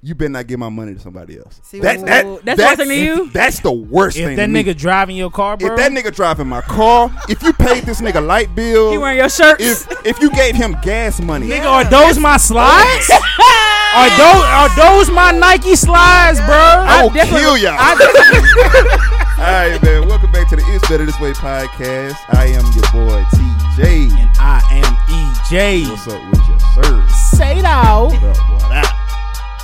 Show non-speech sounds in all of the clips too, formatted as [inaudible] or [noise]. you better not give my money to somebody else. See, that, ooh, that, that's that's, worse than you? That's the worst If thing. that to me. nigga driving your car, bro, if that nigga driving my car, if you paid this nigga light bill, He wearing your shirts. if if you gave him gas money, Nigga, are those [laughs] my slides? are those are those my Nike slides, bro? I will definitely- kill y'all. [laughs] All right, man. Welcome back to the It's Better This Way podcast. I am your boy TJ. And I E am EJ. What's up with your service? Say it out. What up, boy? That-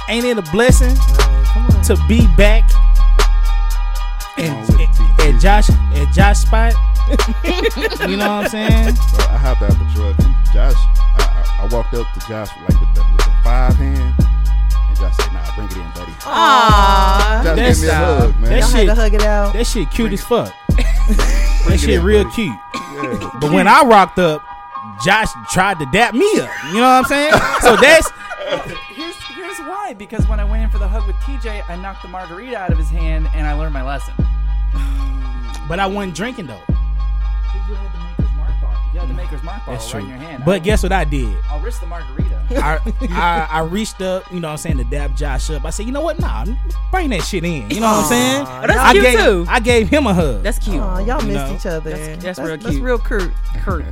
Ain't it a blessing Come on. to be back Come on and with it, TJ. at Josh at Josh spot? you know what I'm saying? Bro, I hopped out the truck and Josh, I, I, I walked up to Josh like with the, with the five hand, and Josh said, "Nah, bring it in, buddy." Aww. Josh That's- gave me a hug, man. that's- Y'all had shit- to hug it out. That shit cute as fuck. Bring That it shit in, real buddy. cute. [laughs] Yeah. But when I rocked up, Josh tried to dap me up. You know [laughs] what I'm saying? So that's Here's here's why. Because when I went in for the hug with TJ, I knocked the margarita out of his hand, and I learned my lesson. but I wasn't drinking though. You had the maker's mark Mm. bottle. You had the maker's mark bottle That's right true. in your hand. But guess what I [laughs] did? I'll risk the margarita. [laughs] I, I I reached up, you know what I'm saying, to dab Josh up. I said, you know what? Nah, bring that shit in. You [laughs] know what I'm saying? Aw, Oh, that's I cute gave, too. I gave him a hug. That's cute. Aw, y'all missed You know, each other. that's- that's real That's cute. [laughs] real cute. Kurt.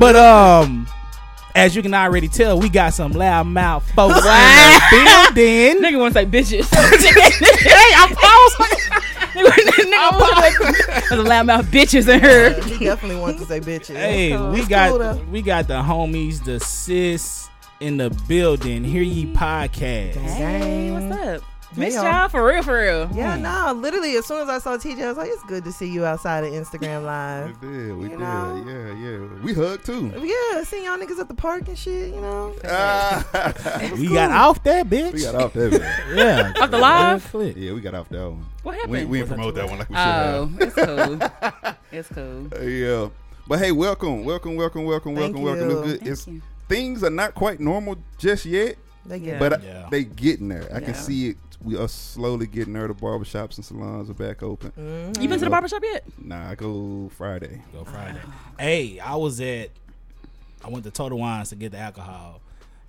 but um as you can already tell, we got some loud mouth folks in [laughs] the building. Nigga want to [laughs] say bitches. hey, I paused. Nigga, nigga, there's a loud mouth bitches in here. He definitely wants to say bitches. Hey, That's we cool got though. we got the homies, the sis in the building. Hear ye podcast. Hey, what's up? Miss y'all. y'all for real, for real. Yeah, no. Literally, as soon as I saw TJ, I was like, "It's good to see you outside of Instagram We Live." did, we You did, know? yeah, yeah. We hugged [laughs] too. Yeah, seeing y'all niggas at the park and shit. You know, Ah. We got off that bitch. we got off that. Man. yeah. Off the live? Click. Yeah, we got off that one. What We, happened? we didn't promote that one like we should have. oh, it's [laughs] cool. it's cool. Yeah. But hey, welcome, welcome, welcome, welcome, Thank welcome, welcome. you. It's good. Thank it's you. things are not quite normal just yet, they get Yeah. but uh, I- Yeah. they getting there. I Yeah. can see it. We are slowly getting there. The barbershops and salons are back open. You been to the barbershop yet? Nah, I go Friday. Go Friday. hey, I was at I went to Total Wines to get the alcohol.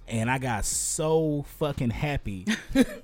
And I got so fucking happy.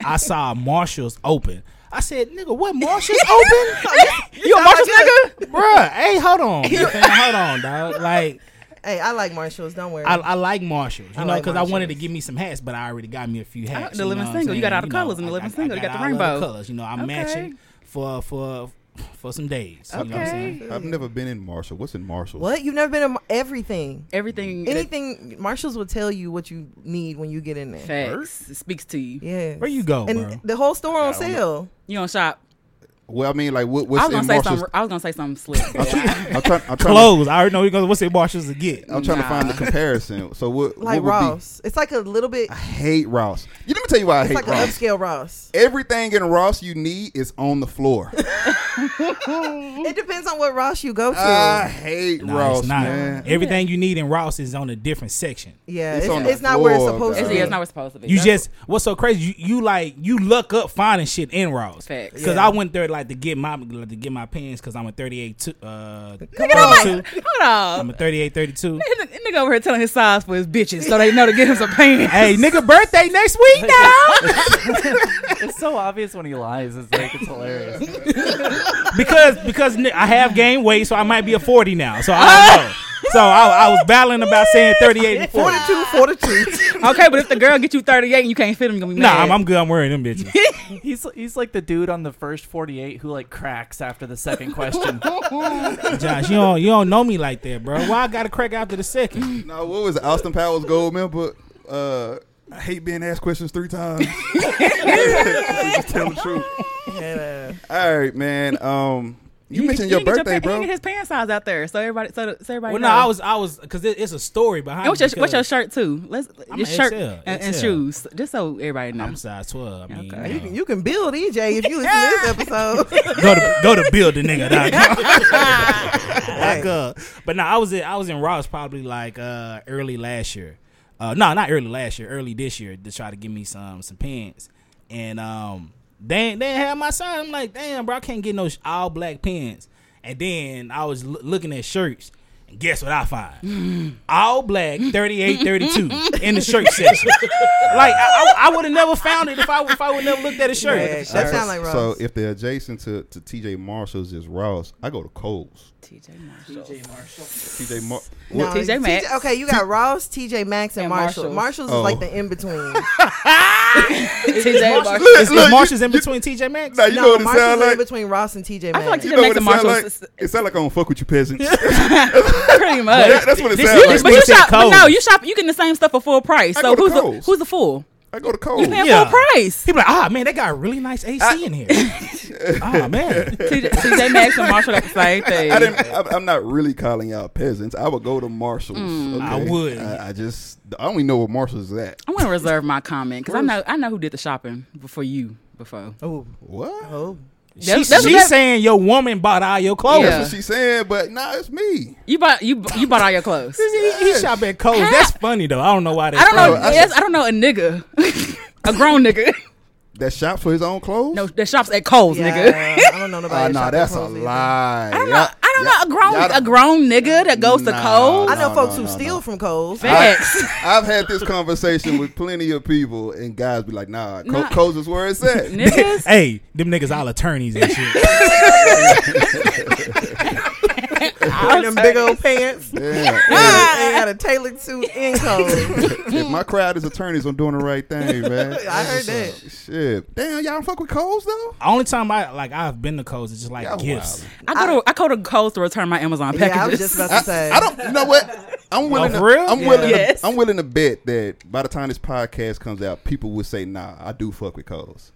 I saw Marshalls open. I said, nigga, [laughs] what Marshalls Oh, [laughs] open? You a Marshalls nigga? Bruh, hey, hold on. fam, hold on, dog. Like, Hey, I like Marshalls. Don't worry. I, I like Marshalls, you I know, like because I wanted to Marshalls. get me some hats, but I already got me a few hats. the you living know what I'm single. You got saying? all the colors in the I living got- single. I You got the all of rainbow. colors, you know, I'm Okay. matching for for for some days. You know what I'm saying? Okay. I've never been in Marshall. What's in Marshall? what? You've never been to Mar- everything. Everything. that- Anything. Marshalls will tell you what you need when you get in there. Facts. It speaks to you. Yeah. Where you go, And bro? the whole store on I don't sale. You don't shop. Well, I mean, like, what, I what's was gonna in say Marshall's? something. I was gonna say something slick. [laughs] I'm, trying, I'm trying. I'm trying. To, Clothes. I already know you're gonna. What's it Marshalls to get? I'm trying to find the Nah. comparison. So what? Like what would be- Ross. It's like a little bit. I hate Ross. You let me tell you why I It's hate like an Ross. upscale Ross. Everything in Ross you need is on the [laughs] floor. Mm-hmm. It depends on what Ross you go to. I hate Nah, Ross, it's not. man. Everything you need in Ross is on a different section. yeah, It's it's, on the it's not where it's floor, supposed bro. to It's, be. yeah, it's not where it's supposed to be. You That's just what's so crazy? You, you like you luck up finding shit in Ross. Facts. Because Yeah. I went there like to get my like, to get my pants because I'm a 38 two. Uh, Nigga, I'm 32. like, hold I'm on. a 38 32. And the- and nigga over here telling his size for his bitches, so they know to get him some pants. [laughs] hey, nigga, birthday next week now. it's so obvious when he lies. It's like it's hilarious. because because ni- I have gained weight, so I might be a forty now. So I don't know. So I, I was battling about saying thirty eight and forty. 42, 42. okay, but if the girl get you 38 and you can't fit him, you gonna be Nah, mad. I'm, I'm good. I'm wearing them bitches. [laughs] He's he's like the dude on the first 48 who like cracks after the second [laughs] question. Josh, you don't you don't know me like that, bro. Why I gotta crack after the second? No, what was it? Austin Powers gold member? Uh, I hate being asked questions three [laughs] times. Just tell the truth. Yeah. All right, man. Um, you, He- mentioned he your didn't get birthday, pa- he didn't bro. get his pants size out there, so everybody, so, so everybody. Well, know. no, I was I was because it, it's a story behind. And what's it your what's your because shirt too? Let's I'm your an shirt XL, and, and XL. shoes, just so everybody [laughs] I'm knows. size twelve. I mean, Okay. You you know. can, you can build EJ if you listen [laughs] to this episode. go to go to build the nigga. Dog. like, Right. uh, but no, I was in, I was in Ross probably like uh, early last year. Uh, no, not early last year, early this year to try to give me some some pants, and um, they they had my size. I'm like, damn, bro, I can't get no sh- all black pants. And then I was loo- looking at shirts. and Guess what I find? All black, 38, 32 in the shirt section. like I, I, I would have never found it if I if I would never looked at a shirt. Yeah, that sound like Ross. So if they're adjacent to, to TJ Marshalls is Ross, I go to Coles. TJ Marshall. TJ Mar- No, What- TJ Maxx. okay, you got Ross, TJ Maxx, and, And Marshall. Marshall's, Marshalls. is like Oh. the [laughs] in between. TJ Marshall. Is, is Look, you- Marshalls in between TJ Maxx? Now you know no, what it Marshall's sound is in like. between Ross and TJ Maxx. I feel like You TJ know what Maxx it and sound Marshall. like? It sound like I don't fuck with you peasants. Pretty much. That- [laughs] that's what it This- sounds this- like. but you It's shop, but Kohl's. no, you shop. You getting the same stuff for full price. I go So to who's the, Kohl's. who's the fool? I go to Coles. Paying Yeah. full price. People like, ah man, they got really nice AC in [laughs] here. Ah man, [laughs] TJ, TJ Maxx and Marshall got the same thing. I didn't, I, I'm not really calling y'all peasants. I would go to Marshalls. Mm. okay? I would. I, I just I don't even know where Marshalls is at. I'm gonna reserve my comment because I know I know who did the shopping before you before. oh, What? oh. she, That's- that's she's what that- saying your woman bought all your clothes. That's Yeah. what she said, but nah, it's me. You bought you bu- you bought all your clothes. He, he shop at Kohl's. How? That's funny though. I don't know why. Oh, That's I don't know. Bro, I- yes, I don't know a nigga, [laughs] a grown nigga. That shops for his own clothes. No, that shops at Kohl's, nigga. Yeah, I don't know nobody. uh, that nah, shop at that's a Kohl's either. lie. I don't know. I don't know a grown a grown nigga that goes to Kohl's. I know No, folks no, who no, steal no. from Kohl's. Facts. I've had this conversation with plenty of people, and guys be like, "Nah, Co- Nah. Coles is where it's [laughs] at." Niggas. [laughs] Hey, them niggas all attorneys and shit. [laughs] Wearing them big old [laughs] pants. yeah. yeah. and got a tailored suit in Kohl's. if my crowd is attorneys, I'm doing the right thing, [laughs] man. I heard that. Shit. Damn, y'all don't fuck with Coles though. Only time I like I've been to Kohl's is just like Y'all gifts. wild. I go to I go to Kohl's to return my Amazon packages. Yeah, I was just about to say. I don't. You know what? I'm willing. for to, real? I'm Yeah. willing. Yes. To, I'm willing to bet that by the time this podcast comes out, people will say, "Nah, I do fuck with Coles."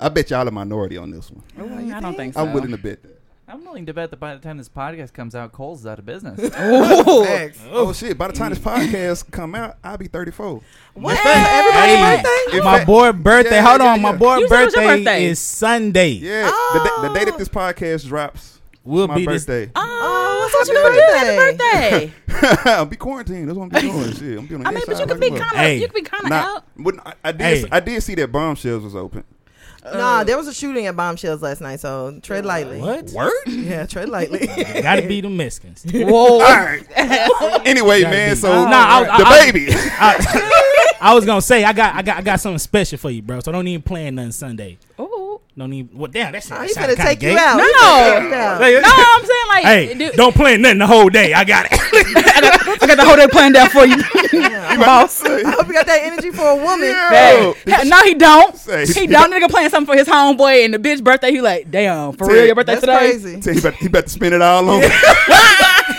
I bet y'all a minority on this one. Mm, [laughs] I don't think so. I'm willing to bet that. I'm willing to bet that by the time this podcast comes out, Cole's is out of business. Ooh. Facts. Oh shit! By the time this [laughs] podcast come out, I'll be 34. What? Everybody's Hey, birthday? In my fact- boy birthday. Yeah, hold yeah, on, my yeah. boy You said it was birthday, your birthday. is Sunday. Yeah. The, da- the day that this podcast drops, Will my be this- birthday. Oh, Oh, that's happy what you gonna do birthday. at your [laughs] birthday. I'll be quarantined. That's what I'm [laughs] doing. shit, I'm doing. I mean, but you could be kind of Hey. you could be kind of Nah, [laughs] out. wouldn't- I, I did. Hey. I did see that bombshells was [laughs] open. Nah, there was a shooting at Bombshells last night, so tread lightly. What? Yeah, tread lightly. Gotta [laughs] be them Mexicans. Anyway, Gotta man. be. So Nah, I was- the [laughs] I- I- baby. I, I was gonna say I got I got I got something special for you, bro. So don't even plan nothing Sunday. Ooh. Don't even. Well, damn, that's Nah, that He sound finna kinda take gay. you out. No. He finna take you out. Hey, No, I'm saying like, hey, dude, don't plan nothing the whole day. I got it. I got the whole day planned out for you. Boss. I hope you got that energy for a woman. Yeah. Hell, Oh. no, he don't. Say. He don't. Nigga playing something for his homeboy and the bitch birthday. He like, damn, for real, your birthday That's today? crazy. Tell you about, he about to spin it all on me.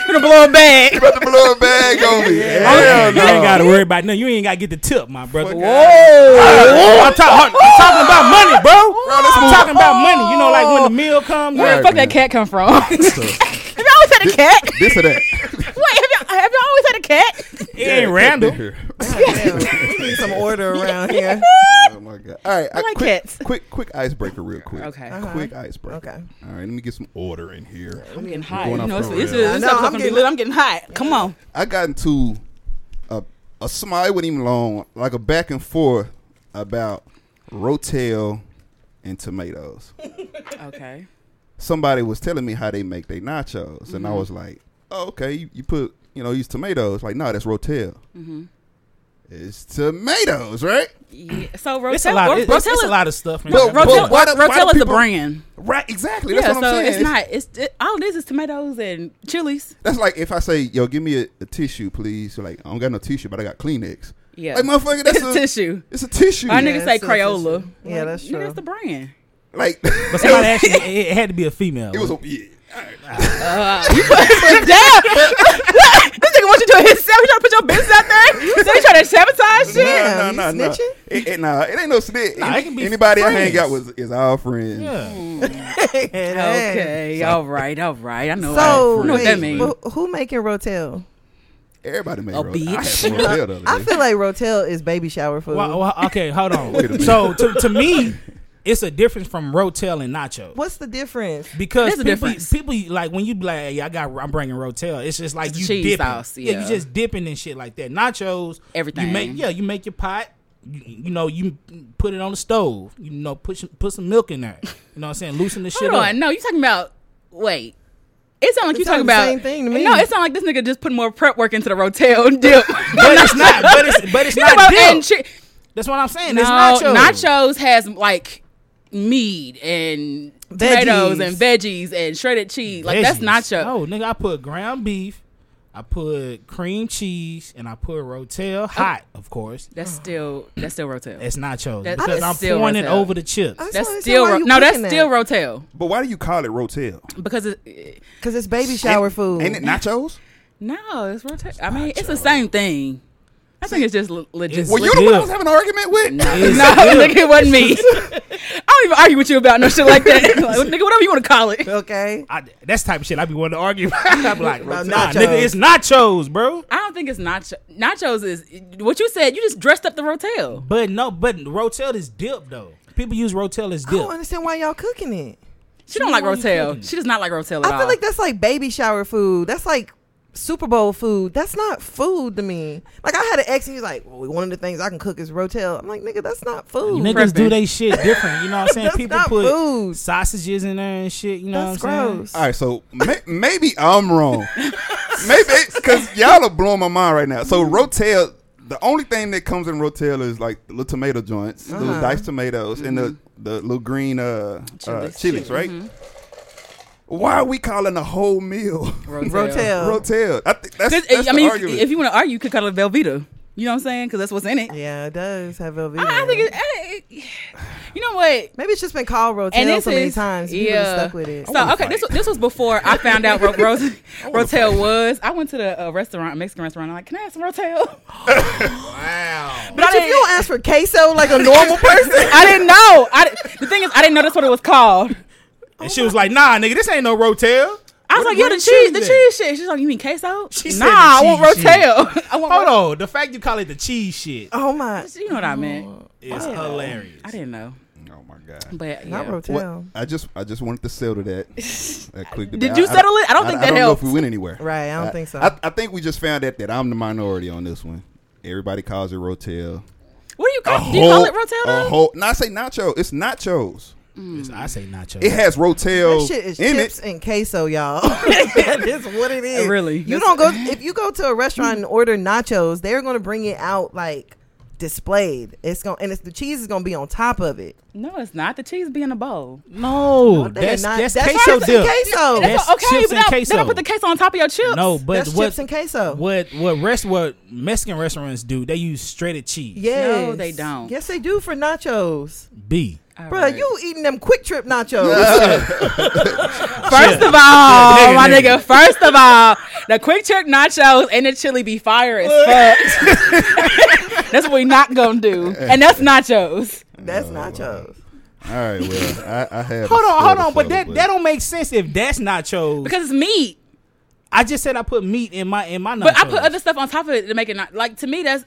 Gonna blow a [laughs] bag. about to blow a bag on me. [laughs] Hell Oh you ain't no. gotta worry about nothing. You ain't gotta get the tip, my brother. Whoa. I'm, talk- I'm talking about money, bro. I'm talking about money. You know, like when the meal comes. Where the Alright, fuck man. that cat come from? [laughs] have y'all always had a cat? Wait, This or [laughs] that. have y'all, have y'all always had a cat? It ain't random. Damn. We need some order around here. [laughs] [laughs] Oh my god. All right. I like quick, cats. Quick, quick icebreaker, real quick. Okay. Uh-huh. Quick icebreaker. Okay. All right. Let me get some order in here. I'm getting hot. going You off know, it's, the it's, rails. it's, I know, I'm, I'm gonna be getting- lit. I'm getting hot. Come on. I got into a a small. It wasn't even long. Like a back and forth about rotel and tomatoes. Okay. Somebody was telling me how they make their nachos, and Mm-hmm. I was like, oh, "Okay, you, you put you know use tomatoes." Like, no, that's rotel. Mm-hmm. It's tomatoes, right? Yeah. So Rotel, It's a lot. It's, it's, it's a Rotel, lot of stuff, man. But- Rotel, why do- why do Rotel is the people- brand. Right, exactly. That's Yeah, what I'm so saying. it's not. It's it, all this is tomatoes and chilies. That's like if I say, "Yo, give me a, a tissue, please." You're like, I don't got no tissue, but I got Kleenex. Yeah. like motherfucker, that's [laughs] It's a tissue. It's a tissue. My Yeah, niggas say it's a tissue. Crayola. Yeah, Like, that's nigga, true. It's the [laughs] brand. Like But [laughs] it somebody asked me, it, it had to be a female. was a yeah. Damn. [laughs] this nigga wants you to do it himself. You trying to put your business out there? So you trying to sabotage shit? Damn, you nah, nah, nah. snitching? It, it, nah, it ain't no snitch. Nah, it can be Anybody I hang friends. out with is our friends. yeah. Okay. All right. All right. I know. So, I know what that wait, means. who- who making Rotel? Everybody made A rotel. I had [laughs] bitch. some rotel the I other day. feel like Rotel is baby shower food. Well, well, okay, hold Wait a on. minute. so to, to me, it's a difference from Rotel and Nacho. What's the difference? Because There's a people, difference. people like when you be like, hey, I got, I'm bringing Rotel. It's just like It's you cheese dipping. sauce, yeah. you just dipping and shit like that. Nachos, Everything. You make, yeah, you make your pot. You, you know, you put it on the stove. You know, put some, put some milk in there. You know what I'm saying? Loosen the [laughs] shit Hold up. on. No, you talking about wait. It sound like you sound talking the about same thing to me. No, it sound like this nigga just put more prep work into the Rotel [laughs] and dip. But it's not. But it's but [laughs] it's You know not about- dip. and chi- That's what I'm saying. no, it's nachos. nachos has like mead and tomatoes and veggies and shredded cheese. Like that's nacho. Oh, nigga, I put ground beef, I put cream cheese, and I put rotel hot, of course. That's Uh-huh. still that's still Rotel. That's nachos That- because that I'm is still pouring it Rotel. over the chips. I- That's So- so still why ro- you no. That's cooking still Rotel But why do you call it rotel? because it, because it's baby shower Ain't- food. Ain't it [laughs] nachos? no, it's Rotel. I mean, it's the same thing. I think it's just le- legit. [laughs] Well, you It's the one I dip. was having an argument with. It's no, [laughs] dip. nigga, it wasn't me. I don't even argue with you about no shit like that. [laughs] Like, nigga, whatever you want to call [laughs] it. okay. I, that's the type of shit I be wanting to argue. [laughs] I'm like, About rotel. Nah, nachos. nigga, it's nachos, bro. I don't think it's nacho. Nachos is what you said. You just dressed up the Rotel. But no, but rotel is dip though. People use rotel as I don't dip. understand why y'all cooking it. She don't like Why you cooking Rotel. it? She does not like Rotel at I all. feel like that's like baby shower food. That's like Super Bowl food. That's not food to me. Like I had an ex and he's like, well, one of the things I can cook is rotel. I'm like, nigga, that's not food. Niggas prepping. do they shit different. You know what I'm [laughs] saying? That's People not put food. sausages in there and shit. You know that's what I'm gross. All right, so may- maybe I'm [laughs] wrong. maybe because y'all are blowing my mind right now. So Rotel, the only thing that comes in Rotel is like the little tomato joints, the little Uh-huh. Mm-hmm. diced tomatoes, and the the little green uh chilies, uh, Chilies. chilies right? Why are we calling a whole meal [laughs] Rotel. Rotel? I think that's, 'Cause, that's I the mean, argument. if you want to argue, you could call it Velveeta. You know what I'm saying? Because that's what's in it. Yeah, it does have Velveeta. I, I think it, I- it- [sighs] You know what? Maybe it's just been called And rotel this so many is- times. People just stuck with it. Oh, So okay, this was, this was before I found out [laughs] what Ro- Rotel was. I went to the uh, restaurant, Mexican restaurant. I'm like, can I have some Rotel? [laughs] saying? but if you don't ask for queso [laughs] like a normal person, I didn't know. I di- the thing is, I didn't know that's what it was called. Oh And she was like, Nah, nigga, this ain't no rotel. I was What- like, yeah, what the is cheese, the then? cheese shit. She's like, you [laughs] mean queso? She nah, said the I want cheese shit. Rotel. I want. Hold Hold on, the fact you call it the cheese shit oh my, You know what I meant? is hilarious. I didn't know, oh my god. but not yeah. What- rotel. I just I just wanted to settle [laughs] that. that clicked Did you settle it? I don't think I that don't helped. know if we went anywhere. Right, I don't think so. I, I think we just found out that I'm the minority on this one. Everybody calls it Rotel. What do you A call? do you call it whole- Rotel? A Though? whole, no, I say nacho. It's nachos. It's- I say nacho. It has Rotel That shit is in chips it. and queso, y'all. [laughs] that is what it is. Really? You don't That's- go if you go to a restaurant and order nachos, they're gonna bring it out like displayed. It's gonna and it's the cheese is gonna be on top of it. No, it's not. The cheese be in a bowl. no, They're that's not- that's, that's queso chips and dip. queso. That's That's okay, chips but and now- they queso. don't put the queso on top of your chips. No, but That's what chips and queso. what what rest what Mexican restaurants do? They use shredded cheese. Yes. No, they don't. Yes, they do for nachos. B. All Bruh, right. you eating them quick trip nachos. First of all, Nigga, my nigga. nigga, first of all, the quick trip nachos and the chili be fire as fuck. [laughs] that's what we not gonna do. And that's nachos. [laughs] That's nachos. All right, well, [laughs] I, I have. Hold a on, hold on, Rotel, but that that don't make sense if that's nachos. Because it's meat. I just said I put meat in my in my nachos. But I put other stuff on top of it to make it not like to me that's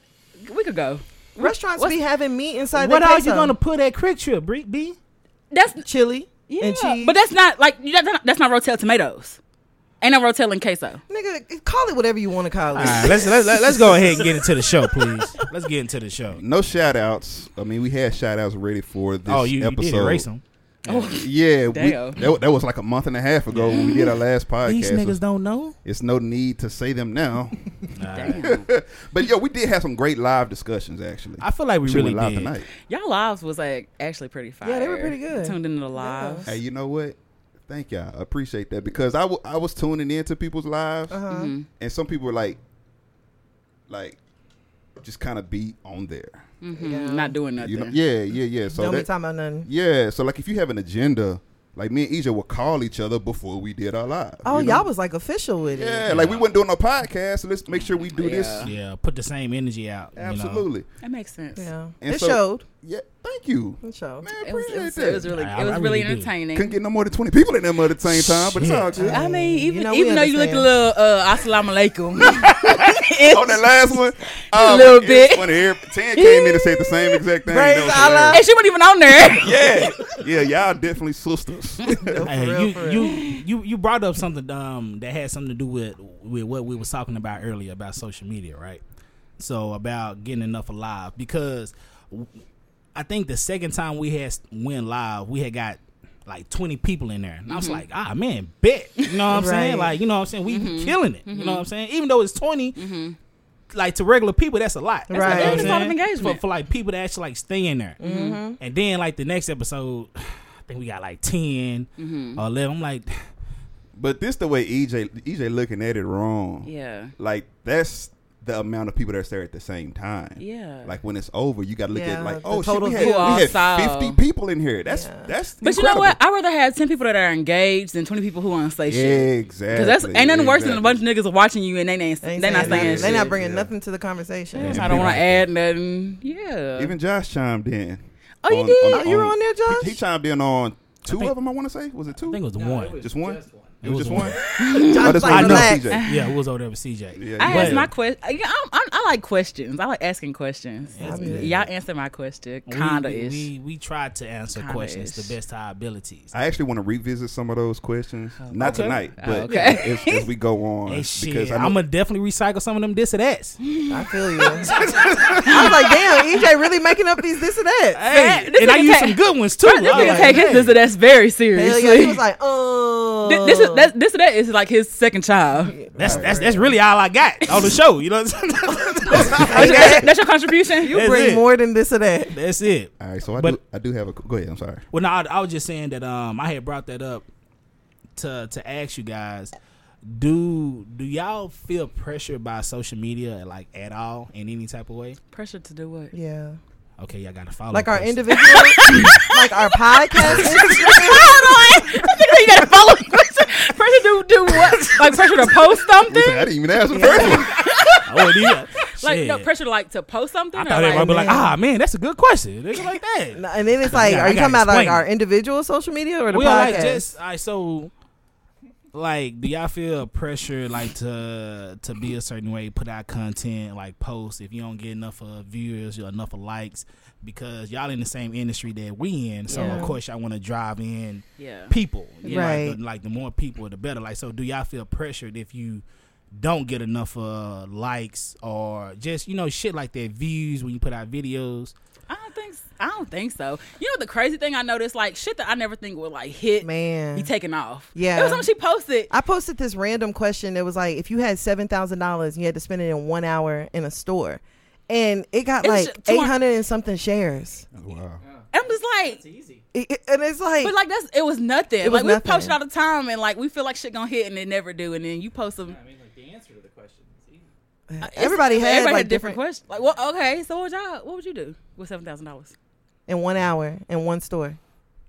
we could go. Restaurants What's- be having meat inside What their are queso. you gonna put at Quick Trip, Bree- B? That's chili yeah. and cheese? But that's not like you- that's not, that's not Rotel tomatoes. Ain't no Rotel and queso. Nigga, call it whatever you want to call it. All right, let's let's let's go ahead and get into the show, please. [laughs] Let's get into the show. No shout outs. I mean, we had shout outs ready for this Oh, you, you episode. did erase them. Yeah, we, Damn. that, wa- that was like a month and a half ago when we did our last podcast. These niggas don't know. It's no need to say them now. [laughs] Damn. but yo, we did have some great live discussions actually. I feel like we She really went live did. tonight. Y'all lives was like actually pretty fire. Yeah, they were pretty good. Tuned into the lives. Hey, you know what? Thank y'all. I appreciate that because I, w- I was tuning into people's lives, Uh-huh. Uh-huh. and some people were like, like, just kind of beat on there. Mhm. Not doing nothing. You know? Yeah, yeah, yeah. So Don't be that, talking about nothing. yeah, so like if you have an agenda, like me and Ija would call each other before we did our live. Oh, you know? y'all was like official with it. yeah, like we weren't doing no podcast, so let's make sure we do this. Yeah. Yeah, put the same energy out. you know. Absolutely. That makes sense. Yeah. And it so- showed. Yeah. Thank you. It showed. Man, It was, appreciate it was, that. it was really, I- it was I really really do. entertaining. Couldn't get no more than twenty people in them at the same time, but it's all Shit. good. I mean, even know, we even though you look a understand. little uh, assalamu alaikum, on that last [laughs] one, um, Little it's bit. Funny, every- Tan came in and said the same exact thing. That Praise was Allah. hilarious. and she wasn't even on Yeah, there. yeah, y'all definitely [laughs] sisters. Hey, real, you, for real. [laughs] you you you brought up something um that had something to do with with what we was talking about earlier about social media, right? So about getting enough alive because w- I think the second time we had s- went live, we had got like 20 people in there. And I was like, ah, man, bet. You know what I'm Mm-hmm. saying? Right. Mm-hmm. Like, you know what I'm saying? We we killing it. You know what I'm saying? Even though it's 20, like to regular people, that's a lot. That's Mm-hmm. Right. a- You know what that's a I'm lot of saying? engagement. For, for like people to actually like stay in there. And then like the next episode, [sighs] I think we got like 10 Mm-hmm. or 11. I'm like, [sighs] But this the way E EJ EJ looking at it wrong. Yeah. Like that's the amount of people that's there at the same time. Yeah. Like when it's over, you got to look Yeah, at like, the oh shit, total we people had, we had outside. fifty people in here. That's Yeah. that's. But incredible. you know what? I'd rather have 10 people that are engaged than 20 people who want to say shit. Exactly. Because that's ain't nothing worse than a exactly. bunch of niggas watching you and they ain't, They they ain't not nothing. saying nothing. They shit. not bringing Yeah. nothing to the conversation. Yeah. I don't want to add nothing. Yeah. Even Josh chimed in. Oh, you did? Oh, you were on there, Josh? He, he chimed in on two think- of them. I want to say was it two? I think it was the one. just one. It It was was just one. one. Josh [laughs] [laughs] Oh, that's like, why I know relax. CJ. yeah, it was over there with CJ. Yeah, I yeah. asked But- my question. I, I, I like questions. I like asking questions. Yes, Y- ma'am. Y'all answer my question. We- Kinda we, ish. We, we tried to answer Kinda questions ish. the best of our abilities. I actually want to revisit some of those questions. Not Okay. tonight, Oh, but okay. as, as we go on, Hey, because shit, I know I'm gonna definitely recycle some of them this and [laughs] that's. I feel you. [laughs] I was like, damn, EJ really making up these this and that. Hey, this and I nigga use take- some good ones too. Bruh, this I was nigga like, take his hey. this or that's very Hell seriously. yeah. He was like, oh. Th- [laughs] this is that, this or that is like his second child. That's that's that's really all I got on the show. You know, what I'm That's, your- saying? [laughs] that's your- that's your contribution. You That's bring it. more than this or that. that's it. All right, so I But- do I do have a go ahead. I'm [laughs] sorry. Well, no, I, I was just saying that um I had brought that up to to ask you guys. Do do y'all feel pressured by social media like at all in any type of way? Pressure to do what? Yeah. Okay, y'all got to follow. Like our person. individual, like our podcast [laughs] Instagram. [laughs] Hold on. I think you gotta follow pressure. Pressure to do what? Like pressure to post You said, something? I didn't even ask the first one. Oh, yeah. [laughs] Like no Shit. pressure to like to post something? I or, thought like, everybody be like, man. ah, man, that's a good question. Nigga, like that. No, And then it's like, Yeah, are I you gotta talking about like explain. our individual social media or the we podcast? are like just I so like do y'all feel pressure like to to be a certain way, put out content, like post if you don't get enough of viewers or enough of likes because y'all in the same industry that we in, so Yeah. of course y'all want to drive in Yeah. people, You know, like Right. the- Like the, more people, the better. Like so, do y'all feel pressured if you? Don't get enough uh, likes or just you know shit like that views when you put out videos. I don't think s- I don't think so. You know the crazy thing I noticed, like shit that I never think would like hit man. be taken off. Yeah. it was something she posted. I posted this random question. It was like, if you had seven thousand dollars, you had to spend it in one hour in a store, and it got It was like ju- eight hundred and something shares. Wow. I'm just like, It- it- and it's like, but like that's it was nothing. It was like nothing. we post it all the time, and like we feel like shit gonna hit and it never do, and then you post them. mean, like the answer to the question. everybody had everybody like had different, questions. Like, well, okay, so what y'all, what would you do with seven thousand dollars? in one hour in one store.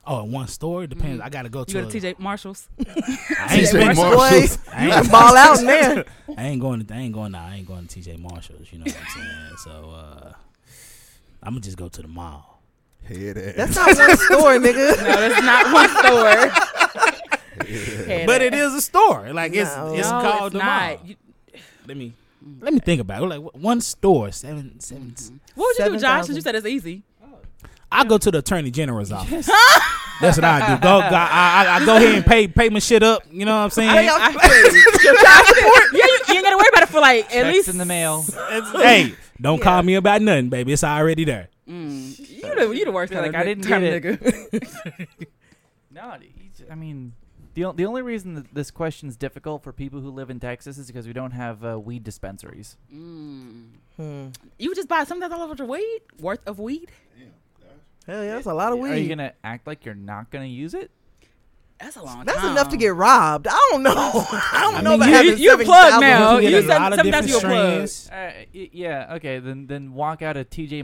Oh, in one store depends. I gotta go to You go to a- TJ Marshalls. I ain't TJ spending- Marshalls. Boy, [laughs] I you ain't- can ball out in there. I ain't going. To, I ain't going. Now. I ain't going to TJ Marshalls. You know what I'm saying? So uh, I'm gonna just go to the mall. Head ass. That's not [laughs] one store, nigga. No, that's not one store. Had But a- it is a store. Like it's No. it's no, called it's the not. mall. You- Mm. Let me let me think about it. Like one store, seven seven- what would you do, 7,000. Josh? Since you said it's easy. I'll go to the attorney [laughs] general's office. That's what I do. Go, go I, I, I go ahead and pay pay my shit up. You know what I'm I saying? y'all I- crazy. Yeah, you, you ain't gotta worry about it for like at least in the mail. It's- hey, [laughs] don't call me about nothing, baby. It's already there. Mm, you the you the worst Be kind like, of I didn't kind get of it. nigga. No, you ju- I mean, the o- the only reason that this question's difficult for people who live in Texas is because we don't have uh, weed dispensaries. Mm. Hmm. You would just buy something that's all over the weed worth of weed. Hell yeah, that's a lot of Are you weed. gonna act like you're not gonna use it? That's a long. That's time. enough to get robbed. I don't know. [laughs] I don't I know about mean, you- having you seven plug thousand. now. Oh, We get you a lot said of sometimes different you'll plug. strains. Uh, y- yeah. Okay. Then then walk out of T.J.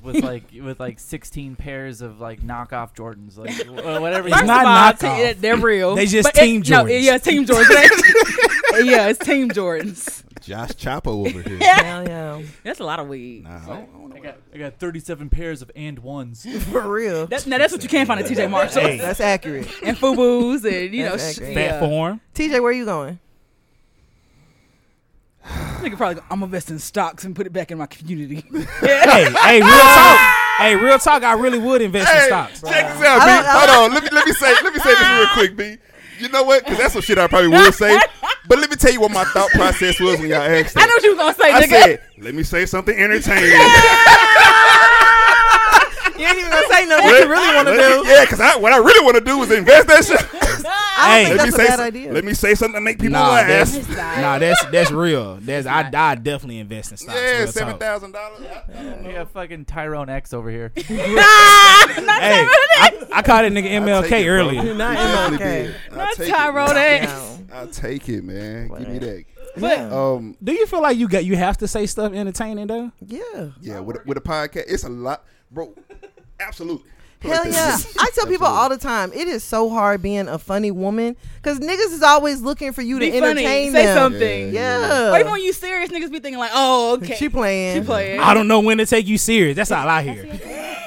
[laughs] with like with like 16 pairs of like knockoff [laughs] Jordans, like wh- whatever. you It's First not of all, knockoff. t- they're real. They just But it- Team No, Jordans. yeah, it's team Jordans. [laughs] yeah, it's team Jordans. Josh Chapo over [laughs] here. Hell yeah, That's a lot of weed. Nah, I don't, I don't know. I got, I got 37 pairs of [laughs] and ones. [laughs] for real. That, now that's what you can find at TJ Marshalls Hey. That's accurate. and FUBUs and you know That's sh- accurate. Fat yeah. form. TJ, where you going? Nigga probably go, I'm gonna invest in stocks and put it back in [laughs] my community. [laughs] Hey, hey, real talk. Hey, real talk. I really would invest in Hey, stocks. check this out, B. I don't- I Hold on. Let me let me say let me say this real quick, B. You know what? Because that's some shit I probably would say. [laughs] But let me tell you what my thought process was when y'all asked I that. know [laughs] what you was gonna say, I nigga. said, let me say something entertaining. You ain't even gonna say nothing. What you really want to do? Yeah, because I, what I really want to do is invest that [laughs] shit. I don't Hey, think that's a say bad some- idea. Let me say something to make people Nah, laugh. that's nah, that's that's real. That's I, I definitely invest in stocks. Yeah, real talk. seven thousand dollars. I don't We know. got fucking Tyrone X [laughs] over here. Hey, I, I called that nigga I'll take MLK it, bro. earlier. Not You definitely MLK. did. I'll Not take it, Tyrone man. X. No. I'll take it, man. Give me that. But Um, Do you feel like you got you have to say stuff entertaining though? Yeah. yeah, with a- with a podcast, it's a lot, bro. [laughs] Absolutely. Hell yeah. I tell people all the time, it is so hard being a funny woman because niggas is always looking for you to be funny. Say entertain them. something. Yeah. Or even when you serious, niggas be thinking like, oh, okay. She playing. She playing. I don't know when to take you serious. That's all I hear.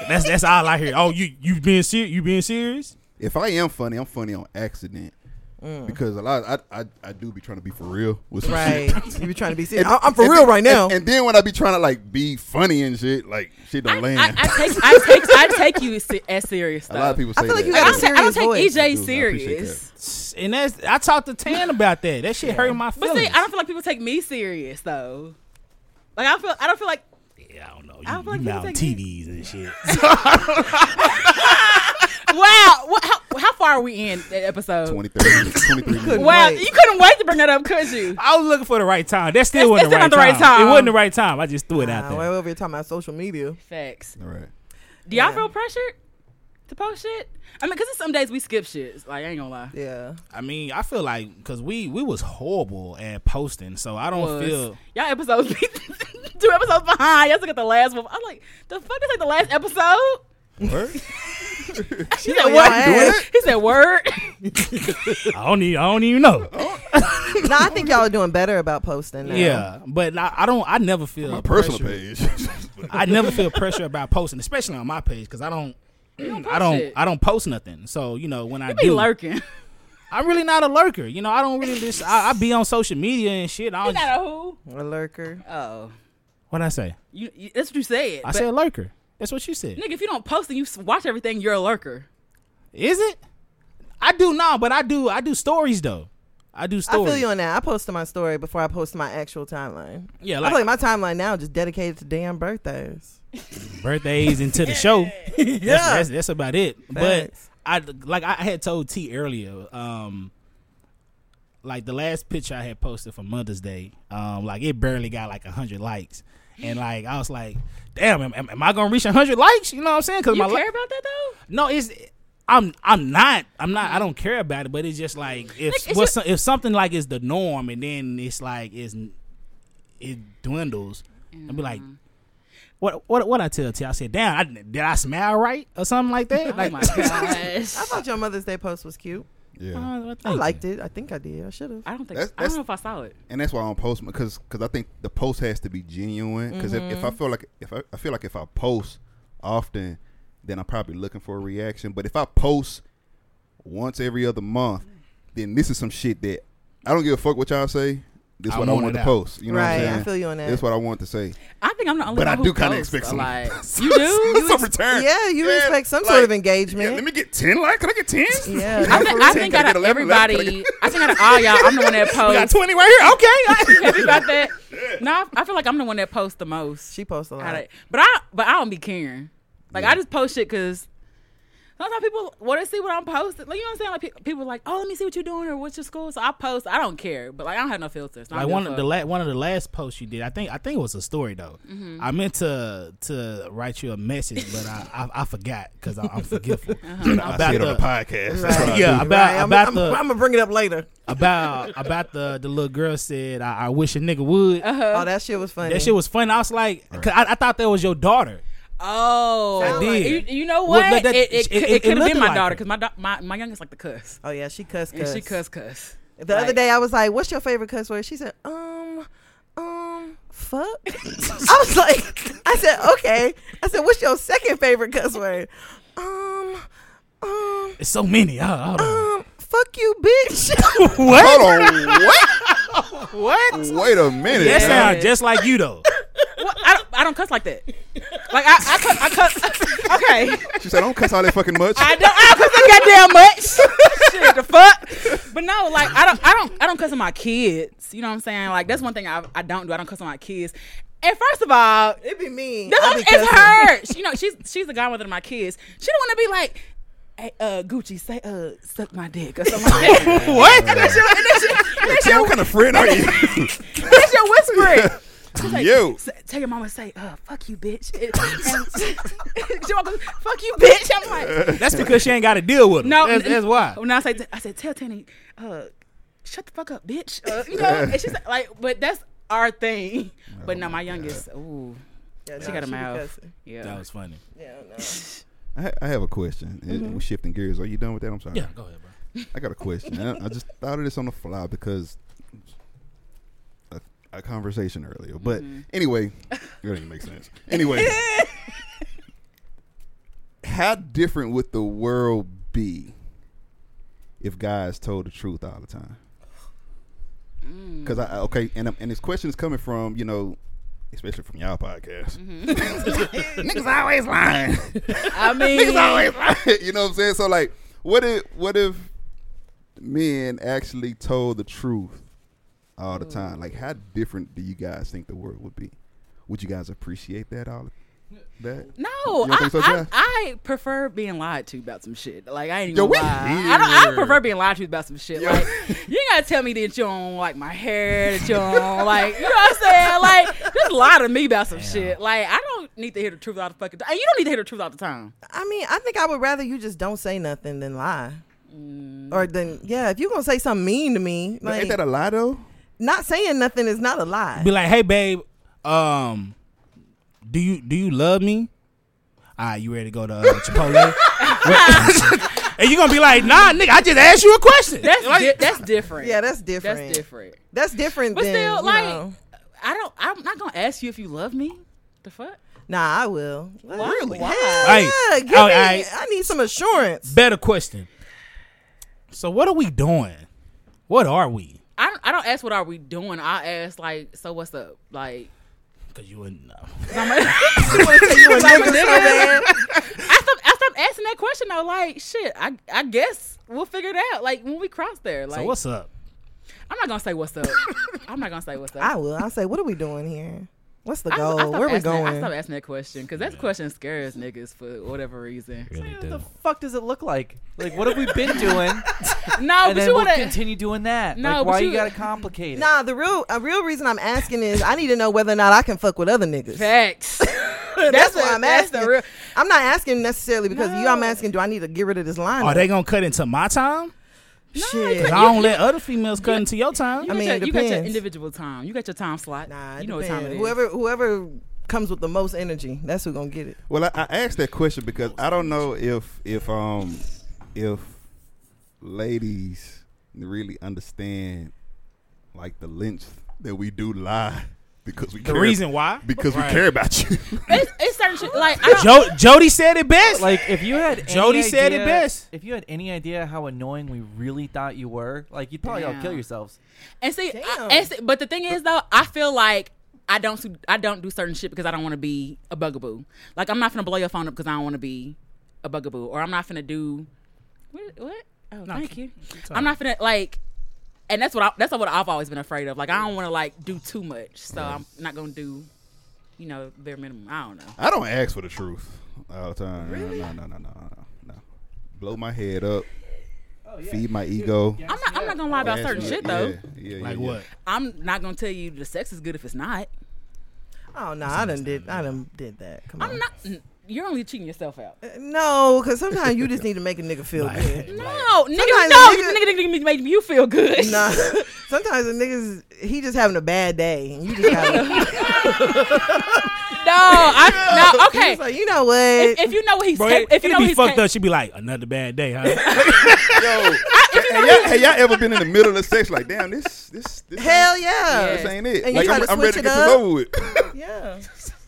That's that's all I hear. Oh, you you being serious? You being serious? If I am funny, I'm funny on accident Mm. because a lot I, I I do be trying to be for real with some shit. [laughs] Right. [laughs] you be trying to be serious. And- I- I'm for and real then- right now. And, and then when I be trying to like be funny and shit, like shit don't I, land. I take I take I take you se- as serious though. a lot of people say I feel like that. you Like, I got a don't, ta- I don't serious voice. take I do. EJ I serious. appreciate And that's I talked to Tan about that. That shit hurt my But feelings. see, I don't feel like people take me serious though. Like I feel I don't [laughs] feel like Yeah, I don't know. You, I don't feel you like now people take TVs and shit. [laughs] wow. What, how, how far are we in that episode? 23, 23 [laughs] minutes. Wow, Wait. you couldn't wait to bring that up, could you? I was looking for the right time. That still It's- wasn't it's the right, not the right time. time. It wasn't the right time. I just threw it out Nah, there. we're over here talking about social media. Facts. All right. Do y'all Yeah. feel pressured to post shit? I mean, because some days we skip shit. Like I ain't gonna lie. Yeah. I mean, I feel like because we we was horrible at posting, so I don't was. feel. Y'all episodes be [laughs] two episodes behind. Y'all still got the last one. I'm like, the fuck is like the last episode? She said on word. your ass. He said word. [laughs] I don't need. I don't even know. no, I think y'all are doing better about posting now. [laughs] Yeah, but I, I don't. I never feel My personal pressure. page. [laughs] I never feel pressure about posting, especially on my page, because I don't. I don't. shit. I don't post nothing. So you know when I Be do, lurking. I'm really not a lurker. You know, I don't really just. I, I be on social media and shit. I You don't, not a who? A lurker. Oh, what I say? you, you- that's what you said. I but said lurker. That's what you said. nigga, if you don't post and you s- watch everything, you're a lurker. Is it? I do now, but I do. I do stories though. I do I stories. feel you on that. I posted my story before I posted my actual timeline. Yeah, I like, feel like my timeline now just dedicated to damn [laughs] birthdays. birthdays and [laughs] to the show. yeah, that's, that's, that's about it. Thanks. But I like I had told T earlier. Um, like the last picture I had posted for Mother's Day, um, like it barely got like hundred likes, and like I was like, damn, am, am- am I gonna reach hundred likes? You know what I'm saying? Because You my li- care about that though? no, it's. I'm I'm not I'm not I don't care about it, but it's just like if Like, it's what's if something like is the norm and then it's like it's it dwindles, I'd be like, what what what I tell T? I said, damn, I, did I smell right or something like that? Oh Like, [laughs] my I gosh. thought your Mother's Day post was cute. yeah. uh, I liked it. I think I did. I should have. I don't think That's- I don't that's- know if I saw it. And that's why I don't post because because I think the post has to be genuine. Because if, Mm-hmm. if I feel like if I, I feel like if I post often, then I'm probably looking for a reaction. But if I post once every other month, then this is some shit that I don't give a fuck what y'all say. This is I what I want want it to out. post. You know right. what I'm saying? I feel you on that. That's what I want to [laughs] say. I think I'm the only But one I who do kinda posts expect a some- lot. You do? Some return. yeah, you Yeah, expect some like- sort of engagement. Yeah, let me get ten likes. Can I get ten? Yeah. [laughs] I think, I think Can I out get of 11? Can I get- everybody, I think out of all y'all, I'm the one that [laughs] We got posts. twenty right here. [laughs] Okay, Happy about that? No, I- I feel like I'm the one that posts the most. She posts a lot. I, but I but I don't be caring. Like I just post shit because sometimes people want to see what I'm posting. Like you know what I'm saying? Like pe- people like, oh, let me see what you're doing or what's your school. So I post. I don't care, but like I don't have no filters. like one of the la- one of the last posts you did, I think I think it was a story though. Mm-hmm. I meant to to write you a message, but I I, I forgot because [laughs] I'm forgetful Uh-huh. I see it on the podcast. That's what I yeah, do. about about I'm, the I'm, gonna bring it up later. about about the the little girl said, I, I wish a nigga would. Uh-huh. Oh, that shit was funny. That shit was funny. I was like, cause I, I thought that was your daughter. oh, I did. You, you know Well, what? but that- it it, it- could- it- it, it could have looked been my like daughter it. because my, da- my my youngest like to cuss oh yeah, she cussed. and cussed. she cuss cuss. The other day, I was like, "What's your favorite cuss word?" She said, "Um, um, fuck." I was like, "I said okay." I said, "What's your second favorite cuss word?" Um, um, It's so many. uh, I, [laughs] I don't um, fuck you, bitch. [laughs] [laughs] know. what? Hold on. What? What? Wait a minute. That Yeah. sound just like you though. Well, I don't, I don't cuss like that. Like I I cuss, I cuss [laughs] okay. She said, "I don't cuss all that [laughs] fucking much." I don't I don't cuss that goddamn much. [laughs] Shit, the fuck. But no, like I don't I don't I don't cuss on my kids. You know what I'm saying? Like that's one thing I I don't do. I don't cuss on my kids. And first of all, It be me. That's I what- be it's cussing. her. She, you know, she's she's the godmother of my kids. She don't want to be like, hey, uh, Gucci, say, uh, suck my dick or something. like that. [laughs] what? And then she, and then she, and then she, Damn, what kind of friend are [laughs] you? and then she whispering. She's like, You. "S- Tell your mama, say, uh, fuck you, bitch. [laughs] And- and she walk up, fuck you, bitch. I'm [laughs] like, That's because she ain't got to deal with him. no. Oh, that's, that's why. When I say, I said, tell Tanny, uh, shut the fuck up, bitch. Uh, you know, [laughs] and she's like, but that's our thing. but no, my youngest, ooh, Yeah, she nah, got a be mouth. cussing. Yeah. Oh That was funny. Yeah, no. I, ha- I have a question. And Mm-hmm. We're shifting gears. Are you done with that? I'm sorry. Yeah, go ahead, bro. I got a question. I, I just thought of this on the fly because a, a conversation earlier. But Mm-hmm. anyway, that doesn't make sense. [laughs] Anyway, how different would the world be if guys told the truth all the time? Mm. Because I I- okay, and I'm- and this question is coming from you know, especially from y'all podcast. [laughs] Mm-hmm. [laughs] Niggas always [laughs] lying. I mean, Niggas always lying. [laughs] You know what I'm saying? So like, what if what if men actually told the truth all the time? Like, how different do you guys think the world would be? Would you guys appreciate that all? That No, You don't I, think so, I, Jazz? I prefer being lied to about some shit. Like I ain't Yo, even we lie. I don't. I here. prefer being lied to about some shit. Yo. Like you ain't gotta tell me that you don't like my hair, that you don't like. You know what I'm saying? Like just lie to me about some shit. Like I don't need to hear the truth all the fucking time. And you don't need to hear the truth all the time. I mean, I think I would rather you just don't say nothing than lie. Mm. Or then, yeah, if you're going to say something mean to me, But like, ain't that a lie though? not saying nothing is not a lie. Be like, hey, babe, um, do you do you love me? All right, you ready to go to uh, [laughs] Chipotle? and you gonna be like, nah, nigga, I just asked you a question. That's Like, di- that's different. yeah, that's different. That's different. That's different But than, still, you like know. I don't. I'm not gonna ask you if you love me. The fuck? Nah, I will. Really? Hell Hey, yeah. Give all me, right. Oh, I need some assurance. better question. So what are we doing? What are we? I don't. I don't ask what are we doing. I ask like, so what's up? Like. Because you wouldn't know. You a nigga so bad. after, after I'm asking that question, though, like, shit, I, I guess we'll figure it out. Like, when we cross there, like, so what's up? I'm not going to say [laughs] what's up. I'm not going to say what's up. I will. I'll say, what are we doing here? What's the I- I goal? stopped Where we asking that- going? I stopped asking that question because that question scares niggas for whatever reason. Really What the fuck does it look like? Like, what have we been doing? [laughs] No, and Oh, but then you we'll want to. continue doing that. No, like, but why you- you gotta complicate it? Nah, the real a real reason I'm asking is I need to know whether or not I can fuck with other niggas. [laughs] Facts. that's, [laughs] That's the- why I'm that's asking. the real. I'm not asking necessarily because of you. I'm No. asking, do I need to get rid of this line? Are Oh, they gonna cut into my time? Shit. 'Cause I don't let other females cut into your time. You I mean, got it your, you got your depends. individual time. You got your time slot. Nah, you know what time it is. Whoever whoever comes with the most energy, that's who gonna get it. Well, I, I asked that question because I don't know if if um if ladies really understand like the length that we do lie [laughs] because we The care, reason why? because Right. we care about you. [laughs] It's, it's certain shit. Like, I don't. Jo- Jody said it best. [laughs] Like if you had any Jody said it idea- best. If you had any idea how annoying we really thought you were, like you'd probably all Yeah. kill yourselves. And see, I, Damn. and see- but the thing is though, I feel like I don't su- I don't do certain shit because I don't want to be a bugaboo. Like I'm not gonna blow your phone up because I don't want to be a bugaboo, or I'm not gonna do what? what? Oh, thank you. I'm not gonna like, and that's what I, that's what I've always been afraid of. Like I don't want to like do too much, so I'm not gonna do, you know, bare minimum. I don't know. I don't ask for the truth all the time. No, no, no, no, no, no. Blow my head up. Feed my ego. I'm not I'm not gonna lie about Ask certain me- shit though. yeah, yeah, Like yeah. what? I'm not gonna tell you the sex is good if it's not. Oh no, I done did I done did that. Come I'm on. not. You're only cheating yourself out. No, because sometimes [laughs] you just need to make a nigga feel good. [laughs] No, nigga, Sometimes no, a nigga, nigga- nigga, nigga, made you feel good. Nah, sometimes the niggas he just having a bad day, and [laughs] you just gotta. [laughs] No, I [laughs] no. Okay, It's like, you know what? if, if you know what he's Bro, cap- it, if you it'd know be he's fucked cap- up. She'd be like, another bad day, huh? Yo, have, y'all, have y'all ever been in the middle of sex like, damn, this, this, this, Hell ain't, yeah. this ain't it. And you like, try I'm, to I'm ready to switch get it this up? over with. [laughs] Yeah.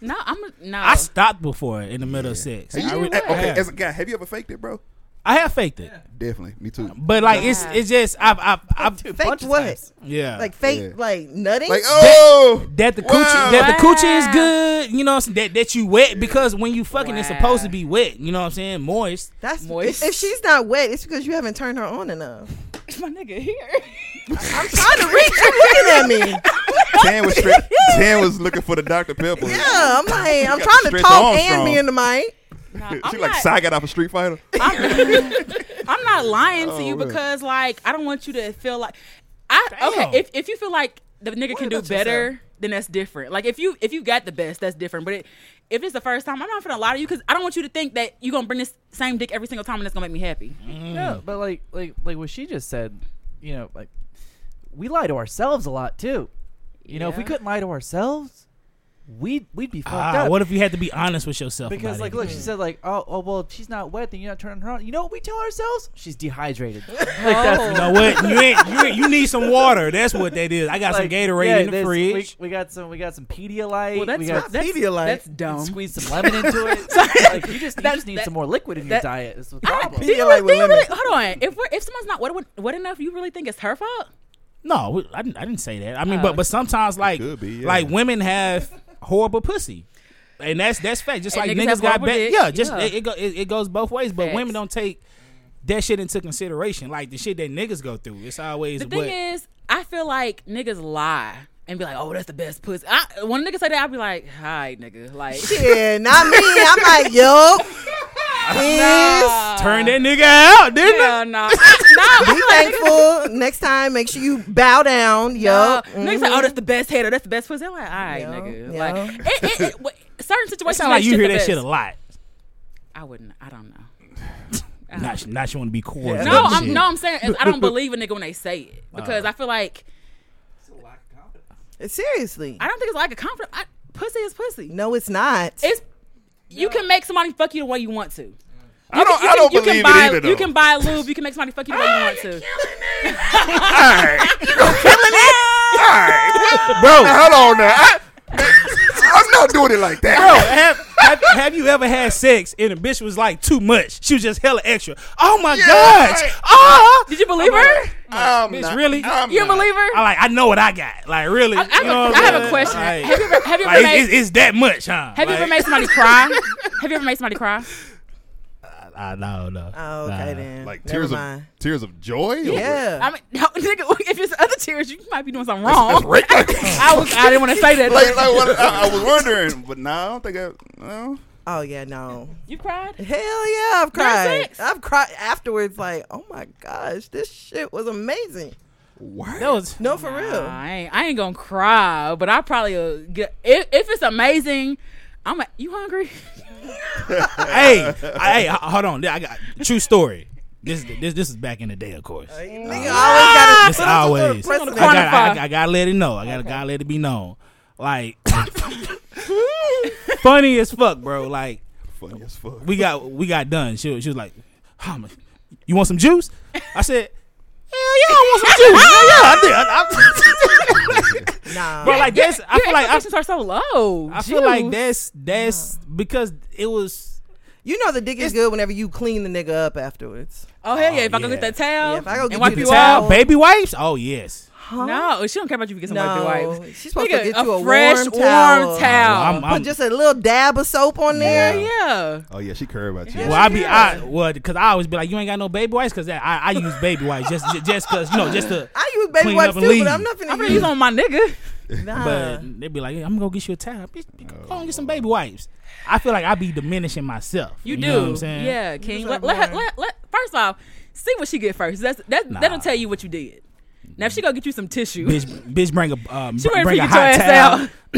No, I'm a- no. I stopped before in the middle of sex. Hey, you- I, hey, re- I okay, have. as a guy, have you ever faked it, bro? I have faked it, Definitely, me too. but like it's Yeah. it's just I've I've, I've Fake what? yeah Like fake, Yeah. like nutting. [laughs] Like, oh, that the coochie Wow. that the coochie is Wow. good. You know what I'm saying? That that you wet because when you fucking it's Wow. supposed to be wet. You know what I'm saying? Moist. That's Moist. [laughs] If she's not wet, it's because you haven't turned her on enough. That's [laughs] my nigga here. [laughs] I'm trying to reach. You're looking at me. Tan was stre- Tan was looking for the Dr Pepper. Yeah, [laughs] I'm like, I'm got trying to Stretch talk Armstrong. and be in the mic. Nah, she I'm like not- Sai got off a Street Fighter. I'm, [laughs] I'm not lying to Oh, you man. because like I don't want you to feel like I Damn. okay if if you feel like the nigga can do about better yourself? then that's different. Like if you if you got the best that's different. But it, if it's the first time, I'm not gonna lie to you because I don't want you to think that you gonna bring this same dick every single time and it's gonna make me happy. Mm. No, but like like like what she just said, you know, like we lie to ourselves a lot too. You know, if we Yeah. couldn't lie to ourselves, we'd we'd be fucked Ah, up. what if you had to be honest with yourself? because about like it? look, she said like, oh, oh well, if she's not wet, then you're not turning her on. You know what we tell ourselves? She's dehydrated. [laughs] like Oh. that's You know what? You ain't, you, ain't- you need some water. That's what that is. I got some like, Gatorade yeah, in the this- we- fridge. We, got some we got some Pedialyte. Well, that's we got that's, Pedialyte. that's dumb. squeeze some lemon into it. like you just, you That's- just need that- some more liquid in your that- diet. Is the I, [laughs] problem. do you, Pedialyte do with you lemon. really, hold on. If we're, if someone's not wet, wet enough, you really think it's her fault? No, we- I, didn't- I didn't say that. I mean, Oh. but but sometimes like Uh, could be, yeah. like women have horrible pussy, and that's that's fact. Just And like niggas niggas, have got horrible bad. dick. Yeah, just Yeah. It, it, go, it, it goes both ways. But Facts. women don't take that shit into consideration. Like the shit that niggas go through. It's always The what. thing is, I feel like niggas lie and be like, "Oh, that's the best pussy." I, when a nigga say that, I'll be like, "Hi, nigga." Like, Yeah, not me. I'm like, yo, please [laughs] nah. Turn that nigga out, [laughs] didn't it? [laughs] Hell no, I- no. be [laughs] I'm like, thankful. Next time, make sure you bow down. Yo, no. Mhm. Niggas like, "Oh, that's the Mm-hmm. best head. Or that's the best pussy." I'm like, "All right, Yeah, nigga." yeah. Like, it, it, it, w- certain It situations. sounds like make you shit hear the that best. shit a lot. I wouldn't. I don't know. Not not you want to be cool. Yeah. Uh-huh. No, That I'm no. I'm saying is I [laughs] don't believe a nigga when they say it because I feel like seriously. I don't think it's like a confident. I, pussy is pussy. no, it's not. It's you can make somebody fuck you the way you want to. I don't. You I can- don't you believe can buy, it either. Though. You can buy lube. You can make somebody fuck you the way you want to. bro. hold on now. I, I'm not doing it like that. Bro, have, have, have you ever had sex and a bitch was like too much? She was just hella extra. Oh my Yeah, gosh. right. Oh, Did you believe her? I'm bitch, not- really? I'm You don't not. believe her? I like. I know what I got. Like really. I, I have, you know a, what I I'm have a saying? question. Like, have you ever, have you ever like, made it's, it's that much, huh? Have you Like, ever made somebody cry? have you ever made somebody cry? I no, no. oh, okay Nah. then. Like Never tears of mind. tears of joy. Yeah. I mean, no, nigga, if it's other tears, you might be doing something That's wrong. rape. Like, I was, I didn't want to say [laughs] that. like, like what, I, I was wondering, but nah, I don't think I. No. oh yeah, no. you cried? Hell yeah, I've cried. sex. I've cried afterwards. Like, oh my gosh, this shit was amazing. That was No, for Nah, real. I ain't, I ain't gonna cry, but I probably uh, get if, if it's amazing. I'm a, you hungry? hey, I, hey. h- Hold on. I got true story. This this this is back in the day, of course. Nigga always gotta put us It's through the always. I precedent. gotta, I, Quantify. I gotta let it know. I gotta, gotta let it be known. [laughs] Like, [laughs] funny as fuck, bro. Like, Funny as fuck. we got we got done. She was, she was like, "How much? You want some juice?" I said, "Hell yeah, I want [laughs] some juice. Hell yeah, I did." I, I, Nah. but like that's, [laughs] I Your feel like I, expectations are so low. I feel like Juice. that's that's because it was. You know the dick is good whenever you clean the nigga up afterwards. Oh hell yeah! Oh, If I go yeah. get that towel Yeah, if I go get and wipe the you towel. off, Towel, baby wipes. Oh yes. no, she don't care about you if you get some No, wipey wipes. she's supposed to Nigga, get you a fresh, warm towel. warm Oh, towel. I'm- I'm- Put just a little dab of soap on there. Hell yeah. Oh yeah, she curved about you. Well, I be I well because I always be like, you ain't got no baby wipes because I I use baby wipes just ju- just because you know just to. I use baby Clean wipes up too, and leave. but I'm not finna I'm gonna use use on my nigga. nah. But they be like, yeah, I'm gonna go get you a towel. Bitch, go and get some baby wipes. I feel like I be diminishing myself. Oh. You, do. know what I'm saying? Yeah, King. Just Let, let let, her her- learn. let, let- first off, see what she get first. That's that Nah. that'll tell you what you did. Now if she go get you some tissue. [laughs] Bitch, bitch, bring a um, She br- ready for bring you a to get hot your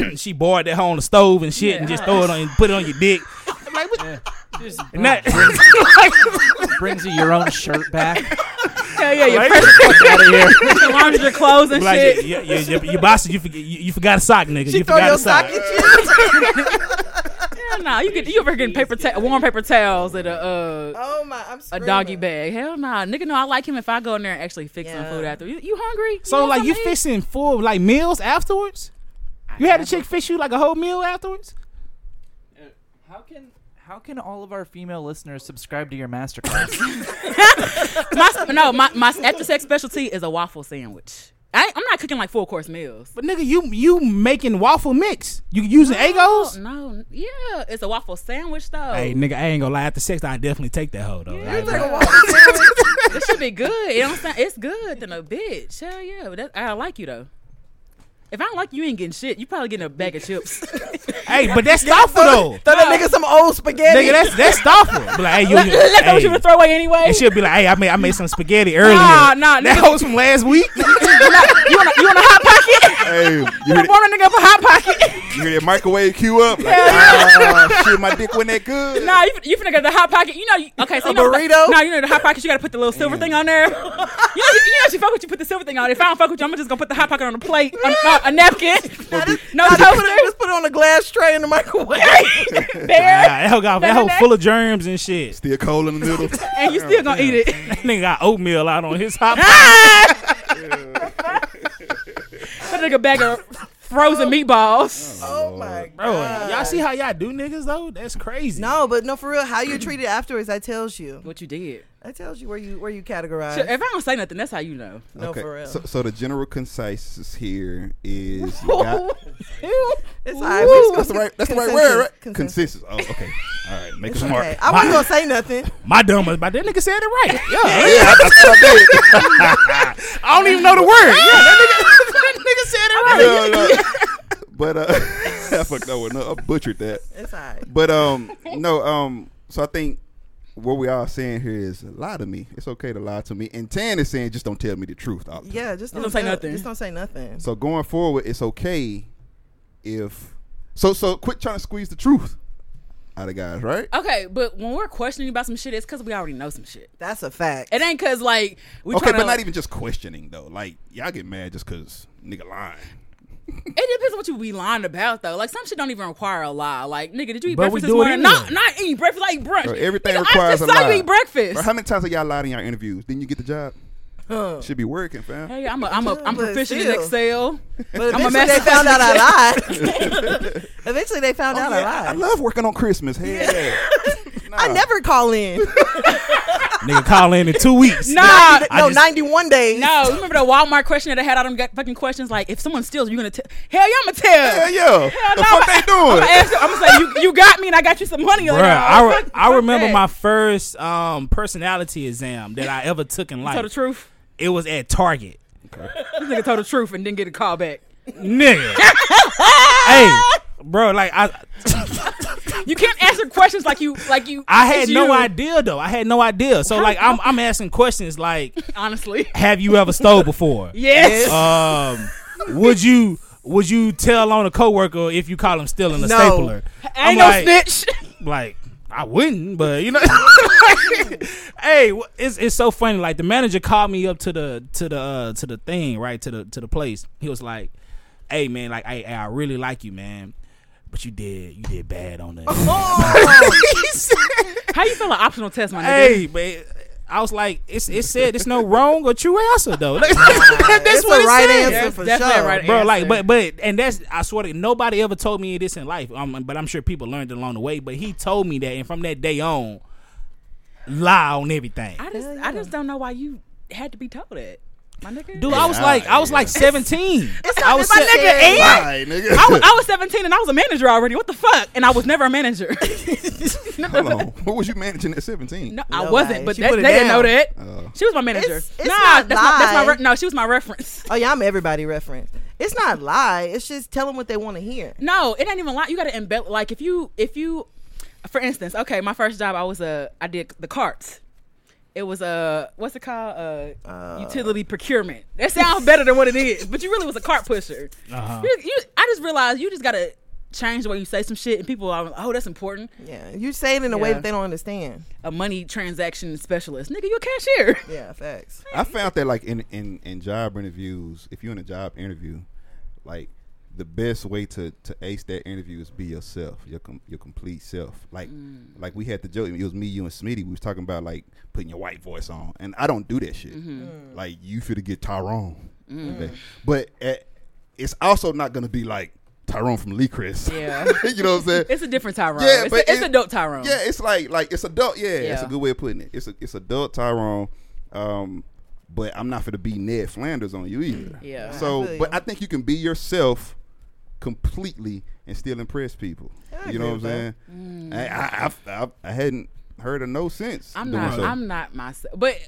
towel. ass [clears throat] she boiled that hoe on the stove and shit, and just throw it on, and put it on [laughs] your dick. Just And that, brings you your own shirt [laughs] back. yeah, yeah, your Right? first your laundry, your clothes and [laughs] like, shit. yeah, yeah, yeah, your, boss, you forget, you, you forgot a sock, nigga. she you throw forgot your a sock. sock at you. Hell nah, you get you ever getting paper ta- warm paper towels at a uh, oh my, I'm a screaming. doggy bag. Hell nah, nigga. No, I like him if I go in there and actually fix some Yeah. food after. You, you hungry? You So want like, you something to eat? fixing full like meals afterwards? You had a chick fish you like a whole meal afterwards? How can how can all of our female listeners subscribe to your masterclass? my no, my, my after sex specialty is a waffle sandwich. I, I'm not cooking like full course meals. But nigga, you you making waffle mix? You using egos? Oh, No, no, yeah, it's a waffle sandwich though. Hey, nigga, I ain't gonna lie. After sex, I definitely take that hoe though. Like, It's like a waffle sandwich. it should be good. It don't sound, it's good than a bitch. Hell yeah. But that, I like you though. If I don't like you, you ain't getting shit. You probably getting a bag of chips. hey, but that's thoughtful though. Throw that nigga some old spaghetti. Nigga, that's that's thoughtful. Be like, hey, you, Look look at what you hey. would throw away anyway. And she'll be like, hey, I made I made some spaghetti earlier. Nah, nah, that nigga. was from last [laughs] week. you want a, you want a hot pocket? Hey, you [laughs] hear, You that, want a nigga up a hot pocket? you hear that microwave queue up? Like, ah, shit, my dick wasn't that good. nah, you, fin- you finna get the hot pocket. You know, you, okay, A so you know, burrito? Nah, you know the hot pocket. You gotta put the little silver thing on there. [laughs] you know, you, you know, she fuck with you. Put the silver thing on. If I don't fuck with you, I'm just gonna put the hot pocket on a plate, on, no, a napkin. no I just [laughs] put, toaster. it, just put it on a glass tray in the microwave. [laughs] [laughs] Nah, There, that hoe got that hoe full of germs and shit. Still cold in the middle. and you still gonna eat it. [laughs] That nigga got oatmeal out on his hot. That nigga bag of frozen meatballs. oh my Bro, god. y'all see how y'all do niggas though? That's crazy. No, but no, for real, how you treat it afterwards, that tells you. What you did? That tells you where you where you categorize. Shit, If I don't say nothing, that's how [laughs] you know. no, for real. So, so the general consensus here is [laughs] you got, it's all right. Ooh, We- that's the right that's the right consensus, word, right? Consensus. Consensus. Oh, okay. All right, make It's it smart. [laughs] okay. I wasn't gonna say nothing. My dumb was about that nigga said it [laughs] right. Yeah, Yeah, that's what I did. [laughs] I don't even know the word. [laughs] Yeah, [laughs] that nigga, that nigga said it No, right. no. But uh, [laughs] I fucked that one up. I butchered that. It's all right. But um, no um, so I think what we all saying here is lie to me. It's okay to lie to me. And Tan is saying just don't tell me the truth. all the time. Yeah, just Don't don't, say tell- nothing. Just don't say nothing. So going forward, it's okay if so so quit trying to squeeze the truth out of guys, right? Okay, but when we're questioning you about some shit, it's because we already know some shit. That's a fact. It ain't because like we okay, tryna- but not even just questioning though. Like y'all get mad just cause nigga lying. It depends on what you be lying about though. Like some shit don't even require a lie. Like nigga, did you eat But we breakfast this do it morning? Not anyway. not eat breakfast like brunch. Bro, everything Nigga, requires I a just saw lie. you eat breakfast. Bro, how many times have y'all lied in your interviews? Didn't you get the job? Huh. Should be working, fam. Hey, I'm a, I'm a, I'm But proficient in still. Excel. But I'm a eventually they master found out I lied. [laughs] eventually they found out Yeah, I, I I lied. love working on Christmas. Hell yeah. [laughs] I never call in. nigga call in in two weeks. Nah, I no, just- 91 days. no. Remember the Walmart question that I had? I don't get fucking questions like if someone steals, you gonna tell? Hell yeah, I'm gonna tell. Hell yeah. the no, fuck I- they doing? I'm gonna ask you. I'm gonna say you, you got me and I got you some money. Bruh, later on. I, re- Fuck- I fuck remember that. my first um, personality exam that I ever took in Tell the life. truth. It was [laughs] at Target. This nigga told the truth and didn't get a call back. Nigga. hey, bro, like I You can't answer questions like you like you. I had it's no you, idea though. I had no idea. So like I'm I'm asking questions like Honestly, have you ever stole [laughs] before? yes. Um would you would you tell on a coworker if you call him stealing No. a stapler? Ain't I'm no like- [laughs] snitch. like I wouldn't, but you know, [laughs] hey, wh- it's it's so funny. Like the manager called me up to the to the uh, to the thing, right to the to the place. He was like, "Hey, man, like hey, hey, I really like you, man, but you did you did bad [laughs] [laughs] on that." He said- How you feel an optional test, my nigga? hey, man. I was like, it's it said it's no wrong or true answer though. [laughs] That's what It's a it right said answer That's for definitely sure. right bro. Like, answer. but but and that's I swear to nobody ever told me this in life. Um, but I'm sure people learned along the way. But he told me that, and from that day on, lie on everything. I just I just don't know why you had to be told that, my nigga. Dude, I was like, I was [laughs] like 17. It's I not- was it's my se- nigga I- Ant. Lie, nigga. I was, I was 17 and I was a manager already. What the fuck? And I was never a [laughs] manager. no, Hold on. What was you managing at 17? I No wasn't. way. But She that, put they it didn't know down. that. Oh. She was my manager. It's- it's nah, not that's my that's my lie. re- no. She was my reference. Oh, yeah, I'm everybody reference. It's not lie. It's just tell them what they want to hear. No, it ain't even like you got to embellish. Like if you if you, for instance, okay, my first job I was a I did the carts. It was a what's it called? Uh, utility procurement. That sounds better than what it is, but you really was a cart pusher. Uh-huh. You, you, I just realized you just gotta change the way you say some shit, and people are like, oh that's important. Yeah, you say it in a way Yeah. that they don't understand. A money transaction specialist, nigga, you a cashier. Yeah, facts. I found that like in, in in job interviews, if you're in a job interview, like the best way to to ace that interview is be yourself, your com- your complete self. Like Mm. like we had the joke. It was me, you, and Smitty. We was talking about like putting your white voice on, and I don't do that shit. Mm-hmm. Like you feel to get Tyrone, Mm. Okay. but at, it's also not gonna be like Tyrone from Lee Chris. Yeah. [laughs] you know what I'm saying? It's a different Tyrone. Yeah, it's, but a, it's it- adult Tyrone. Yeah, it's like like it's adult. Yeah, it's a Yeah. good way of putting it. It's a, it's adult Tyrone. Um, but I'm not for to be Ned Flanders on you either. Yeah. So, I feel but you. I think you can be yourself completely and still impress people. I you know what I'm agree saying? I, I, I, I, I hadn't heard a no since. Mm. I'm doing not. so. I'm not myself. But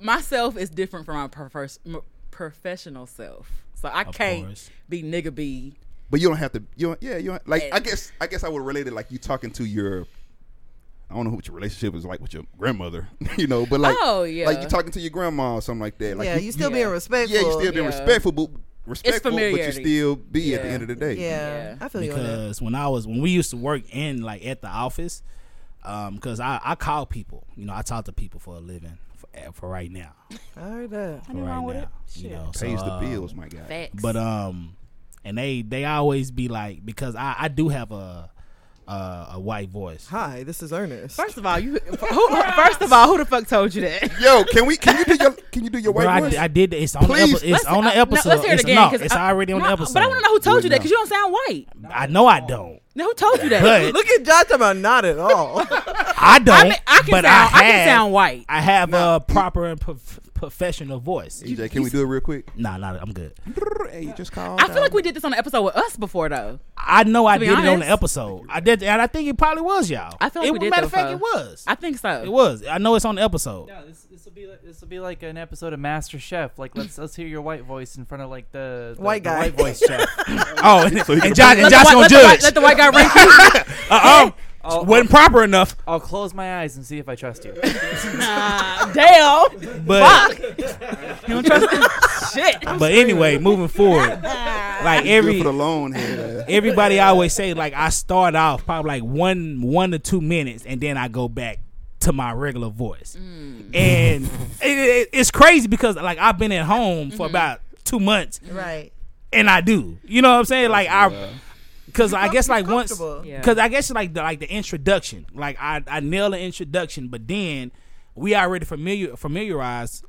myself is different from my profes- m- professional self. So I Of can't course. be nigga B. But you don't have to. You don't, yeah, you don't, like. I And- guess I guess I would relate it like you talking to your. I don't know what your relationship is like with your grandmother, [laughs] you know, but like, Oh, yeah. like you talking to your grandma or something like that. Like yeah, you still being yeah. respectful. yeah, you still being Yeah. respectful, but respectful, but you familiarity. still be at the Yeah. end of the day. Yeah, Yeah. I feel you on that. because when I was when we used to work in like at the office, because I I call people, you know, I talk to people for a living for, eh, for right now, All right, bet. for right now, you Shit. know, so, Pays the um, bills, my guy. Facts. But um, and they they always be like because I I do have a a, a white voice. Hi, this is Ernest. first of all, you who, first of all, who the fuck told you that? Yo, can we? Can you do your? Can you do your Bro, white I, voice? I did. It's on. The epi- Please. it's on the episode. No, let's hear it it's, again. no, 'cause it's I- already on no, the episode. But I want to know who told you that now. because you don't sound white. I know I don't. Now who told you that? But Look at John talking about not at all. I don't. I mean, I can but sound. I, I, have, can sound white. I have a proper and prof- professional voice. EJ, can we do it real quick? Nah, nah, I'm good. Hey, you just called. I feel like we did this on the episode with us before though. I know I be did it on the honest. episode. I did, and I think it probably was y'all. I feel like it, we did, Matter of though, fact, fo. it was. I think so. it was. I know it's on [laughs] the episode. [laughs] Yeah, this this will be like, this will be like an episode of Master Chef. Like let's let's hear your white voice in front of like the, the White the guy. white voice chef. Oh, and, you can- and Josh, and Let the Josh white- gonna let the white- judge. Let the white guy rank you. Uh oh, Oh, oh. wasn't proper enough. I'll close my eyes and see if I trust you. [laughs] Nah, damn. But You don't trust this shit. [laughs] but anyway, moving forward, like every every for the [laughs] long head. everybody always say like I start off probably like one one to two minutes and then I go back to my regular voice, Mm. [laughs] and it, it- it's crazy because like I've been at home Mm-hmm. for about two months right. and I do, you know what I'm saying? Like I, because I guess like once comfortable. Yeah. because I guess like the like the introduction, like I I nail the introduction, but then we already familiar familiarized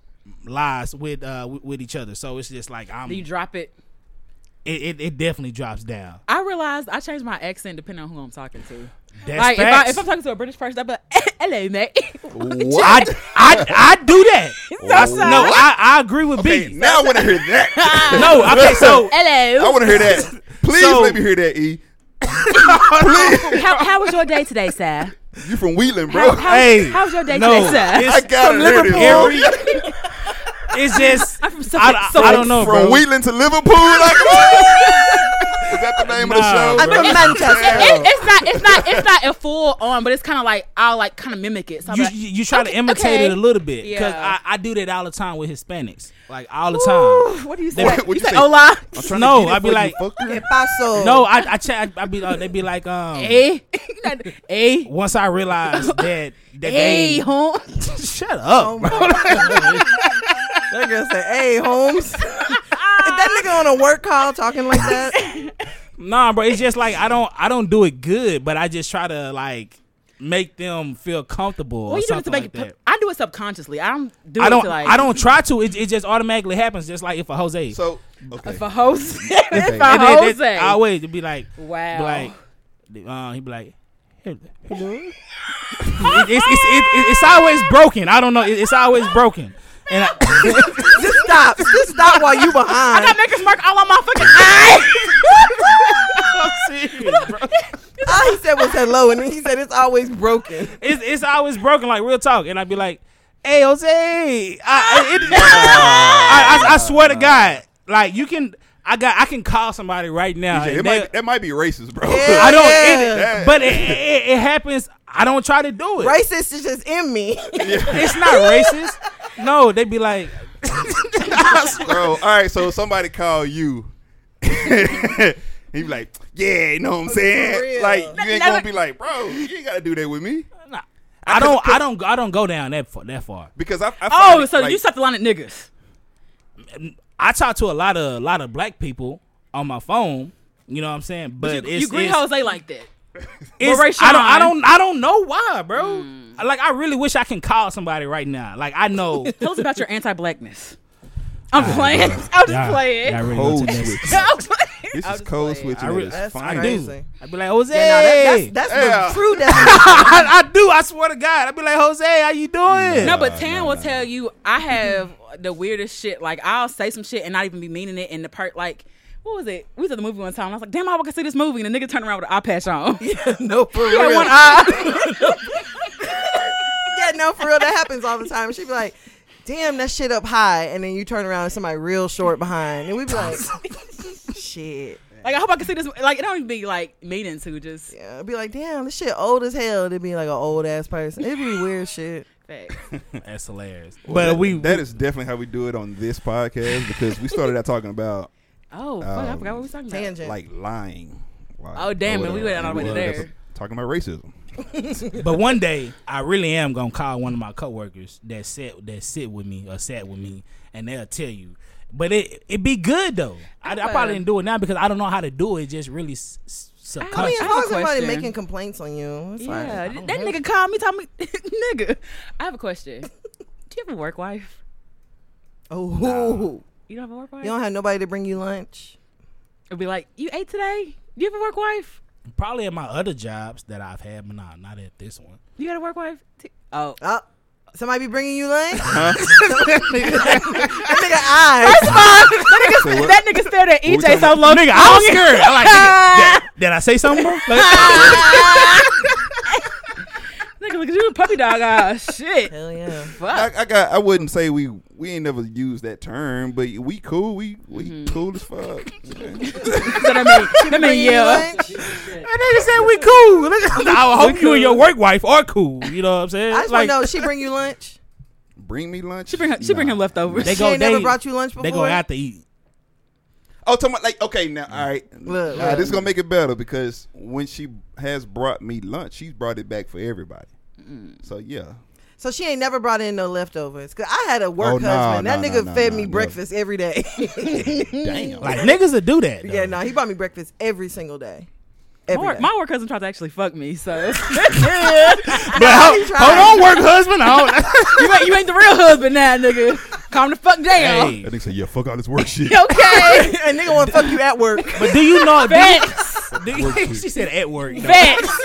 lies with uh with, with each other, so it's just like I'm Do you it, drop it? it, it definitely drops down. I realized I changed my accent depending on who I'm talking to. That's Like if, I, facts. if I'm talking to a British person, I'd be like, [laughs] "Hello, mate." I, I, I [laughs] do that. I, so- no, I, I agree with Okay, B. now I want to hear [laughs] that. [laughs] No, okay, so I Hello. want to hear that. Please So- let me hear that. E, How, how was your day today, [laughs] sir? you from Wheeling, How, bro? how, hey, how was your day no, today, sir? it's I gotta from hear this, [laughs] Liverpool. It's just I'm from I, Suffolk. I, I Suffolk. don't know, from bro. Wheeling to Liverpool. Like, [laughs] is that the name of the Nah, show? I'm from Manchester. It- it's not. It's not. It's not a full on, but it's kind of like I'll like kind of mimic it. So I'll be you, like, you you try to imitate okay. it a little bit because Yeah. I, I do that all the time with Hispanics, like all the "Ooh, time. what do you say? What- what you you say, say? "Hola." I'm trying to No, get it I'd be for you, like- fucker. Que paso? No, I I check. I, I be uh, they be like [laughs] um. [laughs] Hey, "Eh? hey, Once I realized that that hey, they [laughs] home. shut Oh up, bro. They're gonna say, "Hey, Holmes, [laughs] is that nigga on a work call talking like that?" Nah, bro. It's just like I don't I don't do it good, but I just try to like make them feel comfortable or Well, you do it to something make like it. that. I do it subconsciously. I don't do I it don't. to like. I don't try to. It, it just automatically happens. Just like if a Jose, So, okay. [laughs] For Jose. [laughs] for And then- Jose. then I always be like, wow. be like, uh, he be like, hello. It- it's, it's, it- it's always broken. I don't know. It- it's always broken. And I, Just stop. Just stop while you behind. I make a smirk all on my fucking [laughs] eye. [laughs] All he said was hello, and then he said it's always broken. it's, it's always broken. Like real talk. And I'd be like, hey Jose, I, I, it- I, I, I swear to God, like you can. I got. I can call somebody right now. EJ, and it they- might, that might be racist, bro. Yeah. [laughs] I don't. Yeah. It, but it, it, it happens. I don't try to do it. Racist is just in [laughs] me. [laughs] It's not racist. No, they be like, bro. All right, so somebody call you. [laughs] he be like, yeah, you know what I'm saying? real. Like, you ain't gonna never- be like, bro, you ain't gotta do that with me nah, I don't, I don't, I don't go down that far. That far. because I. I find oh, it, so like, you set the line at niggas. I talk to a lot of, lot of black people on my phone. You know what I'm saying? But you it's, you greet it's, Jose like that. it's- Maurice I don't, I Sharon. don't, I don't know why, bro. Hmm. Like, I really wish I can call somebody right now. Like, [laughs] I know. [laughs] Tell us about your anti-blackness. I'm playing. [laughs] I'm just playing. Y'all really Cold go to switch. that. [laughs] I'm playing. [laughs] This I'm is just cold playing. switching. [laughs] I re- it is That's fine. crazy. I do. I'd be like, Jose. Yeah, [laughs] no, that's that's Yeah. the true definition. I, I do. I swear to God. I'd be like, Jose, how you doing? [laughs] No, but Tan will tell you I have the weirdest shit. Like I'll say some shit and not even be meaning it. And the part like, what was it? We was at the movie one time. And I was like, damn, I want to see this movie. And the nigga turned around with an eye patch [laughs] on. Yeah, no, for real. one eye. Yeah, no, for real. That happens all the time. She'd be like, damn, that shit up high, and then you turn around and somebody real short behind, and we be like, shit. Like I hope I can see this. Like it don't even be like meaning to just Yeah, be like, damn, this shit old as hell. It'd be like an old ass person. It'd be weird shit. [laughs] facts. [laughs] That's hilarious. Well, But that- we that is definitely how we do it on this podcast because we started out talking [laughs] about Oh, fuck, I Um, forgot what we was talking about. Tangent. like lying. Like, Oh, damn it, we went all the way to we ended up there. Talking about [laughs] racism. but one day I really am gonna call one of my coworkers that sit that sit with me or sat with me, and they'll tell you. But it it be good though. I, I have probably a- didn't do it now because I don't know how to do it. Just really s- s- I I mean, subconscious. have a how is everybody question. making complaints on you? It's like- yeah, that nigga called me, [laughs] told me, nigga. I have a [laughs] question. do you have a work wife? oh, You don't have a work wife? you don't have nobody to bring you lunch. It'd be like, you ate today? Do you have a work wife? probably at my other jobs that I've had, but nah, not at this one. You got a work wife? T- oh, Oh, somebody be bringing you [laughs] lunch. that nigga So eyes. what- that nigga stared at we EJ talking so about? long. Nigga, I was [laughs] scared. I'm like, nigga, did, did I say something? bro? Like, [laughs] Nigga, look at you, puppy dog eyes. Shit. Hell yeah. Fuck. I, I got. I wouldn't say we we ain't never used that term, but we cool. We we Mm-hmm. cool as fuck. So that mean, that mean, yeah. Lunch? that nigga said [laughs] we cool. I hope you and your work wife are cool. You know what I'm saying? I just Like, want to know, she bring you lunch? bring me lunch. She bring, her, she bring him leftovers. They she go- ain't never they- brought you lunch before. They go out to eat. Oh, talking about like okay now. All right, Look, Nah, look. this is gonna make it better because when she has brought me lunch, she's brought it back for everybody. So yeah, So she ain't never brought in no leftovers. Cause I had a work Oh, nah, husband. that nah, nigga nah, fed nah, me nah. breakfast every day. [laughs] Mm. damn. Like niggas will do that. yeah, though. [laughs] no, he brought me breakfast every single day. my, Every work- day. [laughs] my work cousin tried to actually fuck me, so [laughs] But ho- tried. hold on, work husband. I [laughs] don't- you, ain't, you ain't the real husband now, nigga. Calm the fuck down. Hey, That nigga said, "Yeah, fuck all this [laughs] work shit." [laughs] Okay. a nigga want to fuck you at work. but do you know? Do you, Facts. do [laughs] you- she said at work. though. Facts.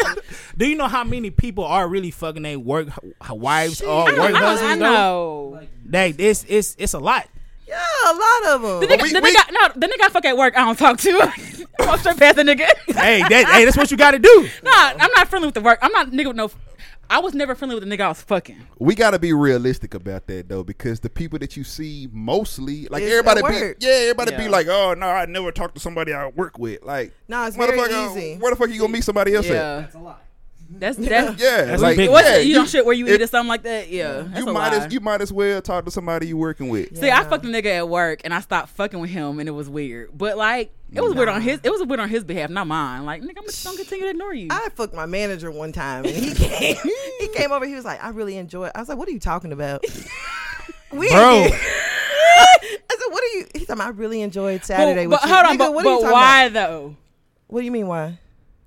Do you know how many people are really fucking their work h- wives or I, work don't- I, husbands? though? know. They it's it's it's a lot. Yeah, a lot of them. The nigga, we- the we- nigga, no, the nigga I fuck at work, I don't talk to. [laughs] I walk straight past the nigga. [laughs] hey, that hey, that's what you got to do. no, I'm not friendly with the work. I'm not nigga with no. I was never friendly with the nigga I was fucking. we gotta be realistic about that though, because the people that you see mostly, like It's everybody, at be, work. yeah, everybody be Yeah. like, "Oh no, I never talk to somebody I work with." Like, Nah, it's very motherfucker, easy. Where the fuck you gonna meet somebody else at? that's a lot. That's that's. Yeah, That's like a big What's yeah, the, you, don't shit where you if- eat or something like that? Yeah, that's you a might lie. as you might as well talk to somebody you working with. See, I Yeah. fucked a nigga at work, and I stopped fucking with him, and it was weird. But like, it was weird on his. It was weird on his behalf, not mine. Like, nigga, I'm just gonna continue to ignore you. I fucked my manager one time, and [laughs] he came. he came over. He was like, "I really enjoy." it. I was like, "What are you talking [laughs] about?" we Bro. I said, "What are you?" He said, "I really enjoyed Saturday." but, with but you." hold on, Nigga, but, what are you but talking why About? though? What do you mean why?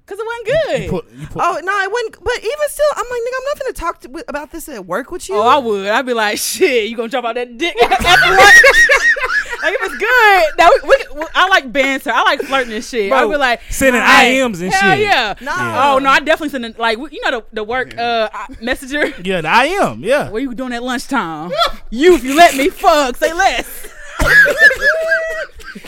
Because it wasn't good. Put- you put- Oh no, I wouldn't. But even still, I'm like, nigga, I'm not gonna talk to, with, about this at work with you. Oh, I would. I'd be like, shit, you gonna drop out that dick [laughs] after work? like, it was good. Now, we, we, we- I like banter. I like flirting and shit. I'd be Bro, like, sending hey, IMs and hell shit. yeah. No. Oh, no, I definitely send, it- like, we- you know, the, the work uh, I- messenger. yeah, I am. Yeah, What you doing at lunchtime? you, if you let me fuck, say [laughs] less.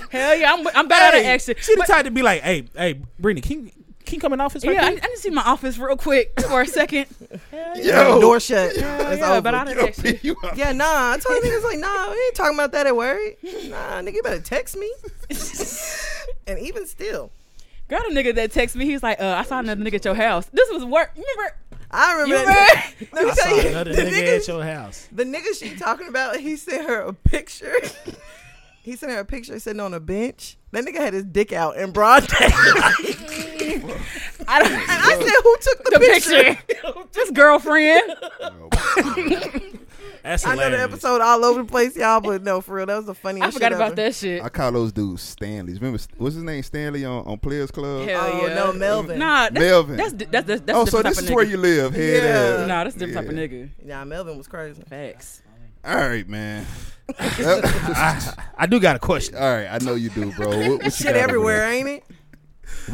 hell yeah, I'm, I'm bad at Hey, that extra. She the But- type to be like, hey, hey, Brittany, can you, can you come in office? Right yeah, I, I quick? need to see my office real quick for a second. [laughs] Yo, [laughs] door shut. It's yeah, over. but I done yo, text you. [laughs] you out. yeah, nah. I told niggas [laughs] like, nah, we ain't talking about that at work. Nah, nigga, you better text [laughs] me. and even still, Girl, the nigga that texted me, he was like, uh, I saw another nigga at your house. This was work. Remember? I remember. You remember? [laughs] Let me I tell [laughs] saw you, another the nigga niggas- at your house. The nigga she talking about, he sent her a picture. [laughs] he sent her a picture sitting on a bench. That nigga had his dick out in broad day. I [laughs] don't. I said, "Who took the, the picture?" picture. Just girlfriend. Oh, That's I know hilarious. the episode all over the place, y'all, but no, for real, that was the funniest. I forgot shit about ever. that shit. I call those dudes Stanleys. Remember what's his name? Stanley on, on Players Club. Hell Oh yeah. no, Melvin. Nah, that's Melvin. that's di- that's that's, that's oh, a different so type this of is nigga. where you live, head Yeah. ass. Nah, that's a different type Yeah. of nigga. Nah, Melvin was crazy. Facts. All right, man. I do got a question. All right, I know you do, bro. What, what you got Shit over everywhere, ain't it? there?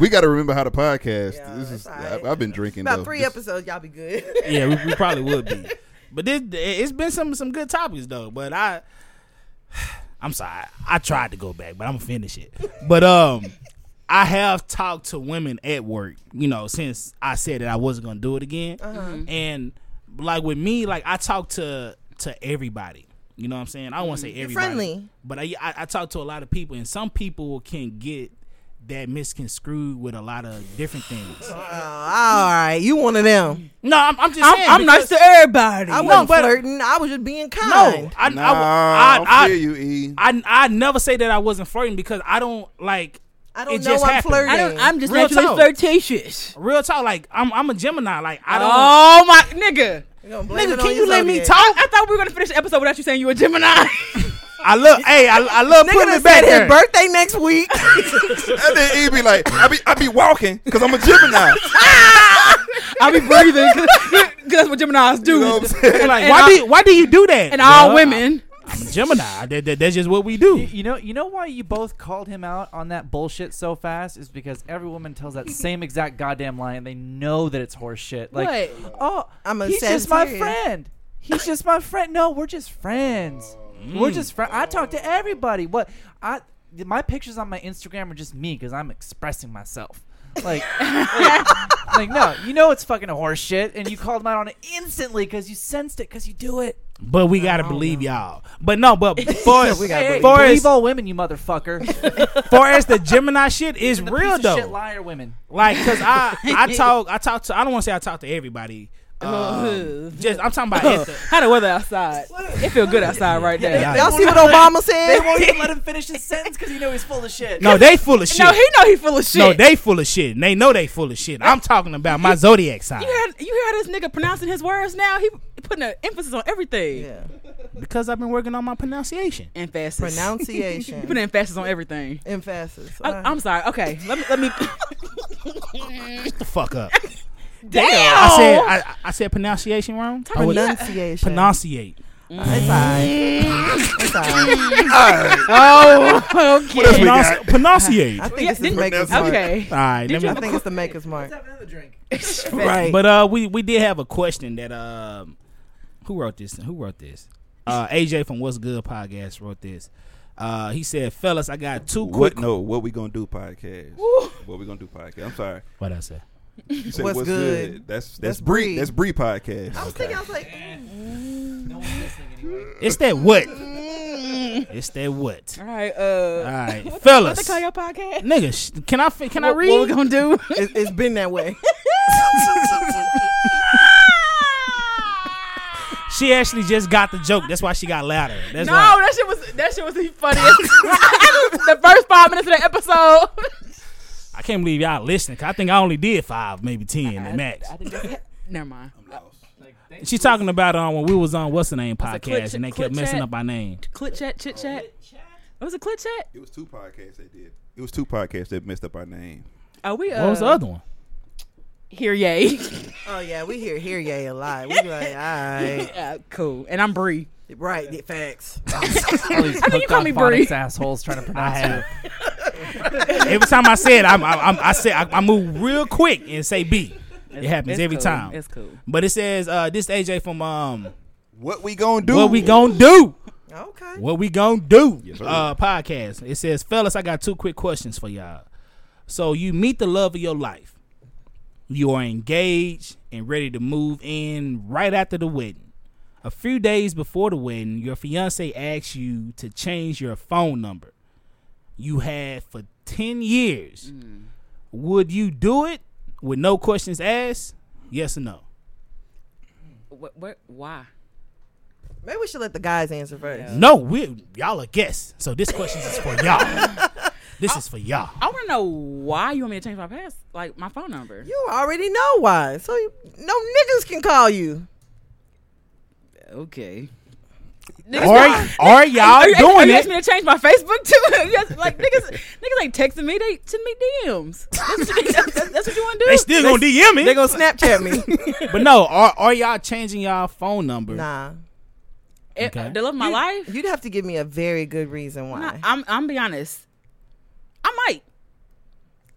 We got to remember how to podcast. Yeah, this that's is. all right. I, have been drinking About though. three This- episodes, y'all be good. yeah, we, we probably would be. But this, it's been some some good topics though. But I, [sighs] I'm sorry. I tried to go back, but I'm gonna finish it. But um, I have talked to women at work. You know, since I said that I wasn't gonna do it again, and like with me, like I talk to to everybody. You know what I'm saying? I don't want to say everybody, friendly. but I, I I talk to a lot of people, and some people can get that misconstrued with a lot of different things. all right, Uh, you one of them. no, I'm, I'm just saying. I'm, I'm nice because- to everybody. I I wasn't but- flirting. I was just being No, kind. I, Nah, I, I, I, I, feel you, E. I, I never say that I wasn't flirting because I don't like. I don't it know just I'm happened. flirting. don't. I'm just Real naturally talk. flirtatious. Real talk, like I'm, I'm a Gemini. Like I don't. Oh my nigga. You're gonna blame Nigga, it on can you let me yourself talk? I thought we were gonna finish the episode without you saying you a Gemini. I love. hey, I, I love then. Nigga done putting it said back his there. birthday next week. And then E be like, I be I be walking because I'm a Gemini. I be [laughs] breathing because that's what Gemini's do. you know what I'm saying? Like, And why I- do you, why do you do that? and all Yeah. women. I'm a Gemini. That, that, that's just what we do. You, you know, you know why you both called him out on that bullshit so fast is because every woman tells that same exact goddamn lie, and they know that it's horse shit. Like, What? oh, I'm a he's just my Sagittarius. friend. He's just my friend. No, we're just friends. We're just friends. I talk to everybody. What I my pictures on my Instagram are just me because I'm expressing myself. Like, like, like, no, you know it's fucking horse shit, and you called him out on it instantly because you sensed it because you do it. But we gotta believe y'all. But no, but for as, We gotta believe, for, believe as, all women, [laughs] you motherfucker. for as the Gemini shit is And the real piece though. Of shit liar women. Like, cause I I talk I talk to I don't want to say I talk to everybody. Um, just I'm talking about at the, How the weather outside? It feel good outside right now. Yeah. Y'all see what Obama [laughs] They said? won't even let him finish [laughs] his sentence because he know he's full of shit. no they full of shit. No, he know he full of shit. No, they full of shit. And they know they full of shit. I'm talking about my zodiac sign you hear, you hear this nigga pronouncing his words now? He putting an emphasis on everything. Yeah. because I've been working on my pronunciation. Emphasis. Pronunciation. He put emphasis on everything. [laughs] Emphasis. I, All right. I'm sorry. Okay, let me let me. Shut the [laughs] fuck up. Damn. I said Oh. I, I- I said pronunciation wrong. I would- Pronunciation. pronunciate. It's all right. It's all right. oh, okay. we Pronounce- [laughs] got? pronunciate. I All think it's the didn't- maker's mark. Okay. right, Did let you me, I think it's the maker's mark. another drink. [laughs] Right. But uh, we we did have a question that um, who wrote this? Who wrote this? Uh, AJ from What's Good podcast wrote this. Uh, he said, "Fellas, I got two quick." What? No. What we gonna do? Podcast. What we gonna do? Podcast. I'm sorry. What I say? You said What's what's, good? good? That's that's, That's Bree. Bree. That's Bree podcast. I was thinking, I was like, No one's listening anyway. It's that what? it's that what? All right. All Uh, right, Mm. what they fellas, call your podcast? nigga, sh- can I fi- can I What- read? What we gonna do? it, it's been that way. [laughs] she actually just got the joke. That's why she got louder. That's no, why. that shit was that shit was the funniest. [laughs] the first five minutes of the episode. I can't believe y'all listening. 'cause I think I only did five, maybe ten at max. Never mind. She's talking about um when we was on what's the name a click podcast ch- and they click kept messing chat. up our name. Clit chat, chit chat. It was a clit chat. It was two podcasts that did. It was two podcasts that messed up our name. Are we? Uh, What was the other one? Here, yay. [laughs] [laughs] Oh yeah, we hear hear yay a lot. We be [laughs] like, all right, uh, cool. And I'm Bree. right, the facts. [laughs] All these I think you hooked call on me Bree. phonics assholes trying to [laughs] pronounce have. it. Every time I say it, I'm, I'm, I'm I say I, I move real quick and say B. It happens It's every cool. time. It's cool. But it says uh, this AJ from um What we gonna do? what we gonna do, Okay. what we gonna do Yes, sir. uh, podcast. It says, fellas, I got two quick questions for y'all. So you meet the love of your life, you are engaged and ready to move in right after the wedding. A few days before the wedding, your fiance asks you to change your phone number you had for 10 years. Mm. Would you do it with no questions asked? Yes or no? What, what, why? Maybe we should let the guys answer first. No, we y'all are guests. So this question is for [laughs] y'all. this is for y'all. I want to know why you want me to change my pass, like my phone number. You already know why, so you, no niggas can call you. Okay. Or, or y'all Are you- are doing you asking it. me to change my Facebook too? [laughs] yes, like niggas, niggas ain't texting me. They send me DMs. That's what, that's- that's what you want to do. They still gonna DM They [laughs] me. gonna Snapchat me. [laughs] [laughs] But no, are, are y'all changing y'all phone number? nah, Eh, Okay. They love my life. you'd have to give me a very good reason why. Nah, I'm I'm be honest. I might.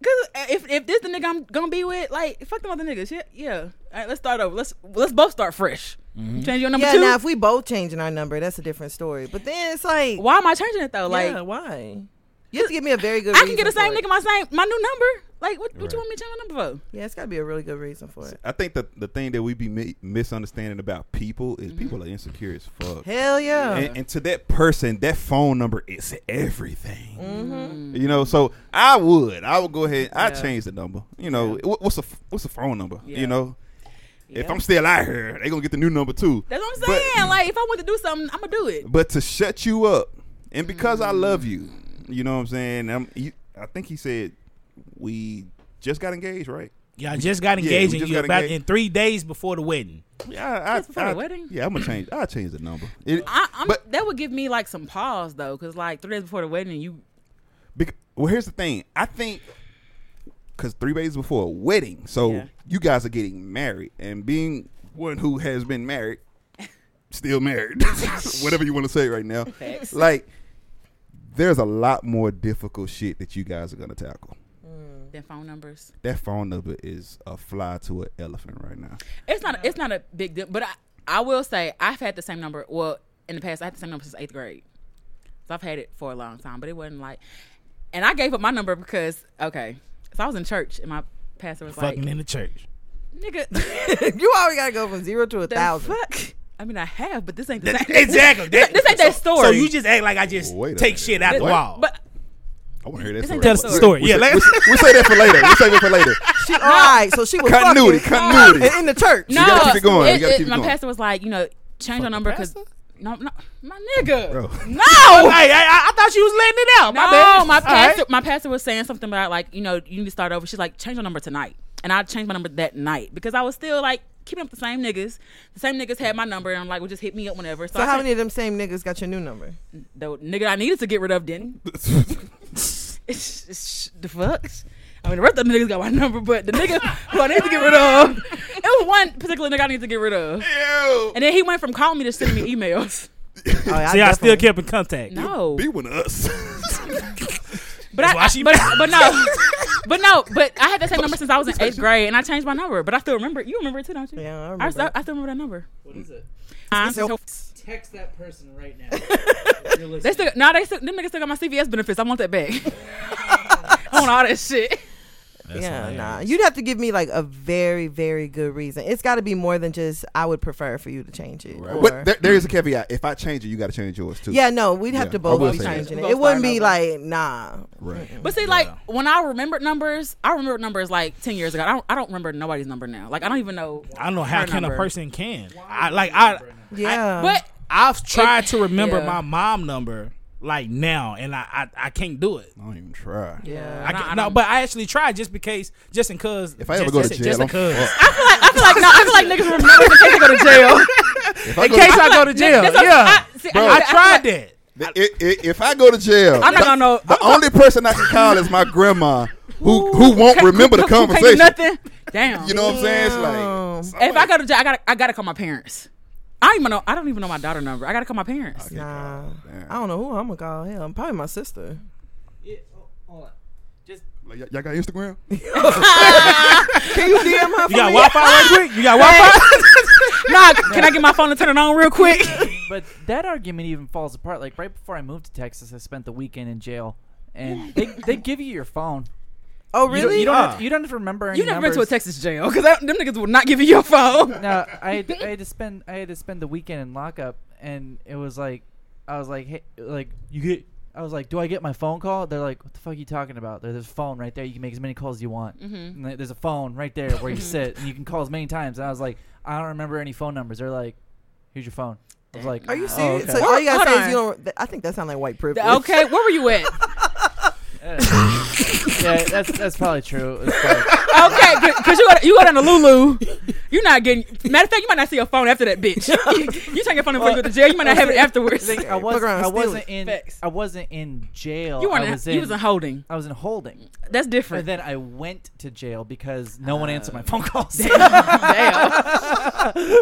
Cause if if this the nigga I'm gonna be with, like fuck them other niggas. Yeah, yeah. All right, let's start over. Let's let's both start fresh. Mm-hmm. Change your number yeah, two. now if we both changing our number, that's a different story. But then it's like, Why am I changing it though? Like yeah, why? You have to give me a very good. I can reason get the same for it. nigga my same my new number. Like, what, what Right. you want me to change my number Yeah, it's got to be a really good reason for it. I think that the thing that we be mi- misunderstanding about people is people are insecure as fuck. Hell yeah. And, and to that person, that phone number is everything. Mm-hmm. You know, so I would, I would go ahead, I Yeah. change the number. You know, what, what's a f- what's a phone number? Yeah. You know, for? if I'm still out here, they gonna get the new number too. That's what I'm But- saying. like, if I want to do something, I'm gonna do it. But to shut you up, and because I Mm. love you, you know what I'm saying. I'm, you, I think he said we just got engaged, right? Y'all just got Yeah, engaged, we and just you got about engaged. in three days before the wedding. Yeah, I, Just before I, the I- wedding? Yeah, I'm gonna change. I will change the number. It, I, I'm, But- that would give me like some pause though, because like three days before the wedding, you bec- well, here's the thing. I think because three days before a wedding, so Yeah. you guys are getting married, and being one who has been married, still married, [laughs] whatever you want to say right now, [laughs] Facts. like there's a lot more difficult shit that you guys are gonna tackle. their phone numbers. That phone number is a fly to an elephant right now. It's not. It's not a big deal. But I, I will say I've had the same number. Well, in the past, I had the same number since eighth grade. So I've had it for a long time. But it wasn't like, and I gave up my number because okay, so I was in church and my pastor was like, fucking in the church. [laughs] nigga, [laughs] you always got to go from zero to a the thousand. fuck. I mean, I have, but this ain't the same. [laughs] exactly. this, ain't- this ain't that so, story. So you just act like I just Wait a take minute. shit out the What? wall. [laughs] But I want to hear that This story. ain't that That's the story. We yeah, say, let- we, we say that for later. We save it for [laughs] later. She, all right, [laughs] so she was Continuity, fucking- continuity. [laughs] in the church. no, gotta keep it going. You it- gotta it- keep it my going. pastor was like, you know, change your number because. No, no, my nigga. Bro. No, hey, I, I thought you was letting it out. no, Oh, my my bad. All right. pastor, my pastor was saying something about like, you know, you need to start over. She's like, change your number tonight, and I changed my number that night because I was still like keeping up with the same niggas. The same niggas had my number, and I'm like, well, just hit me up whenever. So, So I how changed- many of them same niggas got your [laughs] new number? the nigga I needed to get rid of [laughs] didn't. [laughs] It's- it's- the fuck? I mean, the rest of the niggas got my number, but the nigga who I need to get rid of, it was one particular nigga I need to get rid of. Ew. And then he went from calling me to sending me emails. Oh, yeah, See, I still definitely- kept in contact. No, Be one of us. but That's I, why she- but, but [laughs] no, but no, but I had that same number since I was in eighth grade, and I changed my number. But I still remember. You remember it too, don't you? Yeah, I I, remember. still, I still remember that number. What is it? Huh? so- Text that person right [laughs] now. They still, no, they still, them niggas still got my CVS benefits. I want that back. [laughs] I want all that shit. yeah, nah. You'd have to give me like a very, very good reason. It's got to be more than just I would prefer for you to change it. or- but there, there is a caveat. If I change it, you got to change yours too. yeah, no, we'd have Yeah, I to both will be say that. changing it. Both It wouldn't be start like nah. Right. But see, like when I remembered numbers, I remembered numbers like ten years ago. I don't, I don't remember nobody's number now. Like I don't even know. I don't know how her can number. a person can. I like I Yeah, But I've tried to remember yeah. my mom number like now, and I I, I can't do it. I don't even try. yeah. I can't, I no, don't- but I actually tried just because, just in cause. If I ever just- go to just- jail, just in I'm cause. fucked. I feel like no, I feel like niggas remember in case they go to jail. If I in go case to- I go to jail, That's what- yeah. I, see, I, I, I tried feel like- that. i- i- if I go to jail, I'm not the- gonna know- The only person I can call is my grandma, who who won't Can't- remember the who- who can't do conversation. nothing. Damn. You know what I'm saying? It's Damn. like if I go to jail, I gotta, I gotta call my parents. I don't even know. I don't even know my daughter number. I gotta call my parents. Nah, Damn. I don't know who I'm gonna call. Hell, probably my sister. oh, Just Like, y- y'all got Instagram? Can you DM her? You got Wi Fi right quick. You got Wi Fi. Nah, can I get my phone and turn it on real [laughs] quick? But that argument even falls apart. Like right before I moved to Texas, I spent the weekend in jail, and they they give you your phone. Oh You don't, really? you don't, Ah. have, to, you don't have to remember. Any You never been to a numbers. Texas jail because them niggas will not give you your [laughs] phone. [laughs] No, I had, I had to spend I had to spend the weekend in lockup, and it was like, I was like, hey, like you get. I was like, do I get my phone call? They're like, what the fuck are you talking about? There- There's a phone right there. You can make as many calls as you want. Mm-hmm. And there- there's a phone right there [laughs] where you sit, and you can call as many times. And I was like, I don't remember any phone numbers. They're like, here's your phone. I was like, Are you "Oh, serious? okay." So all you Hold gotta say on. is you don't. th- I think that sounds like white privilege. Okay, where were you at? yeah, that's that's probably true. It's probably- Okay, because you go you go down to Lulu, you're not getting. Matter of fact, you might not see your phone after that bitch. [laughs] you take your phone before you go to jail. You might not [laughs] have it afterwards. I, Fuck was, around, I steal wasn't it. in. Facts. I wasn't in jail. You I weren't. was in, in. you was in holding. I was in holding, That's and different. then I went to jail because no one Uh, answered my [laughs] phone calls. Damn. [laughs]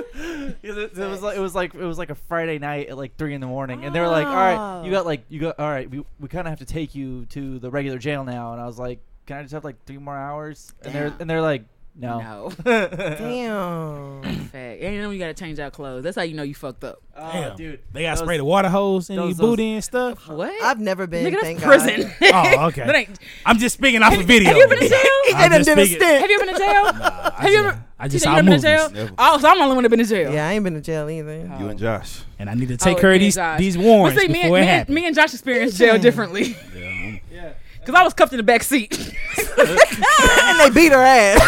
Because it, it was like it was like it was like a Friday night at like three in the morning, and they were like, "All right, you got like you got all right, we we kind of have to take you to the regular jail now." And I was like, "Can I just have like three more hours?" And they're Damn. and they're like, No. [laughs] No. Damn. Fact. And then you gotta change out clothes. That's how you know you fucked up. Oh, Damn. dude. They got Those- sprayed a water hose in your those- booty and stuff. Oh, What? I've never been. Nigga, thank that's prison. Oh, okay. [laughs] That ain't- I'm just speaking off a video. have you been to jail? I'm done just did a speaking- stint. Have you ever been to jail? I have you just- ever? I TJ, just saw you ever been movies, to jail? Never. Oh, so I'm the only one that been to jail. God. Yeah, I ain't been to jail either. You and Josh. and I need to Oh, take it care of is these Josh. these But warrants see, me and, before me, it and, happens. me and Josh experienced jail differently. Cause I was cuffed in the back [laughs] seat. [laughs] and they beat her ass.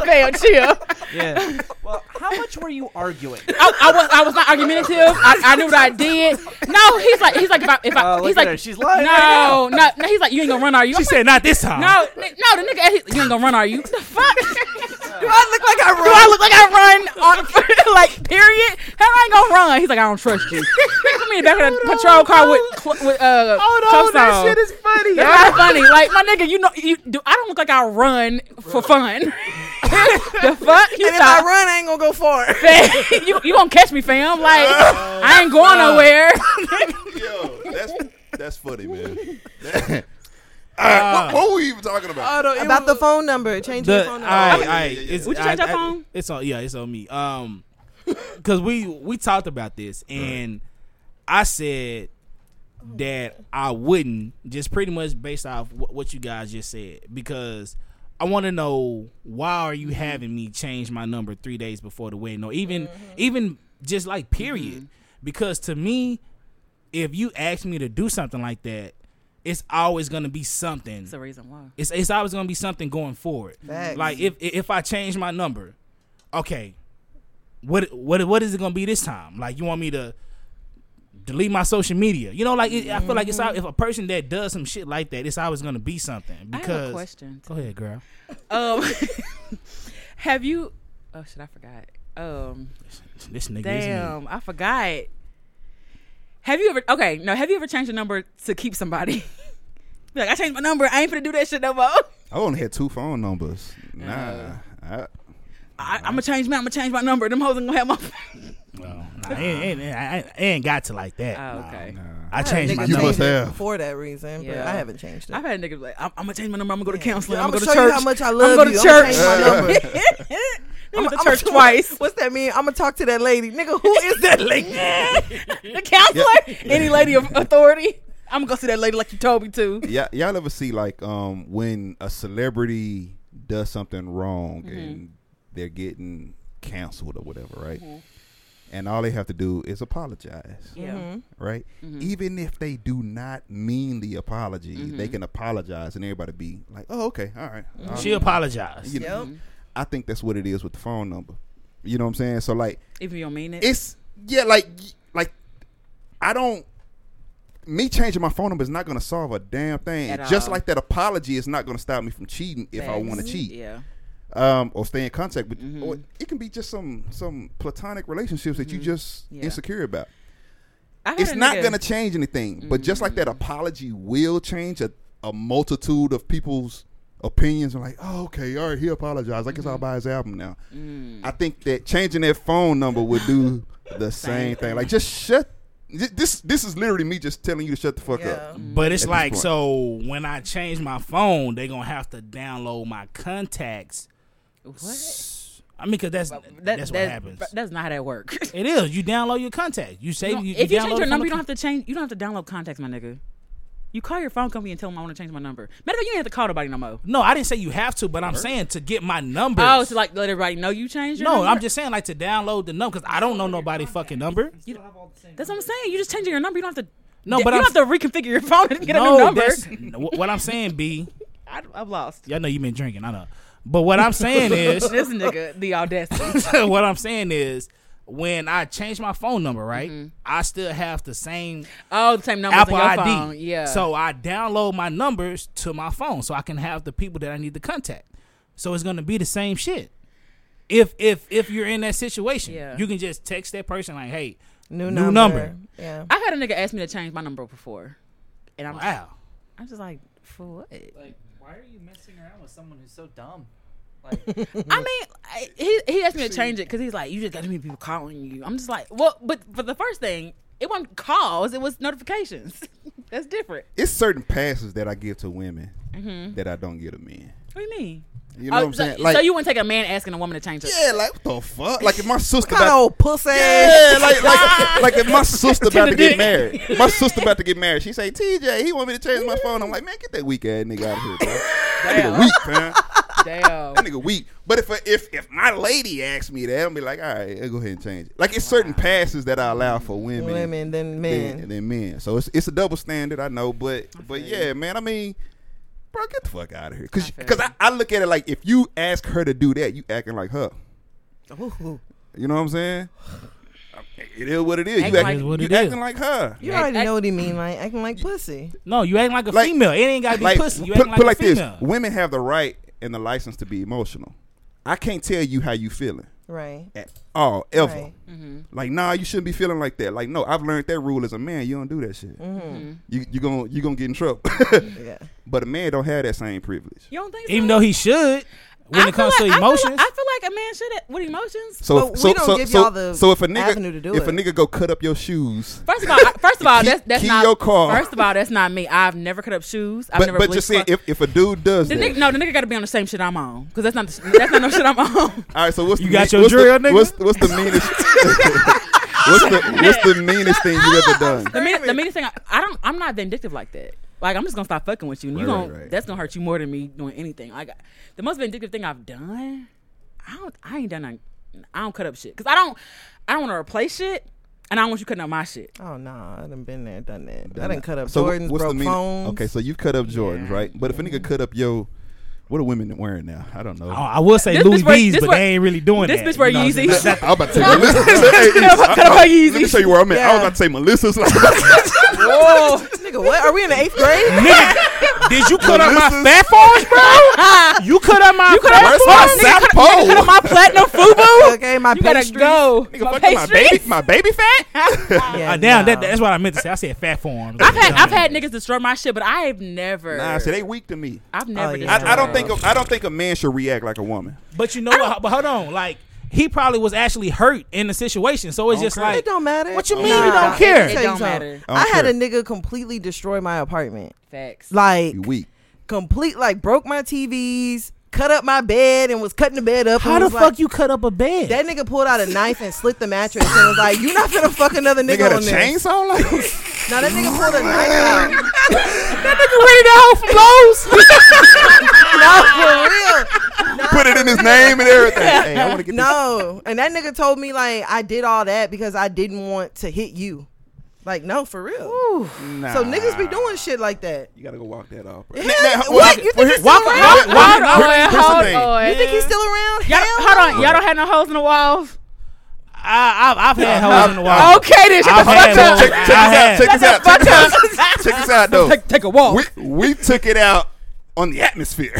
[laughs] Fail, chill. [laughs] Yeah. well, how much were you arguing? I, I was I was not argumentative. I, I knew what I did. No, he's like he's like if I, if I Oh, look he's at like her. She's lying No, no, no, he's like you ain't gonna run are you? She I'm said, "Not this time." like, Oh. no, n- no, the nigga asked, you ain't gonna run are you? The [laughs] fuck? Do I look like I Do I run? look like I run on [laughs] like period? Hell, I ain't gonna run. He's like I don't trust you. Nigga put me in the back of the patrol car with cl- with uh. cuffs on. is funny. That's not funny. Like my nigga, you know, you do. I don't look like I run for fun. [laughs] the fuck you And if I thought? run, Oh, I ain't gonna go far. you you gonna catch me, fam? Like I ain't [laughs] going nowhere. Yo, that's that's funny, man. [laughs] what, what were we even talking about? About the phone number. Change your The, phone number. I, yeah, I, yeah, yeah, yeah. it's- Would you I- change your I- phone? It's on. Yeah, it's on me. Um, because we we talked about this, and I said that I wouldn't just pretty much based off wh- what you guys just said because I want to know why are Mm-hmm. you having me change my number three days before the wedding or even Mm-hmm. even just like period because to me if you ask me to do something like that it's always gonna be something That's the reason why. it's it's always gonna be something going forward. Facts. Like if if I change my number, okay, what what what is it gonna be this time? Like you want me to delete my social media? You know, like it, I feel like it's al- if a person that does some shit like that, it's always gonna be something. Because I have a question. go ahead, girl. Um, [laughs] have you? Oh shit, I forgot. Um, This nigga is damn, I forgot. Have you ever? Okay, no. Have you ever changed your number to keep somebody? [laughs] Be like I changed my number. I ain't gonna do that shit no more. [laughs] I only had two phone numbers. Nah, I, I, I'm gonna change my. I'm gonna change my number. Them hoes ain't gonna have my. [laughs] me. No, nah, it ain't, it ain't, I ain't- it ain't got to like that. Oh, Nah, okay. nah. nah. I changed my Nigga You number. must changed it have. for that reason, but Yeah. I haven't changed it. I've had niggas like, I'm, I'm gonna change my number. I'm gonna go to counseling. Yeah, I'm, I'ma gonna show go to church. you how much I I'm love gonna you. go I'ma to change church. [laughs] my number. I'm I'ma- [laughs] to I'ma church show- twice. What's that mean? I'm gonna talk to that lady, nigga. Who is that lady? [laughs] [laughs] the counselor, any lady of authority. I'm gonna go see that lady like you told me to. y'all, y'all ever see like um when a celebrity does something wrong and they're getting canceled or whatever, right? And all they have to do is apologize, Yeah. right? Even if they do not mean the apology, they can apologize and everybody be like, "Oh, okay, all right." all She apologized. You know, I think that's what it is with the phone number. You know what I'm saying? So like, If you don't mean it, it's yeah, like like I don't. Me changing my phone number is not going to solve a damn thing. At Just all. like that apology is not going to stop me from cheating if I Facts. want to cheat, Yeah. Mm-hmm. um, or stay in contact with. Or it can be just some some platonic relationships that you just Yeah. insecure about. I had It's a not nigga- Mm-hmm. going to change anything, but just like that apology will change a, a multitude of people's opinions. And like, oh, okay, all right, he apologized. I guess Mm-hmm. I'll buy his album now. Mm. I think that changing that phone number would [laughs] do the same thing. Like, just shut. thi- This this is literally me just telling you to shut the fuck Yeah. up. But it's At this like point. so when I change my phone, they gonna have to download my contacts. What? I mean, because that's That, that's what that- happens. That's not how that works. [laughs] It is. You download your contacts. You say you, if you download change your from number, the you don't have to change. You don't have to download contacts, my nigga. You call your phone company and tell them I want to change my number. Matter of fact, you ain't have to call nobody no more. No, I didn't say you have to, but I'm saying to get my number. Oh, so like let everybody know you changed your no, number? I'm just saying like to download the number because I don't know nobody fucking number. That's what I'm saying. You just changing your number. You don't have to. No, you but don't I'm- have to reconfigure your [laughs] phone and get no, a new number. that's- wh- what I'm saying, B. I, I'm lost. Y'all know you've been drinking. I know, but what I'm saying is, [laughs] This nigga, the audacity. what I'm saying is, when I change my phone number, right, Mm-hmm. I still have the same Oh, the same number on Apple your ID. phone. Yeah. So I download my numbers to my phone so I can have the people that I need to contact. So it's gonna be the same shit. If if if you're in that situation, Yeah. you can just text that person like, "Hey, New number. New number. Yeah. I've had a nigga ask me to change my number before, and I'm wow, I'm just like, for what? Like, why are you messing around with someone who's so dumb? Like, I mean, I, he he asked me to change it because he's like, you just got too many people calling you. I'm just like, well, but for the first thing, it wasn't calls, it was notifications. [laughs] That's different. It's certain passes that I give to women that I don't give to men. What do you mean? You know Mm-hmm. Oh, what I'm so, saying? Like, so you wouldn't take a man asking a woman to change her? yeah, like what the fuck? Like if my sister Kind of about, old pussy. yeah, like like like if my sister about to Tinder get married, my sister about to get married. She say, TJ, he want me to change my phone. I'm like, man, get that weak ass nigga out of here, bro. That nigga Damn. weak, man. Damn. That nigga weak. But if if if my lady asks me that, I'll be like, all right, I'll go ahead and change it. Like it's certain passes that I allow for women. Women than- than men. than, men. So it's it's a double standard, I know, but but yeah, man, I mean, bro, get the fuck out of here, cause I feel cause you. I, I look at it like if you ask her to do that, you acting like her. Ooh. You know what I'm saying? It is what it is. Act you like- acting, It is what you it is. acting like her. You Act- already act- know what he mean, like acting like pussy. No, you acting like a Like- female. It ain't gotta be Like pussy. You put, acting like put a like this: female. women have the right and the license to be emotional. I can't tell you how you feeling Right. at all ever. Right. Like, nah, you shouldn't be feeling like that. Like, no, I've learned that rule as a man. You don't do that shit. You you gonna you gonna get in trouble. [laughs] Yeah. but a man don't have that same privilege. You don't [laughs] think so? Even though he should, when I it feel comes like- I to feel like- emotions, I feel like a man should have, with emotions. So But if, we so, don't so, give so, y'all the so if a nigga avenue to do if a it. nigga go cut up your shoes, First of all, I- first of all, Key- that's that's key not your car. First of all, that's not me. I've never cut up shoes. I've but never but bleached just saying my- if, if a dude does the that, nigga, no, the nigga got to be on the same shit I'm on because that's not the, that's not no shit I'm [laughs] on. all right. So what's You the, got mean- your what's drill, the, nigga? What's, what's the meanest? [laughs] what's the what's the meanest thing you ever done? The mean, the meanest thing I, I don't I'm not vindictive like that. Like I'm just gonna stop fucking with you. And you Right, gonna, right, right. that's gonna hurt you more than me doing anything. Like the most vindictive thing I've done, I don't I ain't done. nothing. I don't cut up shit because I don't I don't want to replace shit and I don't want you cutting up my shit. Oh no, I done been there, done that. I done cut up So Jordans, what's broke the mean- phones. Mm-hmm. Okay, so you cut up Jordans, Yeah. right? But if a nigga cut up your, what are women wearing now? I don't know. Oh, Oh. I, I will say This Louis bitch wear- V's, this but wear- they ain't really doing this that. bitch wear You know what I'm saying? Yeezys. [laughs] I, I was about to say Melissa. Hey, Cut up her Yeezys. Let me show you where I'm at. I was about to say Melissa's. [laughs] Like, Whoa, [laughs] nigga, what? Are we in the eighth [laughs] grade? [laughs] Nigga, did you cut up my Melissa's- fat forms, [laughs] bro? You cut up my you cut up where's my South Cut up Pole? my [laughs] platinum FUBU. okay, my You gotta pastries. go. Nigga, fucking my baby, my baby fat. [laughs] Yeah, Uh, damn, that, no. that's what I meant to say. I said fat forms. I've had I've had niggas destroy my shit, but I have never. Nah, so they weak to me. I've never. Oh, yeah. destroyed I, I don't think mine. a, I don't think a man should react like a woman. But you know what? But hold on, like he probably was actually hurt in the situation, so it's just Okay. like It don't matter. What you mean you don't Let care? me It tell you don't something. matter. I I don't had care. a nigga completely destroy my apartment. facts. Like You weak. complete like broke my TVs, cut up my bed and was cutting the bed up. how and the was fuck like- you cut up a bed? that nigga pulled out a knife and slit the mattress and was like, "You not gonna fuck another Nigga nigga, had a on this." chainsaw. Like, Now that nigga pulled a knife out. No, for real. put it in his name and everything. Hey, I want to get this- No, and that nigga told me like I did all that because I didn't want to hit you. Like no, for real. Nah. So niggas be doing shit like that. You gotta go walk that off. Bro. what? You think he's still around? Hold on, Here's the thing. hold on. You think he's still around? Y'all, Hell hold on, no. y'all don't have no holes in the walls. I, I've, I've had holes in the wall. Okay, then shut I've the had fuck up. holes. Check, check this out. Check this out. Check this out. [laughs] Check this out, though. Take, take a walk. We we took it out on the atmosphere,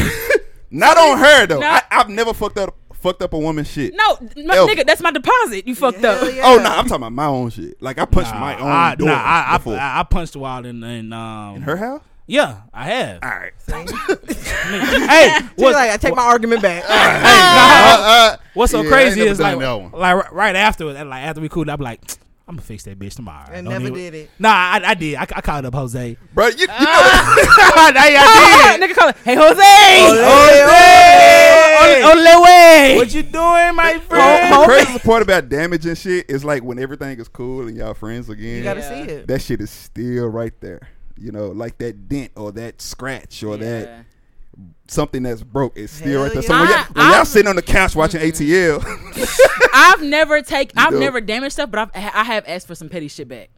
not on her though. No. I, I've never fucked up fucked up a woman's shit. no, my Elf. nigga, that's my deposit. You fucked Hell up. yeah. Oh no, I'm talking about my own shit. Like I punched my own I, door nah, I, I, before. I, I punched the wall in, in um her house. Yeah, I have. All right. [laughs] hey, She's what, like I take my argument back. hey, nah, Uh, uh, what's so yeah, I ain't crazy never is done like, that one. like right- right after that, like after we cooled, I'm like, I'm gonna fix that bitch tomorrow. And Don't never even- did it. Nah, I, I did. I, I called up Jose. bro. You, you know Ah. I, [laughs] I did. nigga call it, hey, Jose. Jose, on, the way. What you doing, my friend? the craziest part about damage and shit is like when everything is cool and y'all friends again. You gotta Yeah. see it. that shit is still right there. You know, like that dent or that scratch or that something that's broke is still Hell right there. yeah. So when, I- y'all, when y'all I'm- sitting on the couch watching [laughs] ATL, [laughs] I've never take. I've know. never damaged stuff, but I've, I have asked for some petty shit back.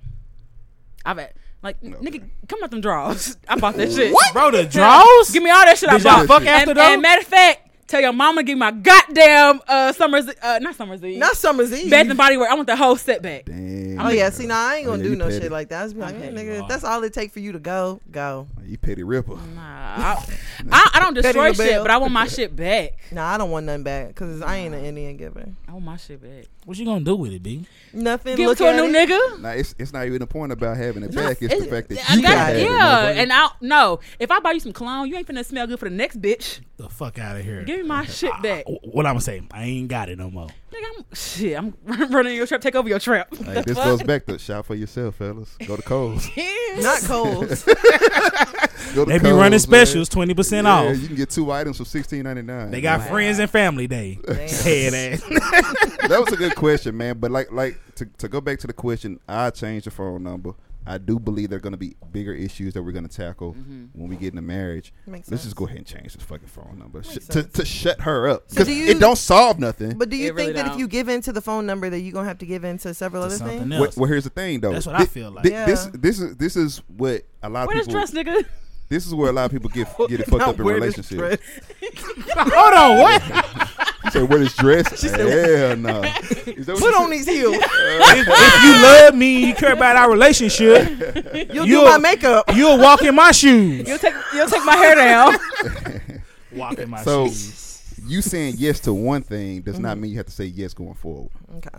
I've a- like, n- nigga, come out them drawers. [laughs] I bought that shit. Bro, the draws? Give me all that shit I Did y'all bought. fuck and, after those? and matter of fact, tell your mama to give me my goddamn uh summer's uh not summer's eve. Not Summer's Eve. Bath and Body Works. I want the whole set back. damn. Oh yeah, see, now I ain't Oh, gonna yeah, do you no petty. shit like that. I just be like, hey, petty, nigga, you if are. that's all it take for you to go, go. you petty ripper. Mm. Nah, I, I, I don't destroy Petty shit, LaBelle. but I want my shit back. Nah, I don't want nothing back because I ain't an Indian giver. I want my shit back. What you gonna do with it, B? Nothing. Give it look to a at new it. nigga. Now it's it's not even the point about having it No, back. It's, the fact that I you got- got it. yeah, and I no. If I buy you some cologne, you ain't finna smell good for the next bitch. The fuck out of here. Uh, Give me my shit back, Wh- What I'm gonna say? I ain't got it no more. nigga. I'm shit. I'm [laughs] running your trap. Take over your trap. Like, this fuck? goes back to shop for yourself, fellas. Go to [laughs] Kohl's. Not Coles. Go to They be Kohl's, running man. specials, twenty percent Yeah, off. You can get two items for sixteen ninety nine. They got friends and family day. Head ass. that was a good question, man. But like, like to, to go back to the question, I changed the phone number. I do believe there are going to be bigger issues that we're going to tackle when we get into marriage. Mm-hmm. Makes Let's sense. just go ahead and change this fucking phone number Sh- Makes to, sense. to shut her up So because do you- it don't solve nothing. [laughs] But do you It think really that don't. if you give in to the phone number, that you're gonna have to give in to several other something things? Well, else. well, here's the thing, though. That's what I Thi- feel like. thi- Yeah. This, this is this is what a lot of Where does people. dress, nigga? This is where a lot of people get [laughs] get it fucked up in relationships. Hold on, what? You say, "Where [laughs] is dress?" Hell no. Is that what Put you Uh, on these [laughs] heels. [laughs] if, if you love me, you care about our relationship. You'll do You'll- my makeup. You'll walk in my shoes. You'll take you'll take my hair down. Walk in my So shoes. you saying yes to one thing does not mean you have to say yes going forward. Okay.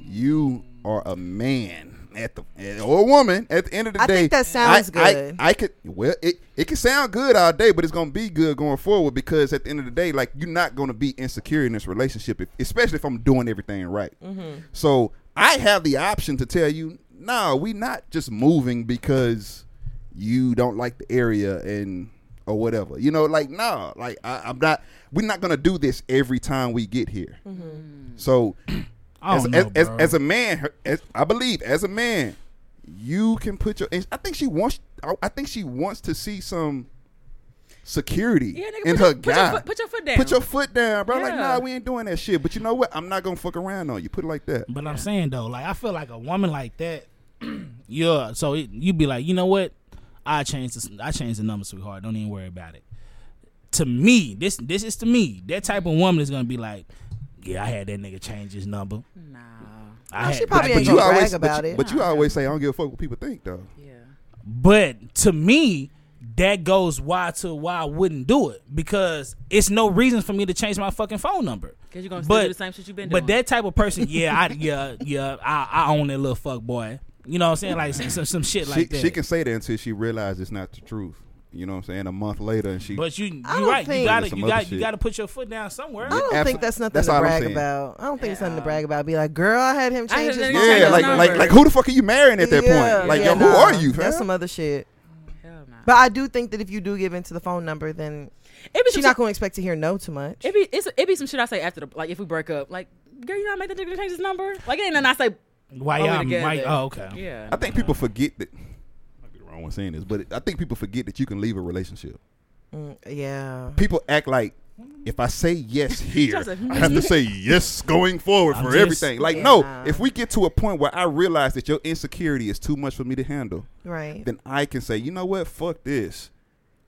You are a man at the or a woman at the end of the I day. think that sounds I- I- good. I, could well it it can sound good all day, but it's gonna be good going forward because at the end of the day, like you're not gonna be insecure in this relationship, if, especially if I'm doing everything right. Mm-hmm. So I have the option to tell you, no, we not just moving because you don't like the area and or whatever. You know, like no, like I, I'm not. We're not gonna do this every time we get here. Mm-hmm. So I as, don't know, as, Oh, bro. as, as a man, her- as, I believe as a man, you can put your. I think she wants. I, I think she wants to see some security Yeah, nigga, in put her your- put your guy. foot- put your foot down. Put your foot down, bro. Like, Yeah. nah, we ain't doing that shit. But you know what? I'm not gonna fuck around on you. Put it like that. But I'm saying though, like I feel like a woman like that, [clears throat] yeah. So it, you'd be like, you know what? I changed this. I changed the number, sweetheart. Don't even worry about it. To me, this this is to me. That type of woman is gonna be like, yeah, I had that nigga change his number. Nah. I No, had, Oh, she probably ain't but, gonna you, brag always, about but you, it. but you always say I don't give a fuck what people think, though. Yeah. but to me, that goes why to why I wouldn't do it because it's no reason for me to change my fucking phone number. Because you're gonna still But- do the same shit you've been doing. But that type of person, yeah, I yeah yeah, I, I own that little fuck boy. You know what I'm saying? Like some some, some shit She, like that. she can say that until she realizes it's not the truth. You know what I'm saying? A month later, and she. But you, you don't right. You think- gotta, Some you other got, you shit. got to put your foot down somewhere. I don't absolutely. think that's nothing That's to all I'm brag saying. about. I don't think it's nothing to Yeah. brag about. Be like, girl, I had him change I had his him change number. yeah, his like number. like like who the fuck are you marrying at that Yeah, point? Like, yeah, yo, who nah. are you? That's fam? some other shit. Hell nah. But I do think that if you do give in to the phone number, then it be some she's not shit- gonna expect to hear no too much. It be it's it be some shit I say after the like if we break up like girl you know I make that nigga change his number like it ain't nothing I say While Why we y'all? together. Why, oh, okay. yeah [laughs] I think people forget that. Might be the wrong one saying this, but I think people forget that you can leave a relationship. Mm, yeah. People act like if I say [laughs] yes here, Justin. I have to say yes going forward I'm for just- everything. Like, no, "Hmm." Yeah. if we get to a point where I realize that your insecurity is too much for me to handle, Right. then I can say, you know what, fuck this.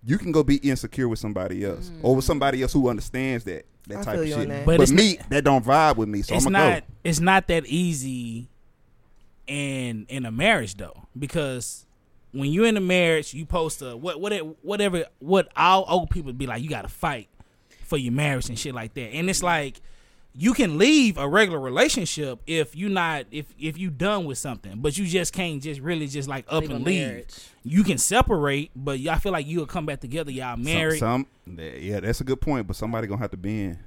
You can go be insecure with somebody else or with somebody else who understands that that Mm. I type feel of you on shit. that. But But, it's me, that don't vibe with me, so It's I'm gonna not. It's not that easy. In in a marriage though, because when you're in a marriage, you post to what what it- whatever what all old people be like. You got to fight for your marriage and shit like that. And it's like you can leave a regular relationship if you not if if you done with something, but you just can't just really just like up Leave a and leave. marriage. You can separate, but y'all feel like you'll come back together. Y'all go. married. Some, some, yeah, that's a good point, but somebody gonna have to be in.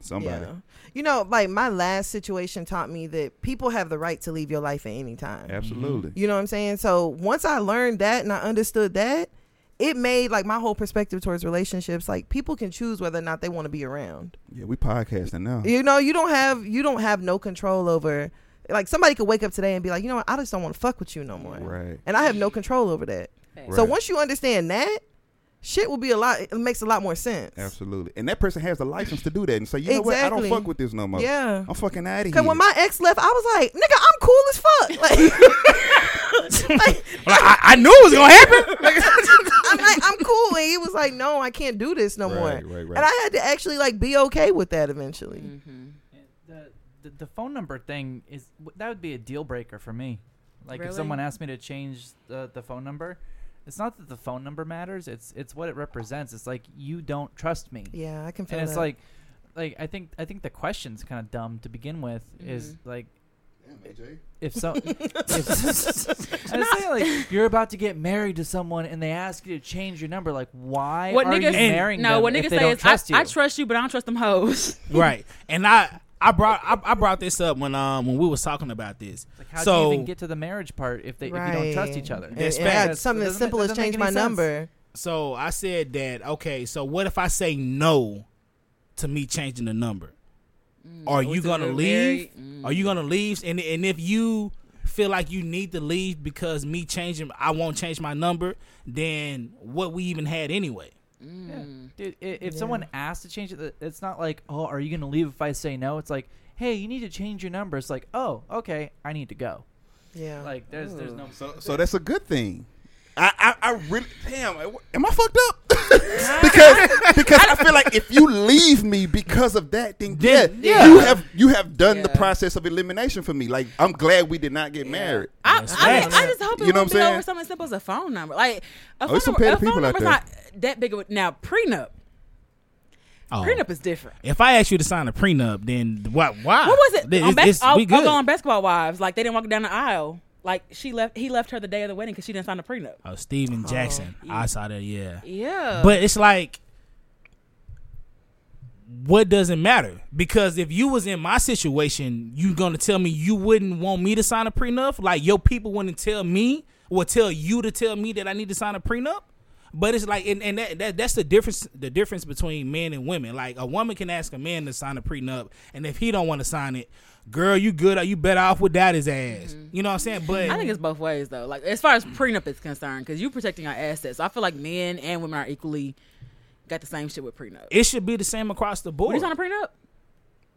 Somebody. Yeah. You know, like my last situation taught me that people have the right to leave your life at any time. Absolutely. You know what I'm saying? So once I learned that and I understood that, it made like my whole perspective towards relationships. Like people can choose whether or not they want to be around. Mm-hmm. Yeah, we podcasting now. You know, you don't have you don't have no control over. Like somebody could wake up today and be like, you know what, I just don't want to fuck with you no more. Right. And I have no control over that. Right. So once you understand that, shit will be a lot. It makes a lot more sense. Absolutely. And that person has the license to do that and say, you know what? I Exactly. don't fuck with this no more. Yeah. I'm fucking out of Cause here. when my ex left, I was like, "Nigga, I'm cool as fuck." [laughs] Like, like, Well, I, I knew it was [laughs] gonna happen. I'm like, I'm cool, and he was like, "No, I can't do this no more." Right, right, right. And I had to actually like be okay with that eventually. Mm-hmm. The, the the phone number thing is w- that would be a deal breaker for me. Like if Really? someone asked me to change the the phone number, it's not that the phone number matters. It's it's what it represents. It's like you don't trust me. Yeah, I can feel and it's that. like like i think i think the question's kind of dumb to begin with is Mm-hmm. like [laughs] if so if, [laughs] I'm saying, like you're about to get married to someone and they ask you to change your number like why what are niggas you marrying no them what if niggas they say don't is trust I, you I trust you but I don't trust them hoes right. And I I brought I, I brought this up when um when we was talking about this. Like, how so do you even get to the marriage part if, they, if you don't trust each other? And- That's and I- facts. something as Doesn't make- simple as doesn't make change any my sense. number. so I said that okay. So what if I say no to me changing the number? Are you to gonna the leave? very- mm. Are you gonna leave? And and if you feel like you need to leave because me changing, I won't change my number. Then what we even had anyway? Yeah. Dude, i- if someone asks to change it, th- it's not like, oh, are you going to leave if I say no? It's like, hey, you need to change your number. It's like, oh, okay, I need to go. Yeah. Like, there's there's no. So, so that's a good thing. I, I, I really damn. I- Am I fucked up? [laughs] because because I feel like if you leave me because of that, then, Then- yeah, yeah. you have you have done the Yeah. process of elimination for me. Like I'm glad we did not get married. I, That's I, facts. I just hope it You know wouldn't what I'm be saying? over something as simple as a phone number. Like a phone there's some number, petty a phone people out number's not that big of a now prenup. Oh. Prenup is different. If I ask you to sign a prenup, then what? Why? What was it? It's- on bas- it's- oh, we good. oh, on basketball wives, like they didn't walk down the aisle. Like she left, he left her the day of the wedding because she didn't sign the prenup. Oh, Steven Jackson. I saw that. Yeah. Yeah, But it's like, what does it matter? Because if you was in my situation, you gonna tell me you wouldn't want me to sign a prenup? Like your people wouldn't tell me or tell you to tell me that I need to sign a prenup? But it's like, and, and that, that that's the difference. The difference between men and women. Like a woman can ask a man to sign a prenup, and if he don't want to sign it, girl, you good? Are you better off without his ass? You know what I'm saying? But Mm-hmm. I think it's both ways though. Like as far as prenup is concerned, because you're protecting our assets. I feel like men and women are equally got the same shit with prenup. it should be the same across the Would board. you sign a prenup?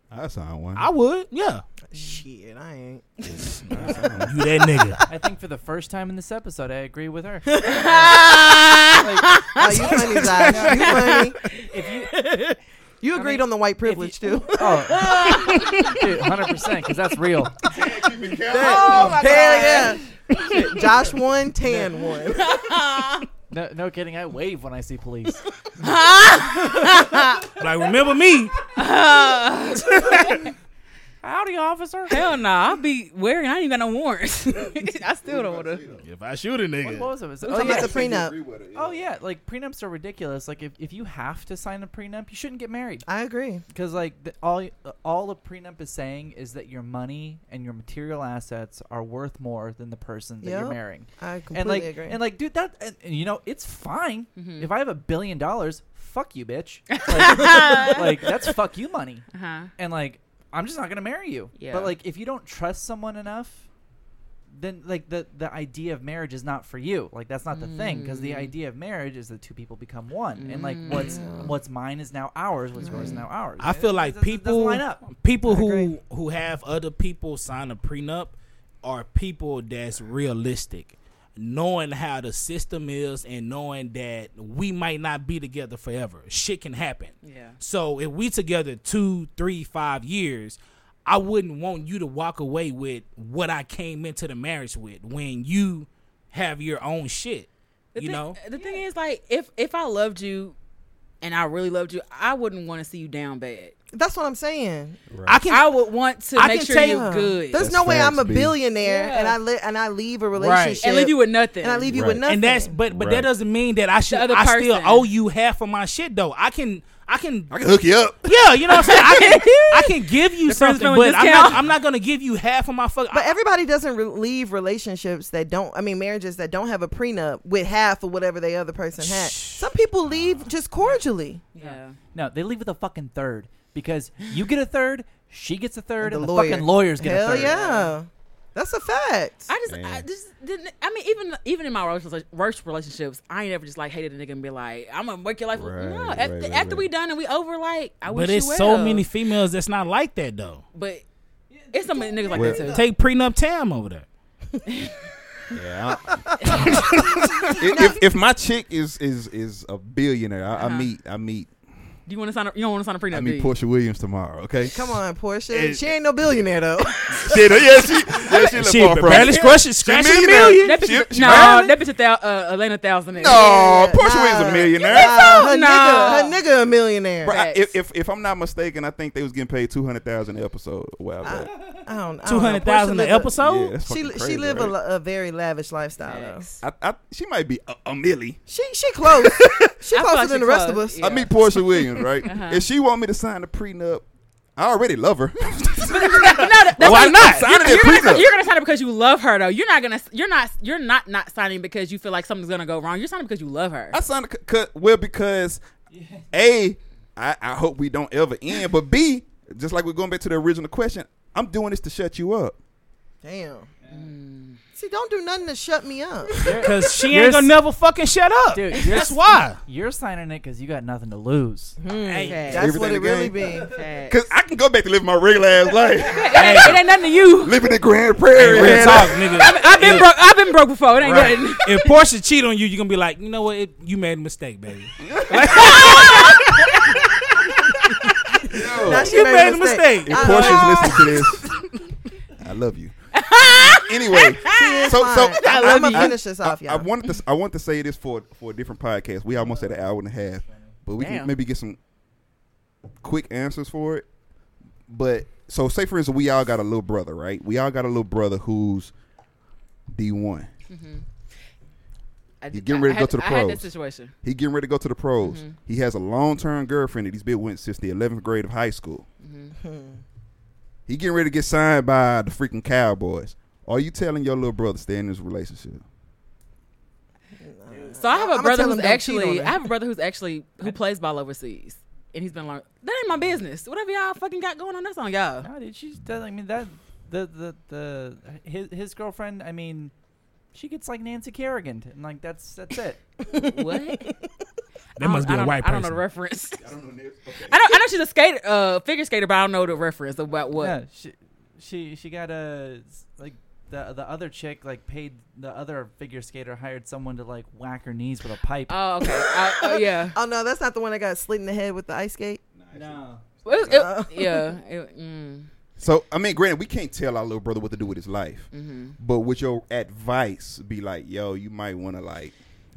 I signed one. I would, yeah. Mm. Shit, I [laughs] ain't. You that [laughs] nigga. I think for the first time in this episode, I agree with her. Oh, you funny, Josh. You funny. [laughs] If you, You agreed on the white privilege too. [laughs] oh, dude, 100 percent, because that's real. Oh my Hell yeah. Shit, Josh [laughs] won, Tan won. No, no kidding. I wave when I see police. Like, remember me? Howdy, officer. Hell no, I'll be wearing. I ain't got no warrants. [laughs] I still don't want to. If I shoot a What nigga, was it? We're Oh talking yeah. about the prenup. oh yeah. Like prenups are ridiculous. Like if, if you have to sign a prenup, you shouldn't get married. I agree. Because like the, all uh, all a prenup is saying is that your money and your material assets are worth more than the person that Yep. you're marrying. I completely And like agree. Mm-hmm. and like dude that and, and, you know it's fine if I have a billion dollars fuck [laughs] you bitch like, like, that's fuck you money Uh Uh-huh. huh. and like I'm just not gonna marry you Yeah. but like if you don't trust someone enough then like the the idea of marriage is not for you like that's not the thing because Mm. the idea of marriage is that two people become one and like what's Mm. what's mine is now ours what's yours is now ours I feel It like doesn't- it doesn't people line up. people I who agree. who have other people sign a prenup are people that's realistic, knowing how the system is and knowing that we might not be together forever. Shit can happen. Yeah. So if we together two, three, five years, I wouldn't want you to walk away with what I came into the marriage with when you have your own shit. The you thing, know, the thing is like if if I loved you and I really loved you, I wouldn't want to see you down bad. That's what I'm saying. I can I would want to I make can sure tell- you're Yeah. good There's That's no way I'm a facts, B. billionaire Yeah. and I li- and I leave a relationship and leave you with nothing. and I leave you Right. with nothing. And that's but but that Right. doesn't mean that I should other I still person. owe you half of my shit though. I can I can I can hook you up. yeah, you know what I'm saying? I [laughs] can I can give you The friends something, with but I'm not discount. I'm not gonna give you half of my fuck. but I- everybody doesn't re- leave relationships that don't. I mean, marriages that don't have a prenup with half of whatever the other person had. Some people leave just cordially. yeah. No, they leave with a fucking third because you get a third, she gets a third, and the, lawyer. fucking lawyers get Hell a third. yeah, that's a fact. I just, I Man. just didn't. I mean, even even in my worst- worst relationships, I ain't ever just like hated a nigga and be like, "I'm gonna work your life." Right, no, right, after, right, after we right. done and we over, like, I wish But you it's so well. many females that's not like that though. But it's some niggas like Well- that too. Take prenup Tam over there. Yeah. [laughs] if, if, if my chick is is is a billionaire, I, Uh-huh. I meet I meet Do you want to sign? A, you don't want to sign a prenup? I do you? meet Portia Williams tomorrow. Okay. [laughs] Come on, Portia. She ain't no billionaire though. Shit, yeah, she, yeah, she, look She far from barely it. scratching, scratching a millionaire. million. That bitch, She- is- she no, married? that bitch a thou, uh, Atlanta thousand. No, Yeah, Oh, Portia nah. Williams a millionaire. Nah, her Nah. nigga, her nigga, a millionaire. Bro, I- Facts. if, if if I'm not mistaken, I think they was getting paid two hundred thousand an episode a while Uh, back. I don't, I don't know. Two hundred thousand an Portia live a- episode. yeah, that's She fucking li- crazy, she live a right? la- a, very lavish lifestyle though. I, I, she might be a, a millie. She she close. she I feel closer like than she the rest of close, us. yeah. [laughs] Uh-huh. I meet Portia Williams, right? If she want me to sign a prenup, I already love her. no, that- that's Why what- not? You're, Signing you're a prenup. gonna, you're gonna sign it because you love her, though. You're not gonna. You're not. You're not not signing because you feel like something's gonna go wrong. You're signing because you love her. I signed a cut well because a I, I hope we don't ever end, but b just like we're going back to the original question, I'm doing this to shut you up. Damn. See, don't do nothing to shut me up. Because she You're ain't gonna s- never fucking shut up. Dude, you're That's s- why. You're signing it because you got nothing to lose. That's what it Everything really be. again. Cause I can go back to living my regular ass life, [laughs] it, ain't, it ain't nothing to you. living in Grand Prairie. Real man. talk, nigga. [laughs] I've been broke. I've been broke before. It ain't Right. nothing. if Portia cheat on you, you're gonna be like, you know what? It, you made a mistake, baby. Now she You made, a mistake. If I Portia's love- listening to [laughs] this, I love you. anyway, is so so fine. I love I'ma you. Finish this off, I, I y'all. wanted to I wanted to say this for for a different podcast. We almost at an hour and a half, but we Damn. can maybe get some quick answers for it. But so say for instance, we all got a little brother, right? We all got a little brother who's D one. [laughs] I- You're getting ready to I go had- to the I had pros. that situation. He getting ready to go to the pros. Mm-hmm. He has a long term girlfriend that he's been with since the eleventh grade of high school. Mm-hmm. He getting ready to get signed by the freaking Cowboys. Are you telling your little brother stay in this relationship? So I have a I'ma brother tell who's him don't cheat on actually her. I have a brother who's actually who plays ball overseas, and he's been like, that ain't my business. Whatever y'all fucking got going on, that's on [laughs] y'all. No, dude, she's. I mean, that the the the his his girlfriend. I mean, she gets like Nancy Kerrigan, and like that's that's it. What? That must be I a don't- white I don't know person. the reference. I don't know. [laughs] I don't. I know she's a skater, uh, figure skater, but I don't know the reference about what. Yeah, she she she got a s- like the the other chick like paid the other figure skater hired someone to like whack her knees with a pipe. Oh, okay. I, oh, yeah. Oh no, that's not the one that got slid in the head with the ice skate. no. Well, it- No. yeah. [laughs] it- mm, So I mean, granted, we can't tell our little brother what to do with his life, Mm-hmm. but with your advice, be like, yo, you might want to like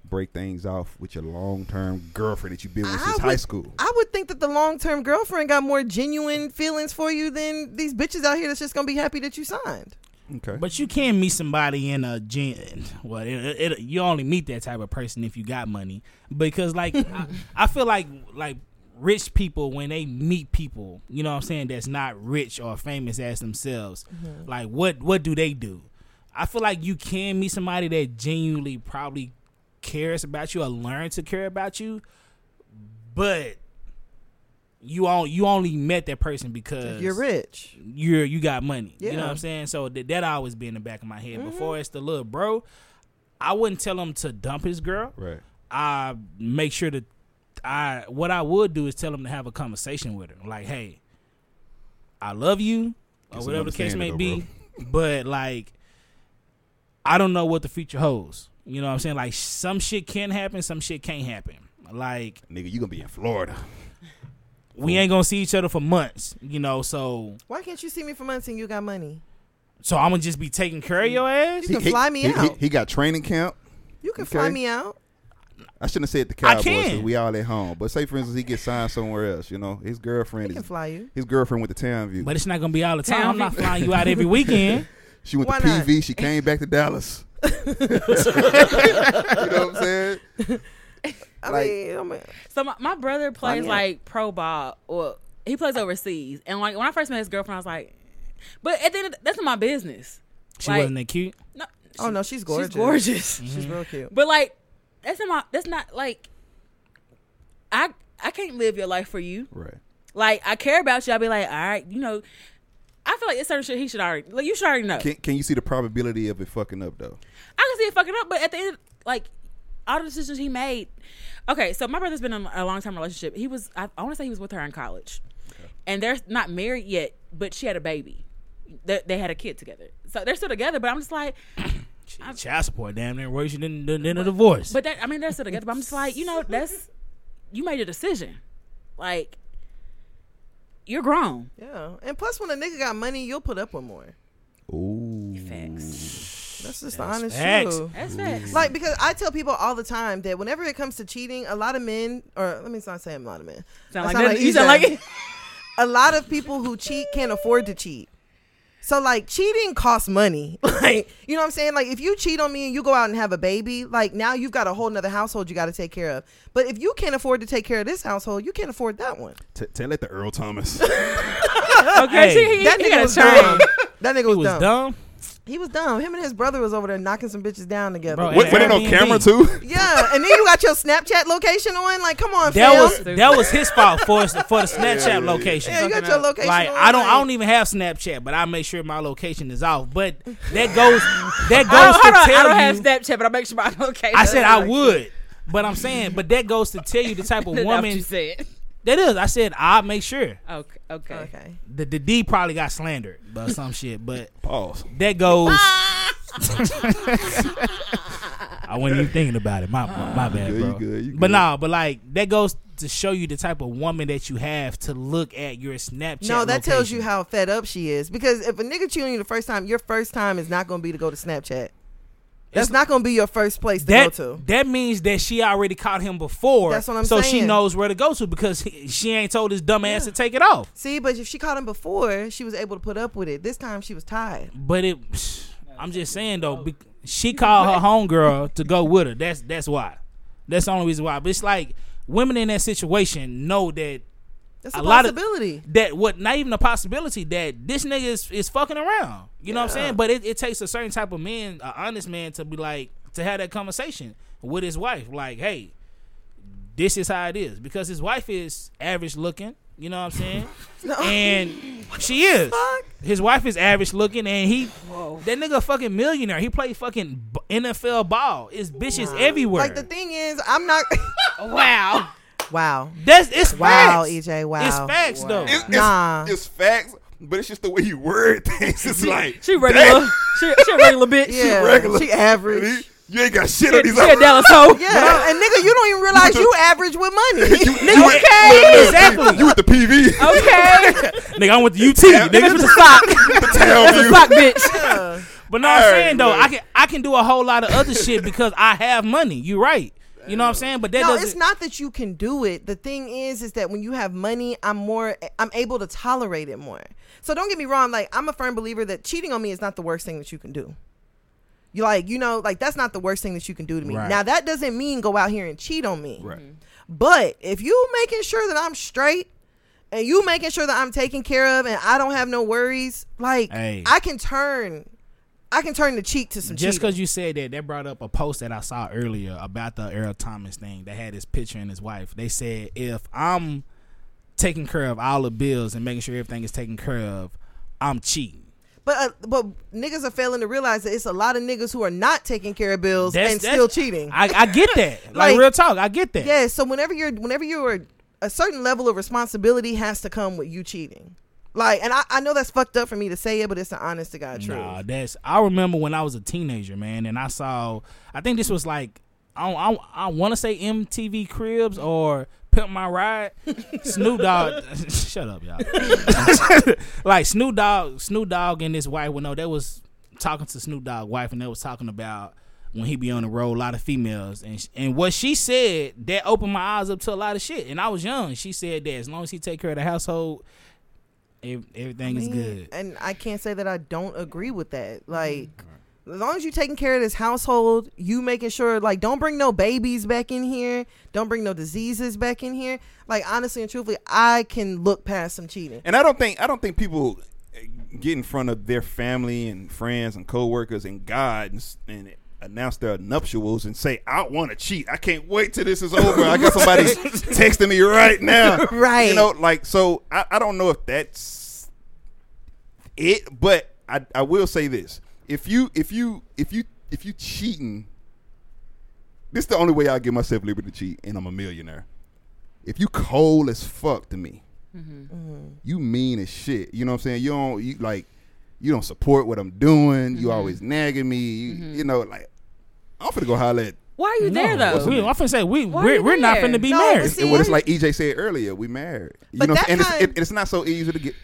break things off with your long term girlfriend that you've been with I since would- high school. I would think that the long term girlfriend got more genuine feelings for you than these bitches out here that's just gonna be happy that you signed. Okay, But you can meet somebody in a gen. Well, it, it, it- you only meet that type of person if you got money, because like I, I feel like like rich people when they meet people, you know what I'm saying, that's not rich or famous as themselves. Mm-hmm. Like what what do they do? I feel like you can meet somebody that genuinely probably cares about you or learn to care about you, but you all you only met that person because If you're rich. you're you got money. You know Yeah. what I'm saying? So that that always be in the back of my head. Before it's the little bro, I wouldn't tell him to dump his girl. right. I make sure that I what I would do is tell him to have a conversation with her. Like, hey, I love you, or Guess whatever the case may I'm be. [laughs] But like, I don't know what the future holds. You know what I'm saying? Like, some shit can happen, some shit can't happen. Like, Nigga, you gonna be in Florida. we ain't gonna see each other for months. You know, so Why can't you see me for months and you got money? so I'm gonna just be taking care of your ass. You can fly me [laughs] he- he- out. He, got training camp. You can Okay. fly me out. I shouldn't have said the I Cowboys. can. 'cause We all at home. But say for instance, he gets signed somewhere else. You know, his He girlfriend can is fly you. his girlfriend went to Townview. But it's not gonna be all the time. Town I'm not people. flying you out every weekend. [laughs] She went Why to not? PV. She came back to Dallas. [laughs] you know what I'm saying? I Like- mean, I mean, So my, my brother plays out. like pro ball, or he plays overseas. And like when I first met his girlfriend, I was like, but at the end, of the, that's not my business. She Like- wasn't that cute. No, oh no, she's gorgeous. she's gorgeous. She's real cute. [laughs] But like, that's not my. That's not like. I I can't live your life for you. Right. Like I care about you. I'll be like, all right, you know. I feel like it's certain shit he should already. Like you should already know. Can Can you see the probability of it fucking up though? I can see it fucking up, but at the end, like all the decisions he made. Okay, so my brother's been in a long time relationship. He was I, I want to say he was with her in college, and they're not married yet, but she had a baby. They, they had a kid together, so they're still together. But I'm just like, Shit, Child support, damn near worse than than, than a divorce. but that I mean they're still together. But I'm just like, you know, that's you made a decision, like you're grown. Yeah. And plus, when a nigga got money, you'll put up with more. Ooh. Facts. That's just the honest facts. truth. That's facts. Like because I tell people all the time that whenever it comes to cheating, a lot of men, or let me not say I'm not a man. Sound I like that- you sound Ethan. like- a lot of people who cheat can't afford to cheat. So like cheating costs money. [laughs] Like, you know what I'm saying? Like if you cheat on me and you go out and have a baby, like now you've got a whole nother household you gotta take care of. But if you can't afford to take care of this household, you can't afford that one. T- tell it to Earl Thomas. Okay, Hey, she, he, That he nigga got a was turn. dumb. That nigga He was, was dumb. dumb. He was dumb. Him and his brother was over there knocking some bitches down together. Bro, Wait, went it on Airbnb. camera too? Yeah, and then you got your Snapchat location on. Like, come on, That fam. was that was his fault for us for the [laughs] Snapchat location. yeah, you got fucking your up. location. Like on, I don't like- I don't even have Snapchat, but I make sure my location is off. But that goes [laughs] that I don't, [laughs] Oh, hold on, goes to I tell don't you. have Snapchat, but I make sure my location. I said I [laughs] Like, would, but I'm saying, but that goes to tell you [laughs] the type of that's what you woman said. that is. I said I make sure Okay, okay. Okay. the the D probably got slandered by some shit, but Pause. that [laughs] goes. I wasn't even thinking about it. My my bad, Yeah, bro. you good, you But good. nah, but like that goes to show you the type of woman that you have to look at your Snapchat. No, that tells you location. how fed up she is. Because if a nigga cheating on you the first time, your first time is not going to be to go to Snapchat. That's It's- not going to be your first place to that go to. that means that she already caught him before. That's what I'm so she saying. knows where to go to because he, she ain't told his dumb ass to take it off. See, but if she caught him before, she was able to put up with it. This time she was tired. But it, [sighs] I'm just saying though, bec she called her homegirl to go with her. That's that's why. That's the only reason why. But it's like women in that situation know that That's a, A lot of- possibility. [laughs] that what not even a possibility that this nigga is, is fucking around. You know what I'm saying? But it, it takes a certain type of man, an honest man, to be like to have that conversation with his wife. Like, hey, this is how it is because his wife is average looking. You know what I'm saying? [laughs] And she is. fuck? His wife is average looking, and he that nigga a fucking millionaire. He played fucking b- NFL ball. It's bitches everywhere. like, the thing is, I'm not. [laughs] Wow. wow. That's it's Wow, facts. EJ. It's Wow. facts though. It's, it's, Nah. it's facts, but it's just the way you word [laughs] things. It's like She regular. she, she a regular [laughs] bitch. Yeah. regular. She [laughs] average. you ain't got shit She, on she these. a Dallas hoe. Yeah. And nigga, you don't [laughs] even realize you average with money. You, you with- Okay, look, look, exactly. You with the PV, [laughs] Okay. Nigga, I went to UT. Yeah. Nigga, That's a sock. the town That's a view. sock bitch. Yeah. But no, I'm Hey, saying though, look. I can I can do a whole lot of other shit because I have money. You right. You know what I'm saying? But that no, doesn't. it's not that you can do it. The thing is, is that when you have money, I'm more, I'm able to tolerate it more. So don't get me wrong. Like I'm a firm believer that cheating on me is not the worst thing that you can do. You like, you know, like that's not the worst thing that you can do to me. Right. Now that doesn't mean go out here and cheat on me. Mm-hmm. Right. But if you making sure that I'm straight and you making sure that I'm taken care of and I don't have no worries, like Hey. I can turn, I can turn the cheek to some Just cheating. because you said that, that brought up a post that I saw earlier about the Earl Thomas thing. They had his picture and his wife. They said, if I'm taking care of all the bills and making sure everything is taken care of, I'm cheating. But uh, but niggas are failing to realize that it's a lot of niggas who are not taking care of bills That's- and that's- still cheating. I, I get [laughs] that. like, Like- real talk, I get that. yeah. So whenever you're whenever you're a certain level of responsibility has to come with you cheating. Like, and I, I know that's fucked up for me to say it, but it's an honest to God truth. Nah, that's. I remember when I was a teenager, man, and I saw. I think this was like I don't, I, don't- I want to say MTV Cribs or Pimp My Ride. Snoop Dogg, [laughs] shut up, y'all. like Snoop Dogg, Snoop Dogg and his wife. Well, no, they was talking to Snoop Dogg wife, and they was talking about when he be on the road, a lot of females, and sh- and what she said that opened my eyes up to a lot of shit. And I was young. She said that as long as he take care of the household, ev- everything is good. And I can't say that I don't agree with that. Like, Mm, as long as you taking care of this household, you making sure like don't bring no babies back in here, don't bring no diseases back in here. Like, honestly and truthfully, I can look past some cheating. And I don't think I don't think people uh, get in front of their family and friends and coworkers and God and, s- and announce their nuptials and say, "I want to cheat. I can't wait till [laughs] this is over. I got somebody texting me right now." Right. You know, like so. I, I don't know if that's it, but I I will say this: if you if you if you if you cheating. This is the only way I give myself liberty to cheat, and I'm a millionaire. If you cold as fuck to me, you mean as shit. You know what I'm saying? You don't you like you don't support what I'm doing. Mm-hmm. You always nagging me. You, you know, like I'm finna go holler at Why are you there No, though? We, I'm finna say we Why we're, you we're not there? finna be No, but married. see- E well, it's like EJ said earlier, we married. You But know, that and it's, kind- Mm. it, it's not so easy to get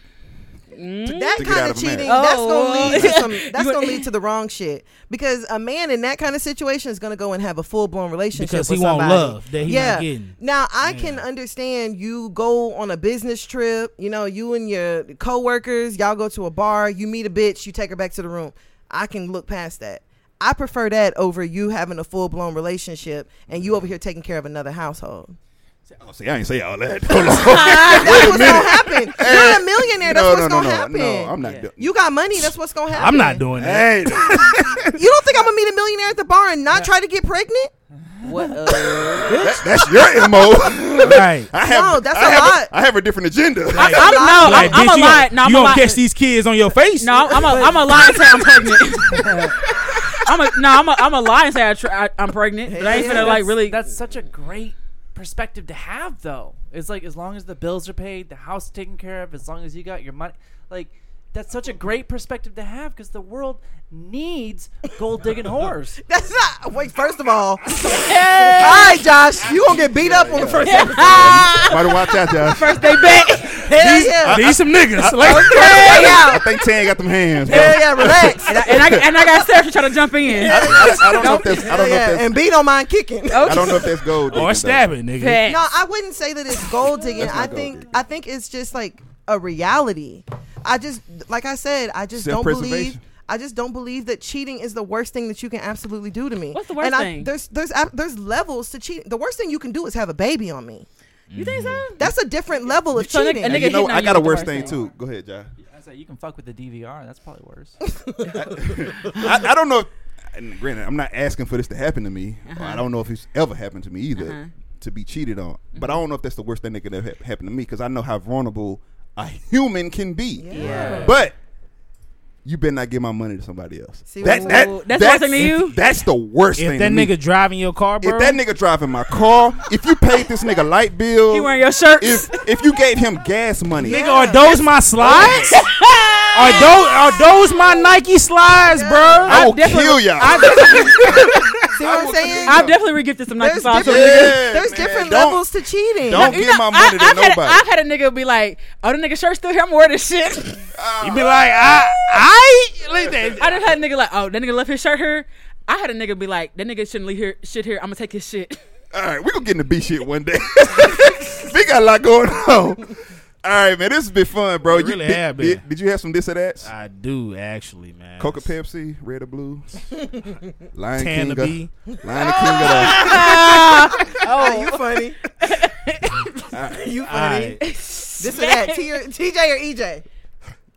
that to get kind out of of a man. cheating Oh, that's gonna lead to well. [laughs] some that's gonna lead to the wrong shit because a man in that kind of situation is gonna go and have a full blown relationship Because with he want somebody. love that he not getting. now I can understand you go on a business trip you know you and your coworkers y'all go to a bar you meet a bitch you take her back to the room I can look past that. I prefer that over you having a full blown relationship and you over here taking care of [laughs] another household. Oh, see, I ain't say all [laughs] that. [laughs] Hold on. That's what's gonna happen. You're a millionaire. That's no, what's no, no, gonna no, happen. no. I'm not. doing You got money. That's what's gonna happen. I'm not [laughs] doing that. Hey, [laughs] You don't think I'm gonna meet a millionaire at the bar and not try to get pregnant? What? Uh, that- that's your [laughs] mo. Right. I have. No, that's I a have lot. [laughs] I have a different agenda. [laughs] I, I don't know. I'm, Like, bitch, I'm you a lie. gonna- No, I'm you a gonna lie. catch these kids on your face? No, I'm a I'm a lie [laughs] and say I'm [laughs] pregnant. I'm a no, I'm a I'm a lie and say I tr- I, I'm pregnant, but I ain't Yeah, finna like That's- really. That's such a great perspective to have, though. It's like as long as the bills are paid, the house taken care of, as long as you got your money, like. That's such a great perspective to have because the world needs gold digging whores. That's not. Wait, first of all, all right, Josh, you gonna get beat up on the [laughs] first episode. Might watch out, [laughs] Josh. first day back. Hell yeah, These some [laughs] niggas. Like, hell yeah, I think Tan got them [laughs] hands. bro. hell yeah. Relax. and, I, and I and I got Sarah to try to jump in. I, I- I don't know if that's. I Hell don't know if yeah, that's. and B don't mind kicking. I don't [laughs] know if that's gold. digging, or though. stabbing, nigga. Facts. No, I wouldn't say that it's gold digging. I gold think digging. I think it's just like a reality. I just like I said, I just don't believe Self-preservation. I just don't believe that cheating is the worst thing that you can absolutely do to me. What's the worst and I, thing? There's there's ab- there's levels to cheating. The worst thing you can do is have a baby on me. You think so? That's a different level of So, nigga- cheating. a And you nigga- know, hitting on I you got a with the worse worst thing thing. too. Go ahead, Josh. I said you can fuck with the DVR. That's probably [laughs] worse. I, I don't know. If, and granted, I'm not asking for this to happen to me. Uh-huh. I don't know if it's ever happened to me either to be cheated on. But I Mm-hmm. don't know if that's the worst thing that could have hap- happened to me because I know how vulnerable a human can be. Yeah. But you better not give my money to somebody else. See that, what that, I'm saying? That's worse than you? That's the worst If thing. that to me. nigga driving your car, bro. if that nigga driving my car, if you paid this nigga light bill, He wearing your shirt. if if you gave him gas money, Nigga, are those [laughs] my slides? are those are those my Nike slides, bro? I will definitely- kill y'all. See what I'm saying? I've definitely regifted some Nike there's sauce. different, to a nigga. Yeah, there's man. different Don't- levels to cheating. don't [laughs] [laughs] You give know, my money I, to I've had, a- nobody. I've had a nigga be like, "Oh, the nigga shirt still here. I'm wearing this shit." you be like, I, I, [laughs] look I at that. just had a nigga like, "Oh, that nigga left his shirt here." I had a nigga be like, "That nigga shouldn't leave here shit here. I'm gonna take his shit." [laughs] All right, we're gonna get into B shit one day. [laughs] we got a lot going on. All right, man, this has been fun, bro. It really did, have been. Uh, Did, did you have some this or that? I do actually, man. Coca Pepsi, Red or [laughs] Blue, Lion Tan King, to be. of, Lion King of the. [laughs] oh, you funny. [laughs] you funny. All right. and, This or that. T or, TJ or E EJ?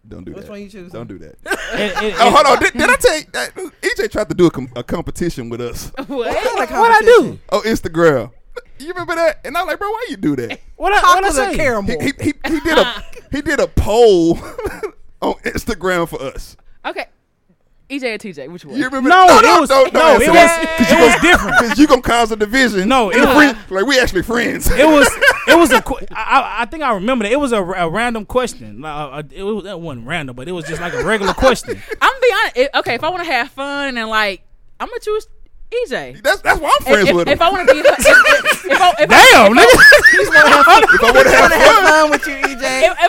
Don't do that. one you choosing? Don't do that. and- Oh, and- hold on. Did, did I tell you? that- EJ tried to do a, com- a competition with [laughs] us what? What What I do? on Instagram. You remember that? And I was like, bro, why you do that? What I, Talk what I with a say? He, caramel. he, he, he did a he did a poll [laughs] on Instagram for us. Okay, E EJ or TJ, which one? You remember? No, it was- no, it was- because it you was gonna, different. Because you gonna cause a division. No, it You're was- free- like we actually friends. It was it was a que- I, I- I think I remember that it was a, a random question. Uh, it was that wasn't random, but it was just like a regular question. I'm gonna be honest. It, okay, if I want to have fun and like, I'm gonna choose [laughs] EJ. That's that's why I'm If, friends if- with if him. I want to be, if, if, if I, if I- [laughs] Damn, nigga. If I would have Have fun with you, EJ. if, if I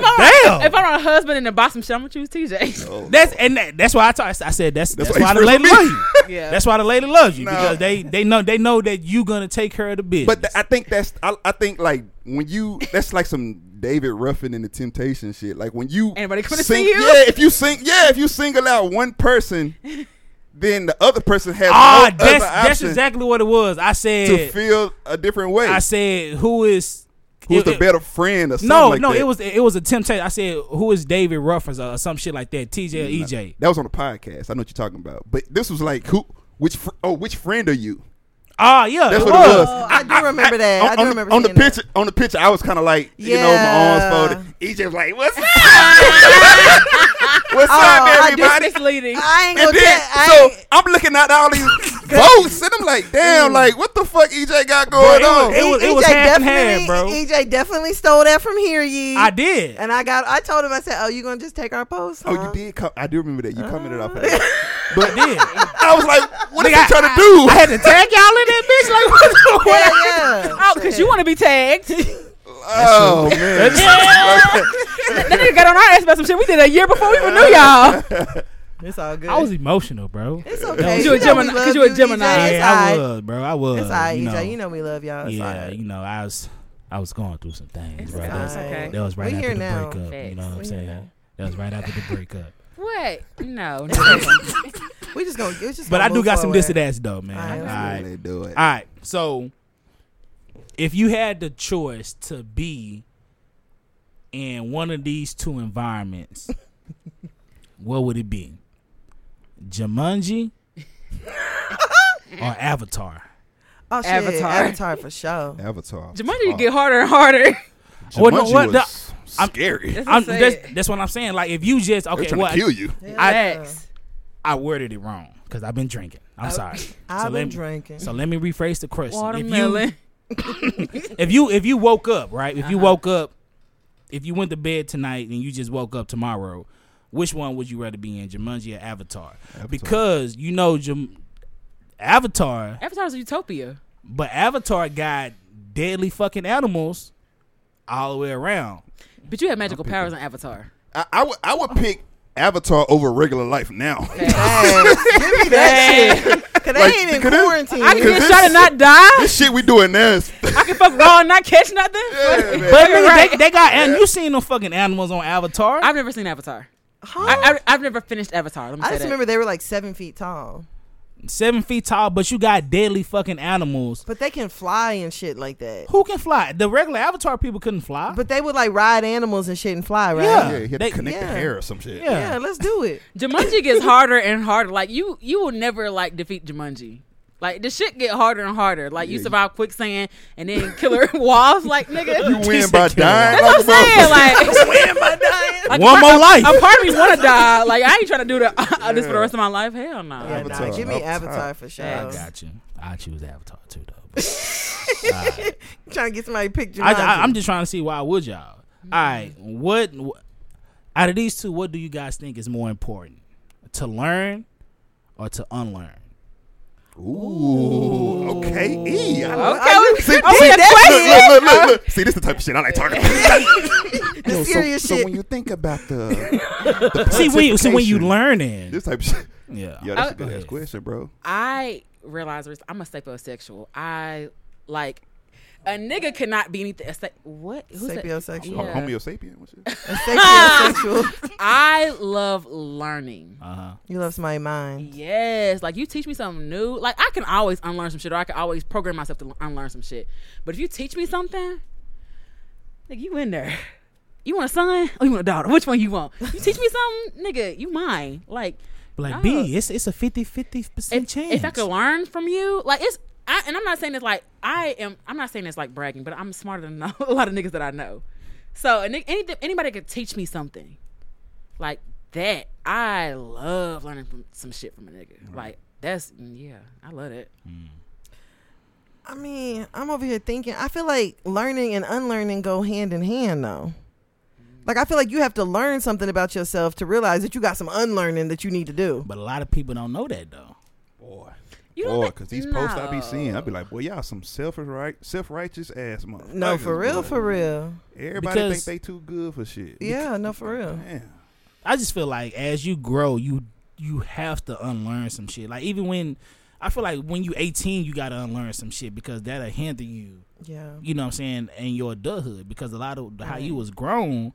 want, Damn. if I want a husband and a bosom shit, I'm gonna choose TJ. That's and that, that's why I talk, I said that's that's, why why, the he's lady friends love with [laughs] you. Yeah, That's why the lady loves you No. because they they know they know that you gonna take care of the business. But th- I think that's I, I think like when you that's like some David Ruffin and the Temptation shit. Like when you Anybody coming to sing- see you? Yeah, if you sing, yeah, if you single out one [laughs] person, then the other person has ah, no that's other that's option exactly what it was. I to said feel a different way. I said who is Who's it- the it- better friend or something No, like no, that. it was it was a temptation. I said who is David Ruffins or, or some shit like that. TJ or E EJ. That was on the podcast. I know what you're talking about. But this was like who which fr- oh which friend are you? Ah, yeah, That's it what was. it was. Oh, I do remember that. I on, do on the- remember on the seeing that. picture on the picture I was kind of like you know my arms Yeah. folded. EJ was like, [laughs] "What's up? What's Oh, I up do everybody?" misleading. [laughs] I ain't And gonna then, tell. I Mm. so ain't- I'm looking at all [laughs] these votes, and I'm like, "Damn! Like, what the fuck, EJ got going it was- on?" it was- E- half and half, definitely- bro. EJ definitely stole that from here, ye. I did. And I got. I told him. I said, "Oh, you gonna just take our post?" oh, huh?" you did. Com- I do remember that you commented off of that. [laughs] But I did. I was like, "What are you Nigga, trying to do?" I had [laughs] to tag y'all in that bitch. Like, what the Hell yeah. [laughs] [laughs] Oh, because you want to be tagged. Oh man! [laughs] that nigga got on our ass about some shit we did a year before we even knew y'all. It's all good. I was emotional, bro. it's okay. You know we a Gemini- 'cause love you a EJ. Gemini. It's yeah, I all right. was, bro. I was. It's all right, you know, EJ. You know we love y'all. It's all yeah, right. you know, I was, I was going through some things, bro. all That was, right. okay. that was right We after here the now. breakup. You know what I'm Facts. We here. saying? That was right after [laughs] the breakup. What? No. [laughs] We just gonna. It's just But gonna I do move got some forward. this and that though, man. All All right. right. They do it. All right. So, if you had the choice to be in one of these two environments, what would it be? Jumanji or Avatar? Oh shit, Avatar. Avatar, for sure. Avatar. Jumanji you get harder and harder. Well, no, Jumanji what the- was I'm- scary. That's what I'm, I'm saying. that's, that's what I'm saying. Like, if you just They're okay, trying well, to kill you. I- [laughs] Facts. I worded it wrong because I've been drinking. I'm sorry. I've let been me- drinking. So let me rephrase the question. Watermelon. If you if you, if you woke up right, if you Uh-huh. woke up, if you went to bed tonight and you just woke up tomorrow, which one would you rather be in, Jumanji or Avatar? Because you know Jum- Avatar, Avatar's a utopia. but Avatar got deadly fucking animals all the way around. But you have magical powers in Avatar. I, I would I would pick Avatar over regular life now. [laughs] Facts. Give me that shit. Cause they Like, ain't in could it- quarantine. I can Cause get this- shot and not die. this shit we doing now is [laughs] I can fuck raw and not catch nothing. Yeah, man. But nigga, they, they got and you seen them fucking animals on Avatar. I've never seen Avatar. Huh? I, I, I've never finished Avatar. Let me I say just that. remember they were like seven feet tall, Seven feet tall, but you got deadly fucking animals. but they can fly and shit like that. Who can fly? The regular Avatar people couldn't fly. But they would like ride animals and shit and fly, right? Yeah. yeah, he had They- to connect yeah. the hair or some shit. yeah. Yeah, let's do [laughs] it. Jumanji gets harder and harder. Like you, you will never like defeat Jumanji. Like the shit get harder and harder. Like you Yeah, you- survive quicksand and then killer [laughs] walls. Like nigga, You win said by kill dying. that's what I'm saying. Like, Like, like, One a part- more life. A part of me [laughs] want to die. Like I ain't trying to do that, uh, this for the [laughs] rest of my life. Hell no. [laughs] Yeah, nah, Avatar, give me Avatar, Avatar. for sure. I I'm got you. I choose Avatar too, though. trying to get somebody to pick I, Jumanji. I, am just trying to see why would y'all. Mm-hmm. All right, what wh- out of these two, what do you guys think is more important, to learn or to unlearn? Ooh, okay, E. I like- Okay, we- See, okay, see, that's look, it. look, look, look, look. See, this is the type of shit I like talking about. The serious shit. you think about the, See when you, see when you pontification, [laughs] learning. this type of shit. yeah. uh-huh. Yeah, that's I- a good ass question, bro. I realize rec- I'm a sapiosexual. I like a nigga cannot be anything. A sa- what? Who's that? Sapiosexual. [laughs] Ho- Yeah. Homo sapien. what's it? [laughs] Sapiosexual. I love learning. Uh huh. you love somebody's [laughs] mind. Yes, like you teach me something new. Like I can always unlearn some shit, or I can always program myself to l- unlearn some shit. But if you teach me something, like you in there, you want a son or you want a daughter? Which one you want? You teach me something, nigga, you mine. Like But like Oh. B, it's it's a 50 50 if, percent chance. if I could learn from you, like it's. I, and I'm not saying it's like I am. I'm not saying it's like bragging, but I'm smarter than [laughs] a lot of niggas that I know. So and any, anybody could teach me something like that. I love learning from some shit from a nigga. Like that's yeah, I love it. I mean, I'm over here thinking. I feel like learning and unlearning go hand in hand, though. Like I feel like you have to learn something about yourself to realize that you got some unlearning that you need to do. but a lot of people don't know that though. Boy. You don't Boy, think- because these posts I be seeing, I be No. like, boy, y'all some selfish right, self righteous ass motherfuckers. No, for real, boy. for real. Everybody think Because- they too good for shit. Yeah, no, for real. Man. I just feel like as you grow, you you have to unlearn some shit. Like even when I feel like when you 18, you gotta unlearn some shit because that'll hinder you. Yeah. You know what I'm saying? In your adulthood, because a lot of how you was grown,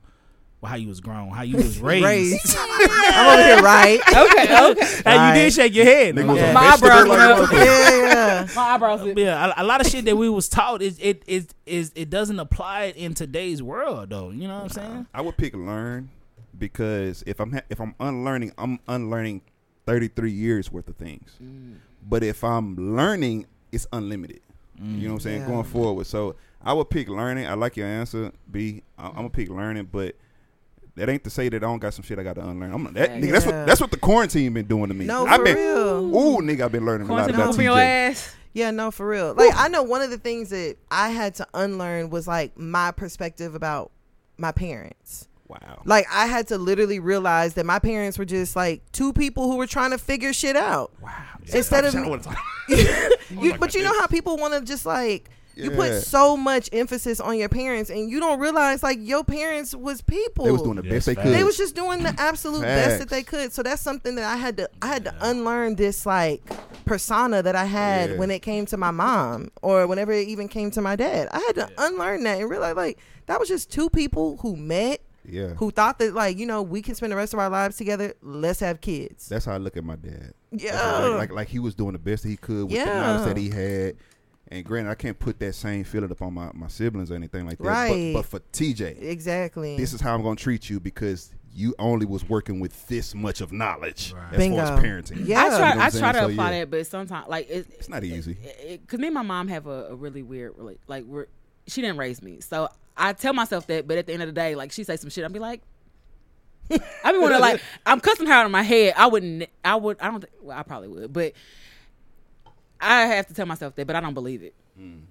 well, how you was grown, [laughs] how you was raised, [laughs] Raised. I'm over here, right? Okay, okay. Hey, you did Right. shake your head. Nigga was a Yeah. My vegetable eyebrows like went up. motherfucker. yeah, [laughs] yeah. My eyebrows. is- [laughs] Yeah, a, a lot of shit that we was taught is it is is it doesn't apply in today's world though. You know what I'm saying? I would pick learn because if I'm ha- if I'm unlearning, I'm unlearning 33 years worth of things. Mm. But if I'm learning, it's unlimited. You know what I'm saying? Mm. Yeah. Going forward, so I would pick learning. I like your answer, B. I- I'm gonna pick learning, but that ain't to say that I don't got some shit I got to unlearn. I'm that Yeah. nigga. That's Yeah. what that's what the quarantine been doing to me. No, I've for been real. ooh nigga, I've been learning a lot Quarantine about open your TJ. ass. Yeah, no, for real. Like I know one of the things that I had to unlearn was like my perspective about my parents. Wow. Like I had to literally realize that my parents were just like two people who were trying to figure shit out. Wow. Instead I of [laughs] wanna talk- you, but you know how people want to just like You put Yeah. so much emphasis on your parents, and you don't realize like your parents was people. They was doing the Yes, best they facts. could. They was just doing the absolute best that they Facts. could. So that's something that I had to I had to unlearn this like persona that I had Yeah. when it came to my mom or whenever it even came to my dad. I had to unlearn that and realize like that was just two people who met yeah. who thought that like you know we can spend the rest of our lives together. Let's have kids. That's how I look at my dad. That's yeah. how- Like, like like he was doing the best that he could with the Yeah. knowledge that he had. And granted, I can't put that same feeling upon my, my siblings or anything like that. Right. But, but for TJ, exactly. this is how I'm going to treat you because you only was working with this much of knowledge as Bingo. far as parenting. Yeah. I You know try. what I I'm saying? try to So, apply yeah. that, but sometimes like it, It's not easy. because me and my mom have a, a really weird rela- like we're she didn't raise me so i tell myself that but at the end of the day like she say some shit i'll be like [laughs] i be wondering [laughs] like i'm cussing her out of my head i wouldn't i would i don't think well i probably would but i have to tell myself that but i don't believe [laughs] it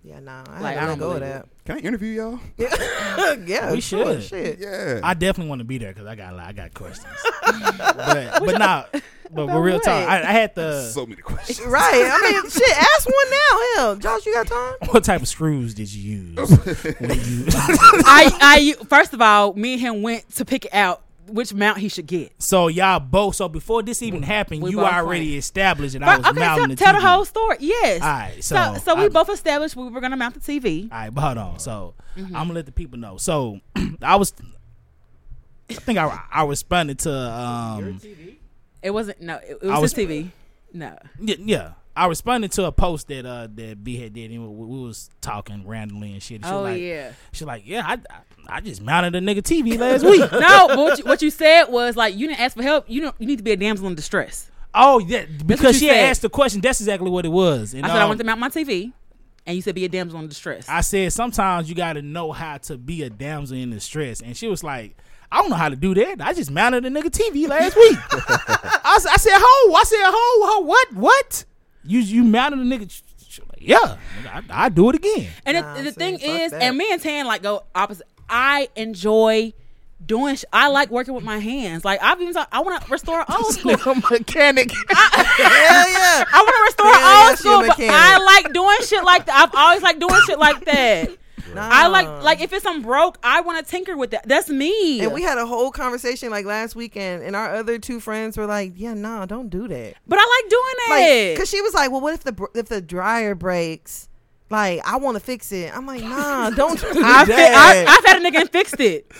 yeah, no, I Like, had I to let don't go of believe that. Can I interview y'all? [laughs] yeah, We sure, should. Shit. Yeah. I definitely want to be there because I got a lot- I got questions. [laughs] but but nah, but About we're real what? talk. I, I had the so many questions. [laughs] Right. I mean, shit. Ask one now. Hell, Josh, you got time? what type of screws did you use when you? i i first of all me and him went to pick out which mount he should get so y'all both. So before this even happened, we you both already playing. established that I Right, was okay tell, mounting the tell the TV. whole story yes All right, so so so we I- both established we were gonna mount the tv All right, but hold on. So Mm-hmm. I'm gonna let the people know. So [clears throat] I was, I think I I responded to um it wasn't no it, it I was, was- his [laughs] tv no yeah, yeah I responded to a post that uh that B had did and we, we was talking randomly and shit. She Oh, was like, she's like yeah I, I I just mounted a nigga TV last [laughs] week. no, but what you, what you said was like you didn't ask for help. You don't. You need to be a damsel in distress. Oh yeah, because you she had said. asked the question. That's exactly what it was. And, I said I um, want to mount my TV, and you said be a damsel in distress. I said sometimes you got to know how to be a damsel in distress, and she was like, "I don't know how to do that. I just mounted a nigga TV last week." I, s- I said, "Ho!" I said, "Ho! Ho! What? What? You you mounted a nigga?" She- she was like, yeah, nigga, I, I do [laughs] it again. and Nah, the, the see, thing fuck is, that. and me and Tan like go opposite. I enjoy doing. Sh- I like working with my hands. Like I've even. Talk- I want [laughs] to restore old school. mechanic. Hell yeah. I want to restore Yeah, yeah, old she a school, but mechanic. I like doing shit like that. I've always liked doing [laughs] shit like that. I like like if it's something broke, I want to tinker with that. That's me. And we had a whole conversation like last weekend, and our other two friends were like, "Yeah, nah, don't do that." but I like doing it. Like, cause she was like, "Well, what if the br- if the dryer breaks? Like, I want to fix it." I'm like, [laughs] "Nah, don't do I fi- that. I, I've had a nigga and fixed it.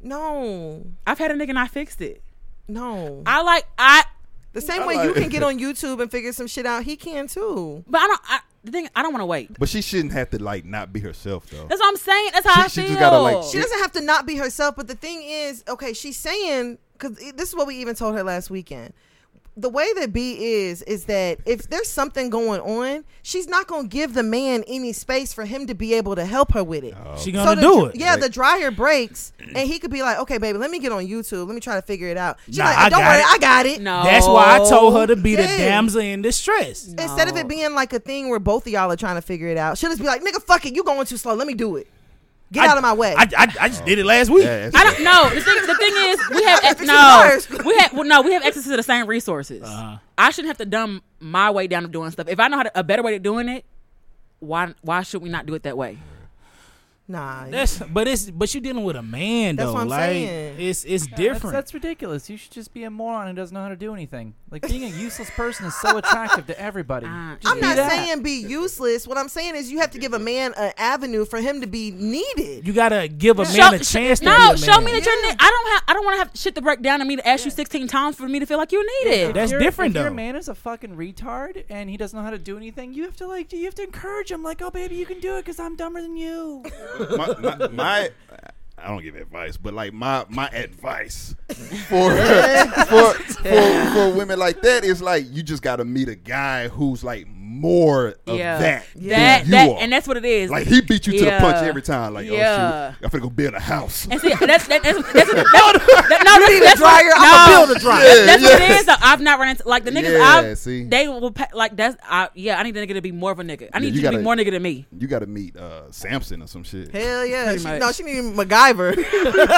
no, I've had a nigga and I fixed it. no." I like I, the same I way you like- can get on YouTube and figure some shit out, he can too. but I don't. I, the thing I don't want to wait. But she shouldn't have to like not be herself though. That's what I'm saying. That's how She- I she feel. just gotta, like, She doesn't have to not be herself, but the thing is, okay, she's saying because this is what we even told her last weekend. The way that B is is that if there's something going on, she's not gonna give the man any space for him to be able to help her with it. [laughs] she So gonna the do dr- it. Yeah, Like- the dryer breaks, and he could be like, "Okay, baby, let me get on YouTube. Let me try to figure it out." She's Nah, like, I "Don't got worry, it." I got it." no. That's why I told her to be the Yes. damsel in distress. Instead of No. it being like a thing where both of y'all are trying to figure it out, she'll just be like, "Nigga, fuck it, you going too slow. Let me do it. Get I- out of my way." I, I, I just did it last week. Yeah, that's- I don't know. The thing, the thing is, we have [laughs] Fix your no. cars. We have well, no. We have access to the same resources. Uh-huh. I shouldn't have to dumb my way down to doing stuff. If I know how to, a better way to doing it, why why should we not do it that way? nah, That's but it's but you dealing with a man That's though. what I'm like saying. it's it's That's, different. that's ridiculous. You should just be a moron who doesn't know how to do anything. Like being a useless person is so attractive to everybody. Ah, Just Uh, I'm be not that. saying be useless. What I'm saying is you have to give a man an avenue for him to be needed. you gotta give a man Show- a chance. sh- to no, be a man. show me that you're. ni- I don't have. I don't want to have shit to break down to me to ask you 16 times for me to feel like you need it. That's You're- different if though. Your man is a fucking retard and he doesn't know how to do anything. You have to like you have to encourage him. Like, oh baby, you can do it because I'm dumber than [laughs] you. my, my, my I don't give advice, but like my my advice [laughs] for for, for for women like that is like you just got to meet a guy who's like more of Yeah. that That, than you that are. and that's what it is. like he beat you to the punch Yeah. every time. Like oh Yeah. shoot, I'm finna go build a house. and see, that's that, that's that's, that's, that- no, that's, that's dryer, What, I'ma no, build a dryer. That's, that's Yeah, what it yeah. is. Though. I've not run into like the niggas. Yeah, I've, see. They will pa- like that's. I, yeah, I need the nigga to be more of a nigga. I need you you, to gotta- be more nigga than me. You got to meet uh, Samson or some shit. Hell yeah. Pretty She, much. no, she need [laughs] MacGyver. Get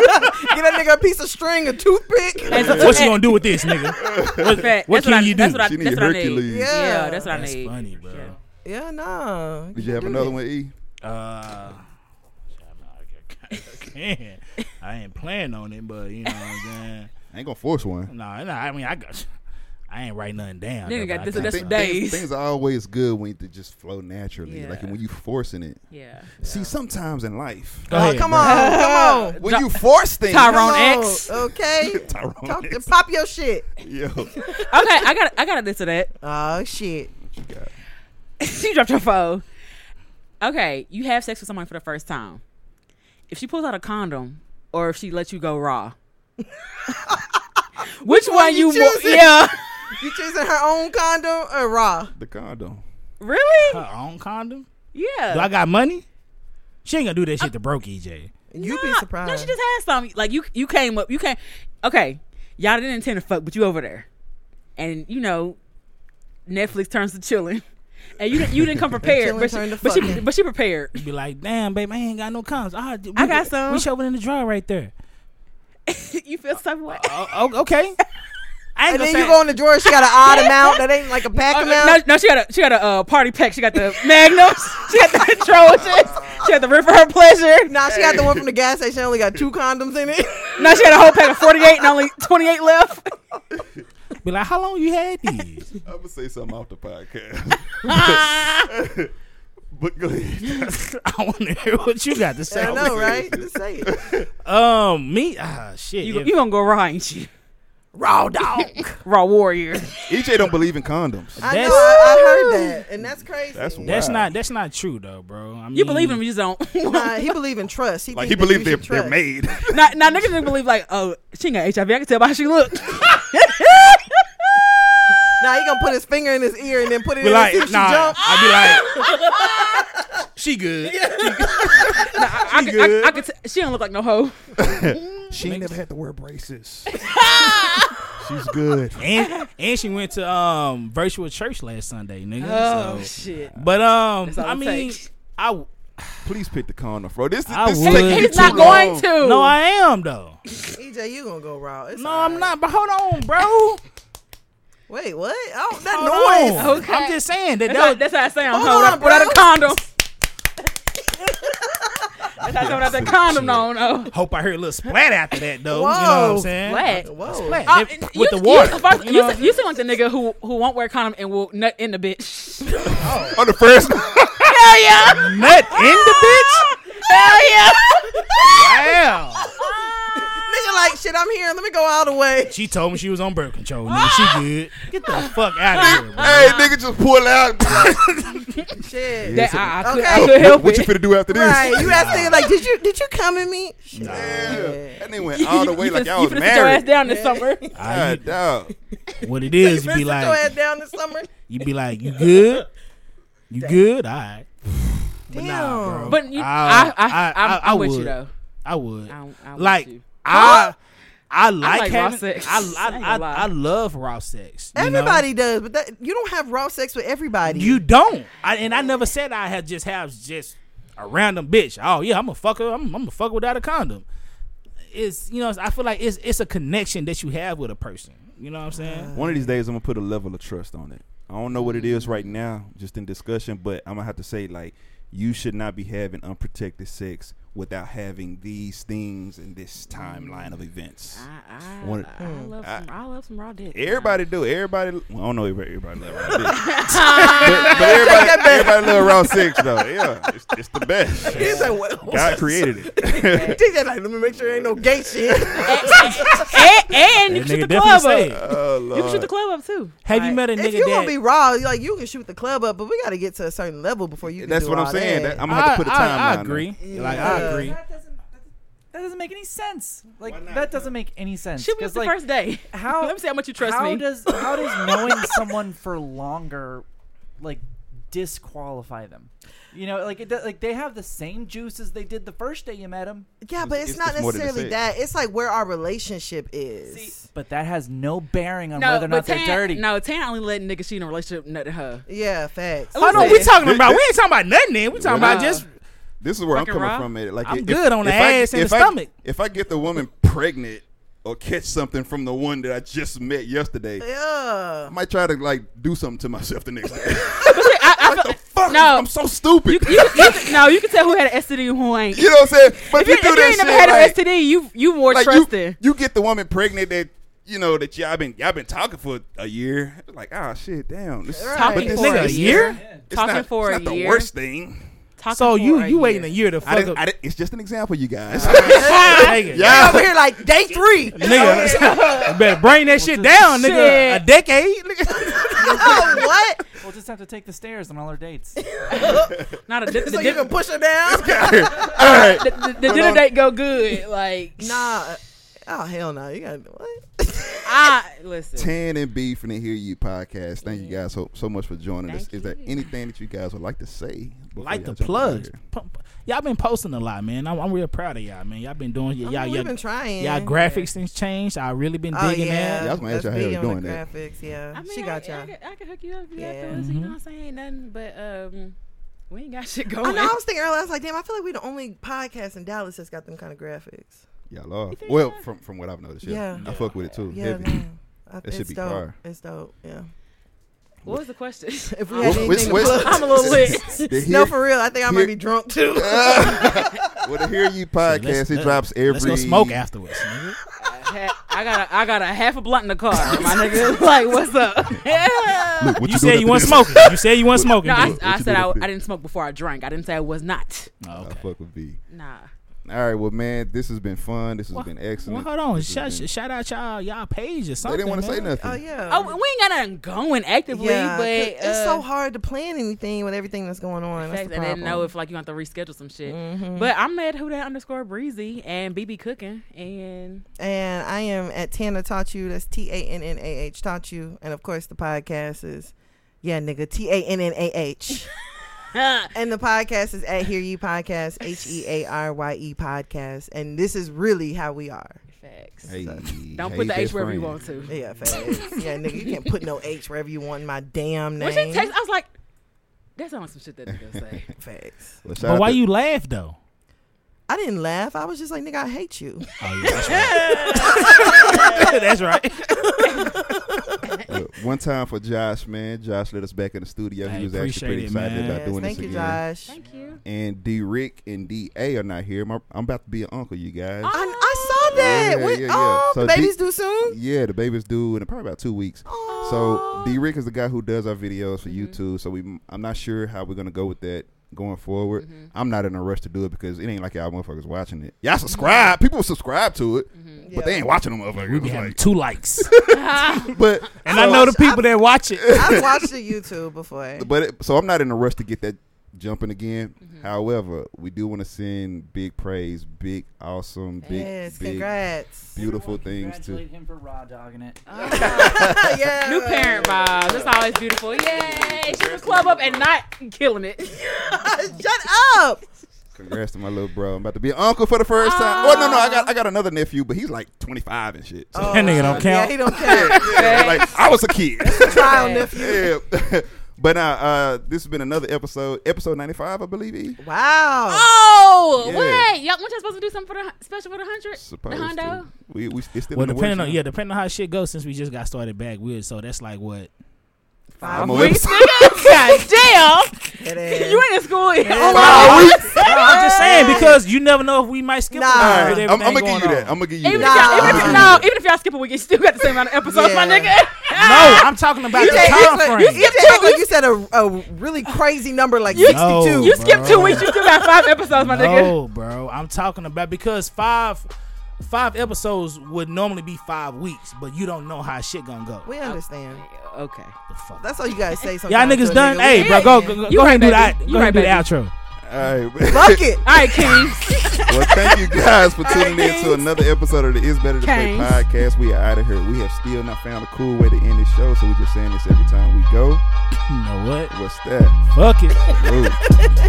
that nigga a piece of string, a toothpick. As a- what you gonna do with [laughs] this nigga? What, fact, what that's what can I- you do? that's what I- she need that's what I need. Hercules. Yeah. Yeah, that's what I That's need. funny, bro. Yeah. yeah, no. Mm-hmm. Did you have another one, E? Uh, [laughs] shit, I mean, I can. I ain't planning on it, but you know what I'm saying. [laughs] I ain't gonna force one. No, no. I mean, I got. I ain't write nothing down. Nigga though, got but I this and got- That's Thi- for things, days. things are always good when they just flow naturally. Like Yeah. when you forcing it. Yeah. See, sometimes in life, Go Oh, ahead, come bro. on, come on. [laughs] when you force things, Tyrone Come on, X. [laughs] Okay. [laughs] Tyrone Talk X. pop your shit. Yo, what you Okay, I got I got this to that. Oh shit. got? [laughs] you dropped your phone. Okay, you have sex with someone for the first time. If she pulls out a condom, or if she lets you go raw, which one you? you more- choosing? yeah, You choosing her own condom or raw? The condom. really? Her own condom. Yeah. Do I got money? She ain't gonna do that shit to broke E EJ. You'd be Nah, surprised. No, she just had some. Like you, you came up. You came. Okay, y'all didn't intend to fuck, but you over there, and you know, Netflix turns to chilling, [laughs] and you didn't, you didn't [laughs] come prepared. Chilling but, she, turned to but she fucking. but she prepared. [laughs] Be like, damn, babe, I ain't got no condoms. Ah, d- we, I got some. We shoving in the drawer right there. you feel some way. Oh, oh, [laughs] okay. I ain't and gonna then say. you go in the drawer. She got an odd amount. That ain't like a pack Oh, no, amount. no, she got a she got a uh, party pack. She got the [laughs] Magnums. She got the Trojans. She had the Rip for her [laughs] pleasure. Nah, she got the one from the gas station. Only got two condoms in [laughs] it. Now she had a whole pack of forty eight and only twenty [laughs] eight left. Be like, how long you had these? I'm gonna say something off the [laughs] podcast. but go ahead. [laughs] I want to hear what you got to say. I know, [laughs] right? Just say it. Um, me, ah, shit. You, if- you gonna go raw, ain't you? [laughs] Raw dog. Raw warrior. EJ E don't believe in condoms. I know. I, That's- I heard that, and that's crazy. That's wild. that's not that's not true though, bro. I mean, You believe him, you just don't. [laughs] Nah, he believe in trust. He Like he think that believes you they're should they're trust. made. [laughs] now, now niggas didn't believe like, oh, she ain't got HIV. I can tell by how she look. Nah, he gonna put his finger in his ear and then put it Be in like, his ear. She nah. jump. I'd be like, she good. I, I, could- I, I could. T- she don't look like no hoe. she ain't never had to wear braces. She's good. And and she went to um virtual church last Sunday, nigga. so. Oh, shit. But um, That's all I it mean, takes. I Please pick the condom, bro. This, I this would. taking you He's too not long. going to. no, I am though. EJ, E you gonna go raw? It's No, all I'm right. not. But hold on, bro. Wait, what? Oh, that Hold noise. on. Okay. I'm just saying that. That's how, that that's how I sound. Hold hoe, on, without, without bro. a [laughs] condom. that's how I sound without that condom on. Oh. hope I hear a little splat after that though. You know what I'm Whoa. saying? What? Whoa. Splat Uh, if- and with you- the water. You, fuck- you you know se- you seem like the nigga who who won't wear condom and will nut in the bitch. [laughs] On the first, [laughs] Hell yeah! nut in the bitch. Hell Oh, yeah! [laughs] Wow. Nigga, like shit. I'm here. Let me go all the [laughs] way. She told me she was on birth control. Nigga, she good. Get the fuck out [laughs] of here, bro. hey, nigga, just pull out. [laughs] Shit. [laughs] That, I, I, could, Okay. I could help what you it. finna do after this? Right. You asked nigga like, did you did you come at me? Shit. Yeah. That nigga went all the way you like finna- y'all was you finna sit your ass married. down this [laughs] summer. Ah, God, dog. you- what it is, you Sit be your like, ass down this summer. you be like, you good? You good? All right. [laughs] But nah, bro. But you, I, I, I- I- I, I, am I- I with you would. though. I would. I- I would like, too. I, I like, like raw having, sex. I, I, I ain't I, gonna lie. I love raw sex. you know? Everybody does, but that you don't have raw sex with everybody. You don't. I, and I never said I had just have just a random bitch. Oh yeah, I'm a fucker. I'm, I'm a fucker without a condom. It's you know I feel like it's it's a connection that you have with a person. You know what I'm saying? One of these days, I'm gonna put a level of trust on it. I don't know what it is right now, just in discussion, but I'm gonna have to say like, you should not be having unprotected sex without having these things in this timeline of events. I, I, Wanted- I, love Mm. some, I love some raw dick. Everybody do. Everybody. Well, I don't know. if Everybody love raw [laughs] dick. [laughs] but, but everybody, everybody love raw six though. Yeah, it's, it's the best. [laughs] [laughs] He's like, well, God [laughs] created it. [laughs] DJ like, let me make sure ain't no gay shit. and, and you That can shoot nigga the club definitely up. said. oh You can shoot the lord. club up too. Have you Like, met a if nigga you that? gonna be raw, like you can shoot the club up, but we gotta get to a certain level before you. Can That's do what I'm all saying. That. That, I'm gonna have to put a I- timeline. I, I on agree. it. Like I Yeah. agree. That doesn't. That doesn't make any sense. Like that doesn't make any sense. Shoot me 'Cause, the like, first [laughs] day. how Let me see how much you trust how me. does how [laughs] does knowing someone for longer like disqualify them? You know, like it do- like they have the same juices they did the first day you met them, Yeah, but it's, It's- not it's more than necessarily the sex. that. It's like where our relationship is. but that has no bearing on no, whether or not but they're Tan, dirty. No, Tan only let niggas she in a relationship nut at her. yeah, facts. Who I know said we it? talking about. We ain't talking about nothing. Then we talking about Wow. just This is where I'm Fucking coming raw. from. It like I'm if- good on the if I- ass and if the I- stomach. If I get the woman pregnant or catch something from the one that I just met yesterday, Eh. I [laughs] Yeah. might try to like do something to myself the next day. I, [laughs] I feel- the fuck? No. I'm so stupid. You, [laughs] you, you can- no, you can tell who had an STD and who ain't. know what I'm saying? But if you, if you, if do you that ain't shit, never had like, an STD, you you more like you, trusting. you get the woman pregnant that you know that y'all been y'all been talking for a year. Like ah shit, damn. This, Talking this- for a it's year? It's Talking not, for it's a not year? the worst thing. Talking So for you you year. waiting a year to I fuck didn't, up? I didn't- it's just an example, you guys. [laughs] Nigga, I'm over [laughs] yeah. here like [laughs] day three. nigga, you better bring that shit down, nigga. Shit. A decade, nigga. oh, what? We'll just have to take the stairs on all our dates. Not a, the, the, So you dinner- can push her down? All right. the, the, the dinner date go good. Like Nah. Oh hell no! You gotta what? I listen. Tan and B from the Hear You podcast. Thank you guys so, so much for joining us. Thank Is there you. anything that you guys would like to say? before Like the y'all jump out of plugs. here? P- p- Y'all been posting a lot, man. I'm, I'm real proud of y'all, man. Y'all been doing y'all I mean, y'all, we've y'all, been trying. graphics things changed. I really been oh digging yeah. that. Yeah, I was gonna ask That's y'all how big y'all on the doing that. Graphics, yeah. I mean, she got I, y'all. I, could, I could hook you up. If you Yeah. yeah. You know what I'm saying? Ain't nothing but um, we ain't got shit going. Oh, I know. I was thinking earlier. I was like, damn. I feel like we the only podcast in Dallas that's got them kind of graphics. Y'all are. think Well, so? from from what I've noticed, Yeah. yeah. I fuck with it too. Yeah, Heavy. [laughs] no. I, That should it's be dope. fire. It's dope. Yeah. What was the question? If we I'm had Wh- anything which- to which- plug- I'm a little lit. [laughs] The No, Hear- for real. I think I here- might be drunk too. well, the [laughs] Hear You podcast let's- it let- drops every. Let's go smoke afterwards. Nigga. Ha- [laughs] I got a, I got a half a blunt in the car, [laughs] my nigga. Like, what's up? Look, what doing You said you after want this? smoking. You said you want smoking. No, I, What I you said do I, with it? I didn't smoke before I drank. I didn't say I was not. [laughs] Oh, I okay. fuck with B. Nah. All right, well, man, this has been fun. This has Well- been Well, excellent. hold on. This has Shout, been- shout out y'all y'all page or They something. didn't want to say [laughs] man. nothing. oh yeah. Oh, we ain't got nothing going actively, yeah, 'cause but it's uh, so hard to plan anything with everything that's going on. That's Facts, the and then know problem. Mm-hmm. if like you have to reschedule some shit. But I'm at who that underscore breezy and BB cooking and [laughs] And I am at Tana Taught You. That's T A N N A H Taught You. And of course, the podcast is, yeah, nigga, T A N N A [laughs] H. And the podcast is at Hear You Podcast, H E A R Y E Podcast. And this is really how we are. facts. Hey, Don't hey, put the best H wherever you friend. want to. Yeah, facts. [laughs] yeah, nigga, you can't put no H wherever you want in my damn name. When she text, I was like, "That's not some shit that nigga say." [laughs] Facts. Well, shout But out why to- you [laughs] laugh though? [laughs] I didn't laugh. I was just like, nigga, I hate you. Oh, yeah, that's right. that's right. Uh, one time for Josh, man. Josh let us back in the studio. Hey, he was actually appreciate pretty it, excited man. about Yes, doing thank this you, again. Josh. Thank you. And D Rick and D A are not here. My, I'm about to be an uncle, you guys. I, I saw that. Yeah, When- yeah, yeah. Oh, So the baby's D- due soon. Yeah, the baby's due in probably about two weeks. So D Rick is the guy who does our videos for Mm-hmm. YouTube. So we, I'm not sure how we're gonna go with that going forward. Mm-hmm. I'm not in a rush to do it because it ain't like y'all motherfuckers watching it. Y'all subscribe. Mm-hmm. People subscribe to it, but they ain't watching them motherfuckers. It We was having like- [laughs] two likes, but [laughs] and I know the people that [laughs] watch it. I've watched the YouTube before. but it, so I'm not in a rush to get that jumping again. Mm-hmm. However, we do want to send big praise, big awesome, big, Yes, big [laughs] congrats. beautiful things to. Congratulate him for raw dogging it. yeah. New parent vibes. That's always beautiful. Yay! She was club up and not killing it. Shut up. Congrats to my little bro. I'm about to be an uncle for the first time. Oh no, no, I got I got another nephew, but he's like 25 and shit. Oh, So, that nigga don't Yeah, count. he don't care. [laughs] yeah, like I was a kid. Trial nephew. [laughs] yeah. [laughs] but uh, uh, this has been another episode, episode 95, I believe. E. Wow. Oh Yeah. wait, y'all, weren't y'all supposed to do something for the special for the hundred? The Supposed [laughs] hundo. to. We we it's still Well, in the depending on workshop. yeah, depending on how shit goes, since we just got started back, weird. So that's like what Five I'm a [laughs] weeks. whip- God damn! It is. You ain't in school yet. Five weeks. No, I'm just saying because you never know if we might skip. Nah. a All line right, with I'm, I'm gonna everything give you going that. on. I'm gonna give you Even if, that. y'all, Nah. even, if, no, even if y'all skip a week, you still got the same amount of episodes, my Yeah. nigga. no, I'm talking about the time frame. You just like you said a, a really crazy number like 62. [laughs] You skip two weeks, you still got five episodes, my nigga. No, bro. I'm talking about because five five episodes would normally be five weeks, but you don't know how shit gonna go. we understand. Okay. the fuck? That's all you gotta say. Y'all sometimes to niggas a done? nigga. Hey, We- bro, go go, go, You go right, ahead and do baby. that. You Go ahead and do the right, outro. All right. [laughs] Fuck it. All right, Keys. well, thank you guys for tuning in to another episode of the Is Better to Play Kings. podcast. We are out of here. We have still not found a cool way to end this show, so we're just saying this every time we go. You know what? What's that? Fuck it. Ooh.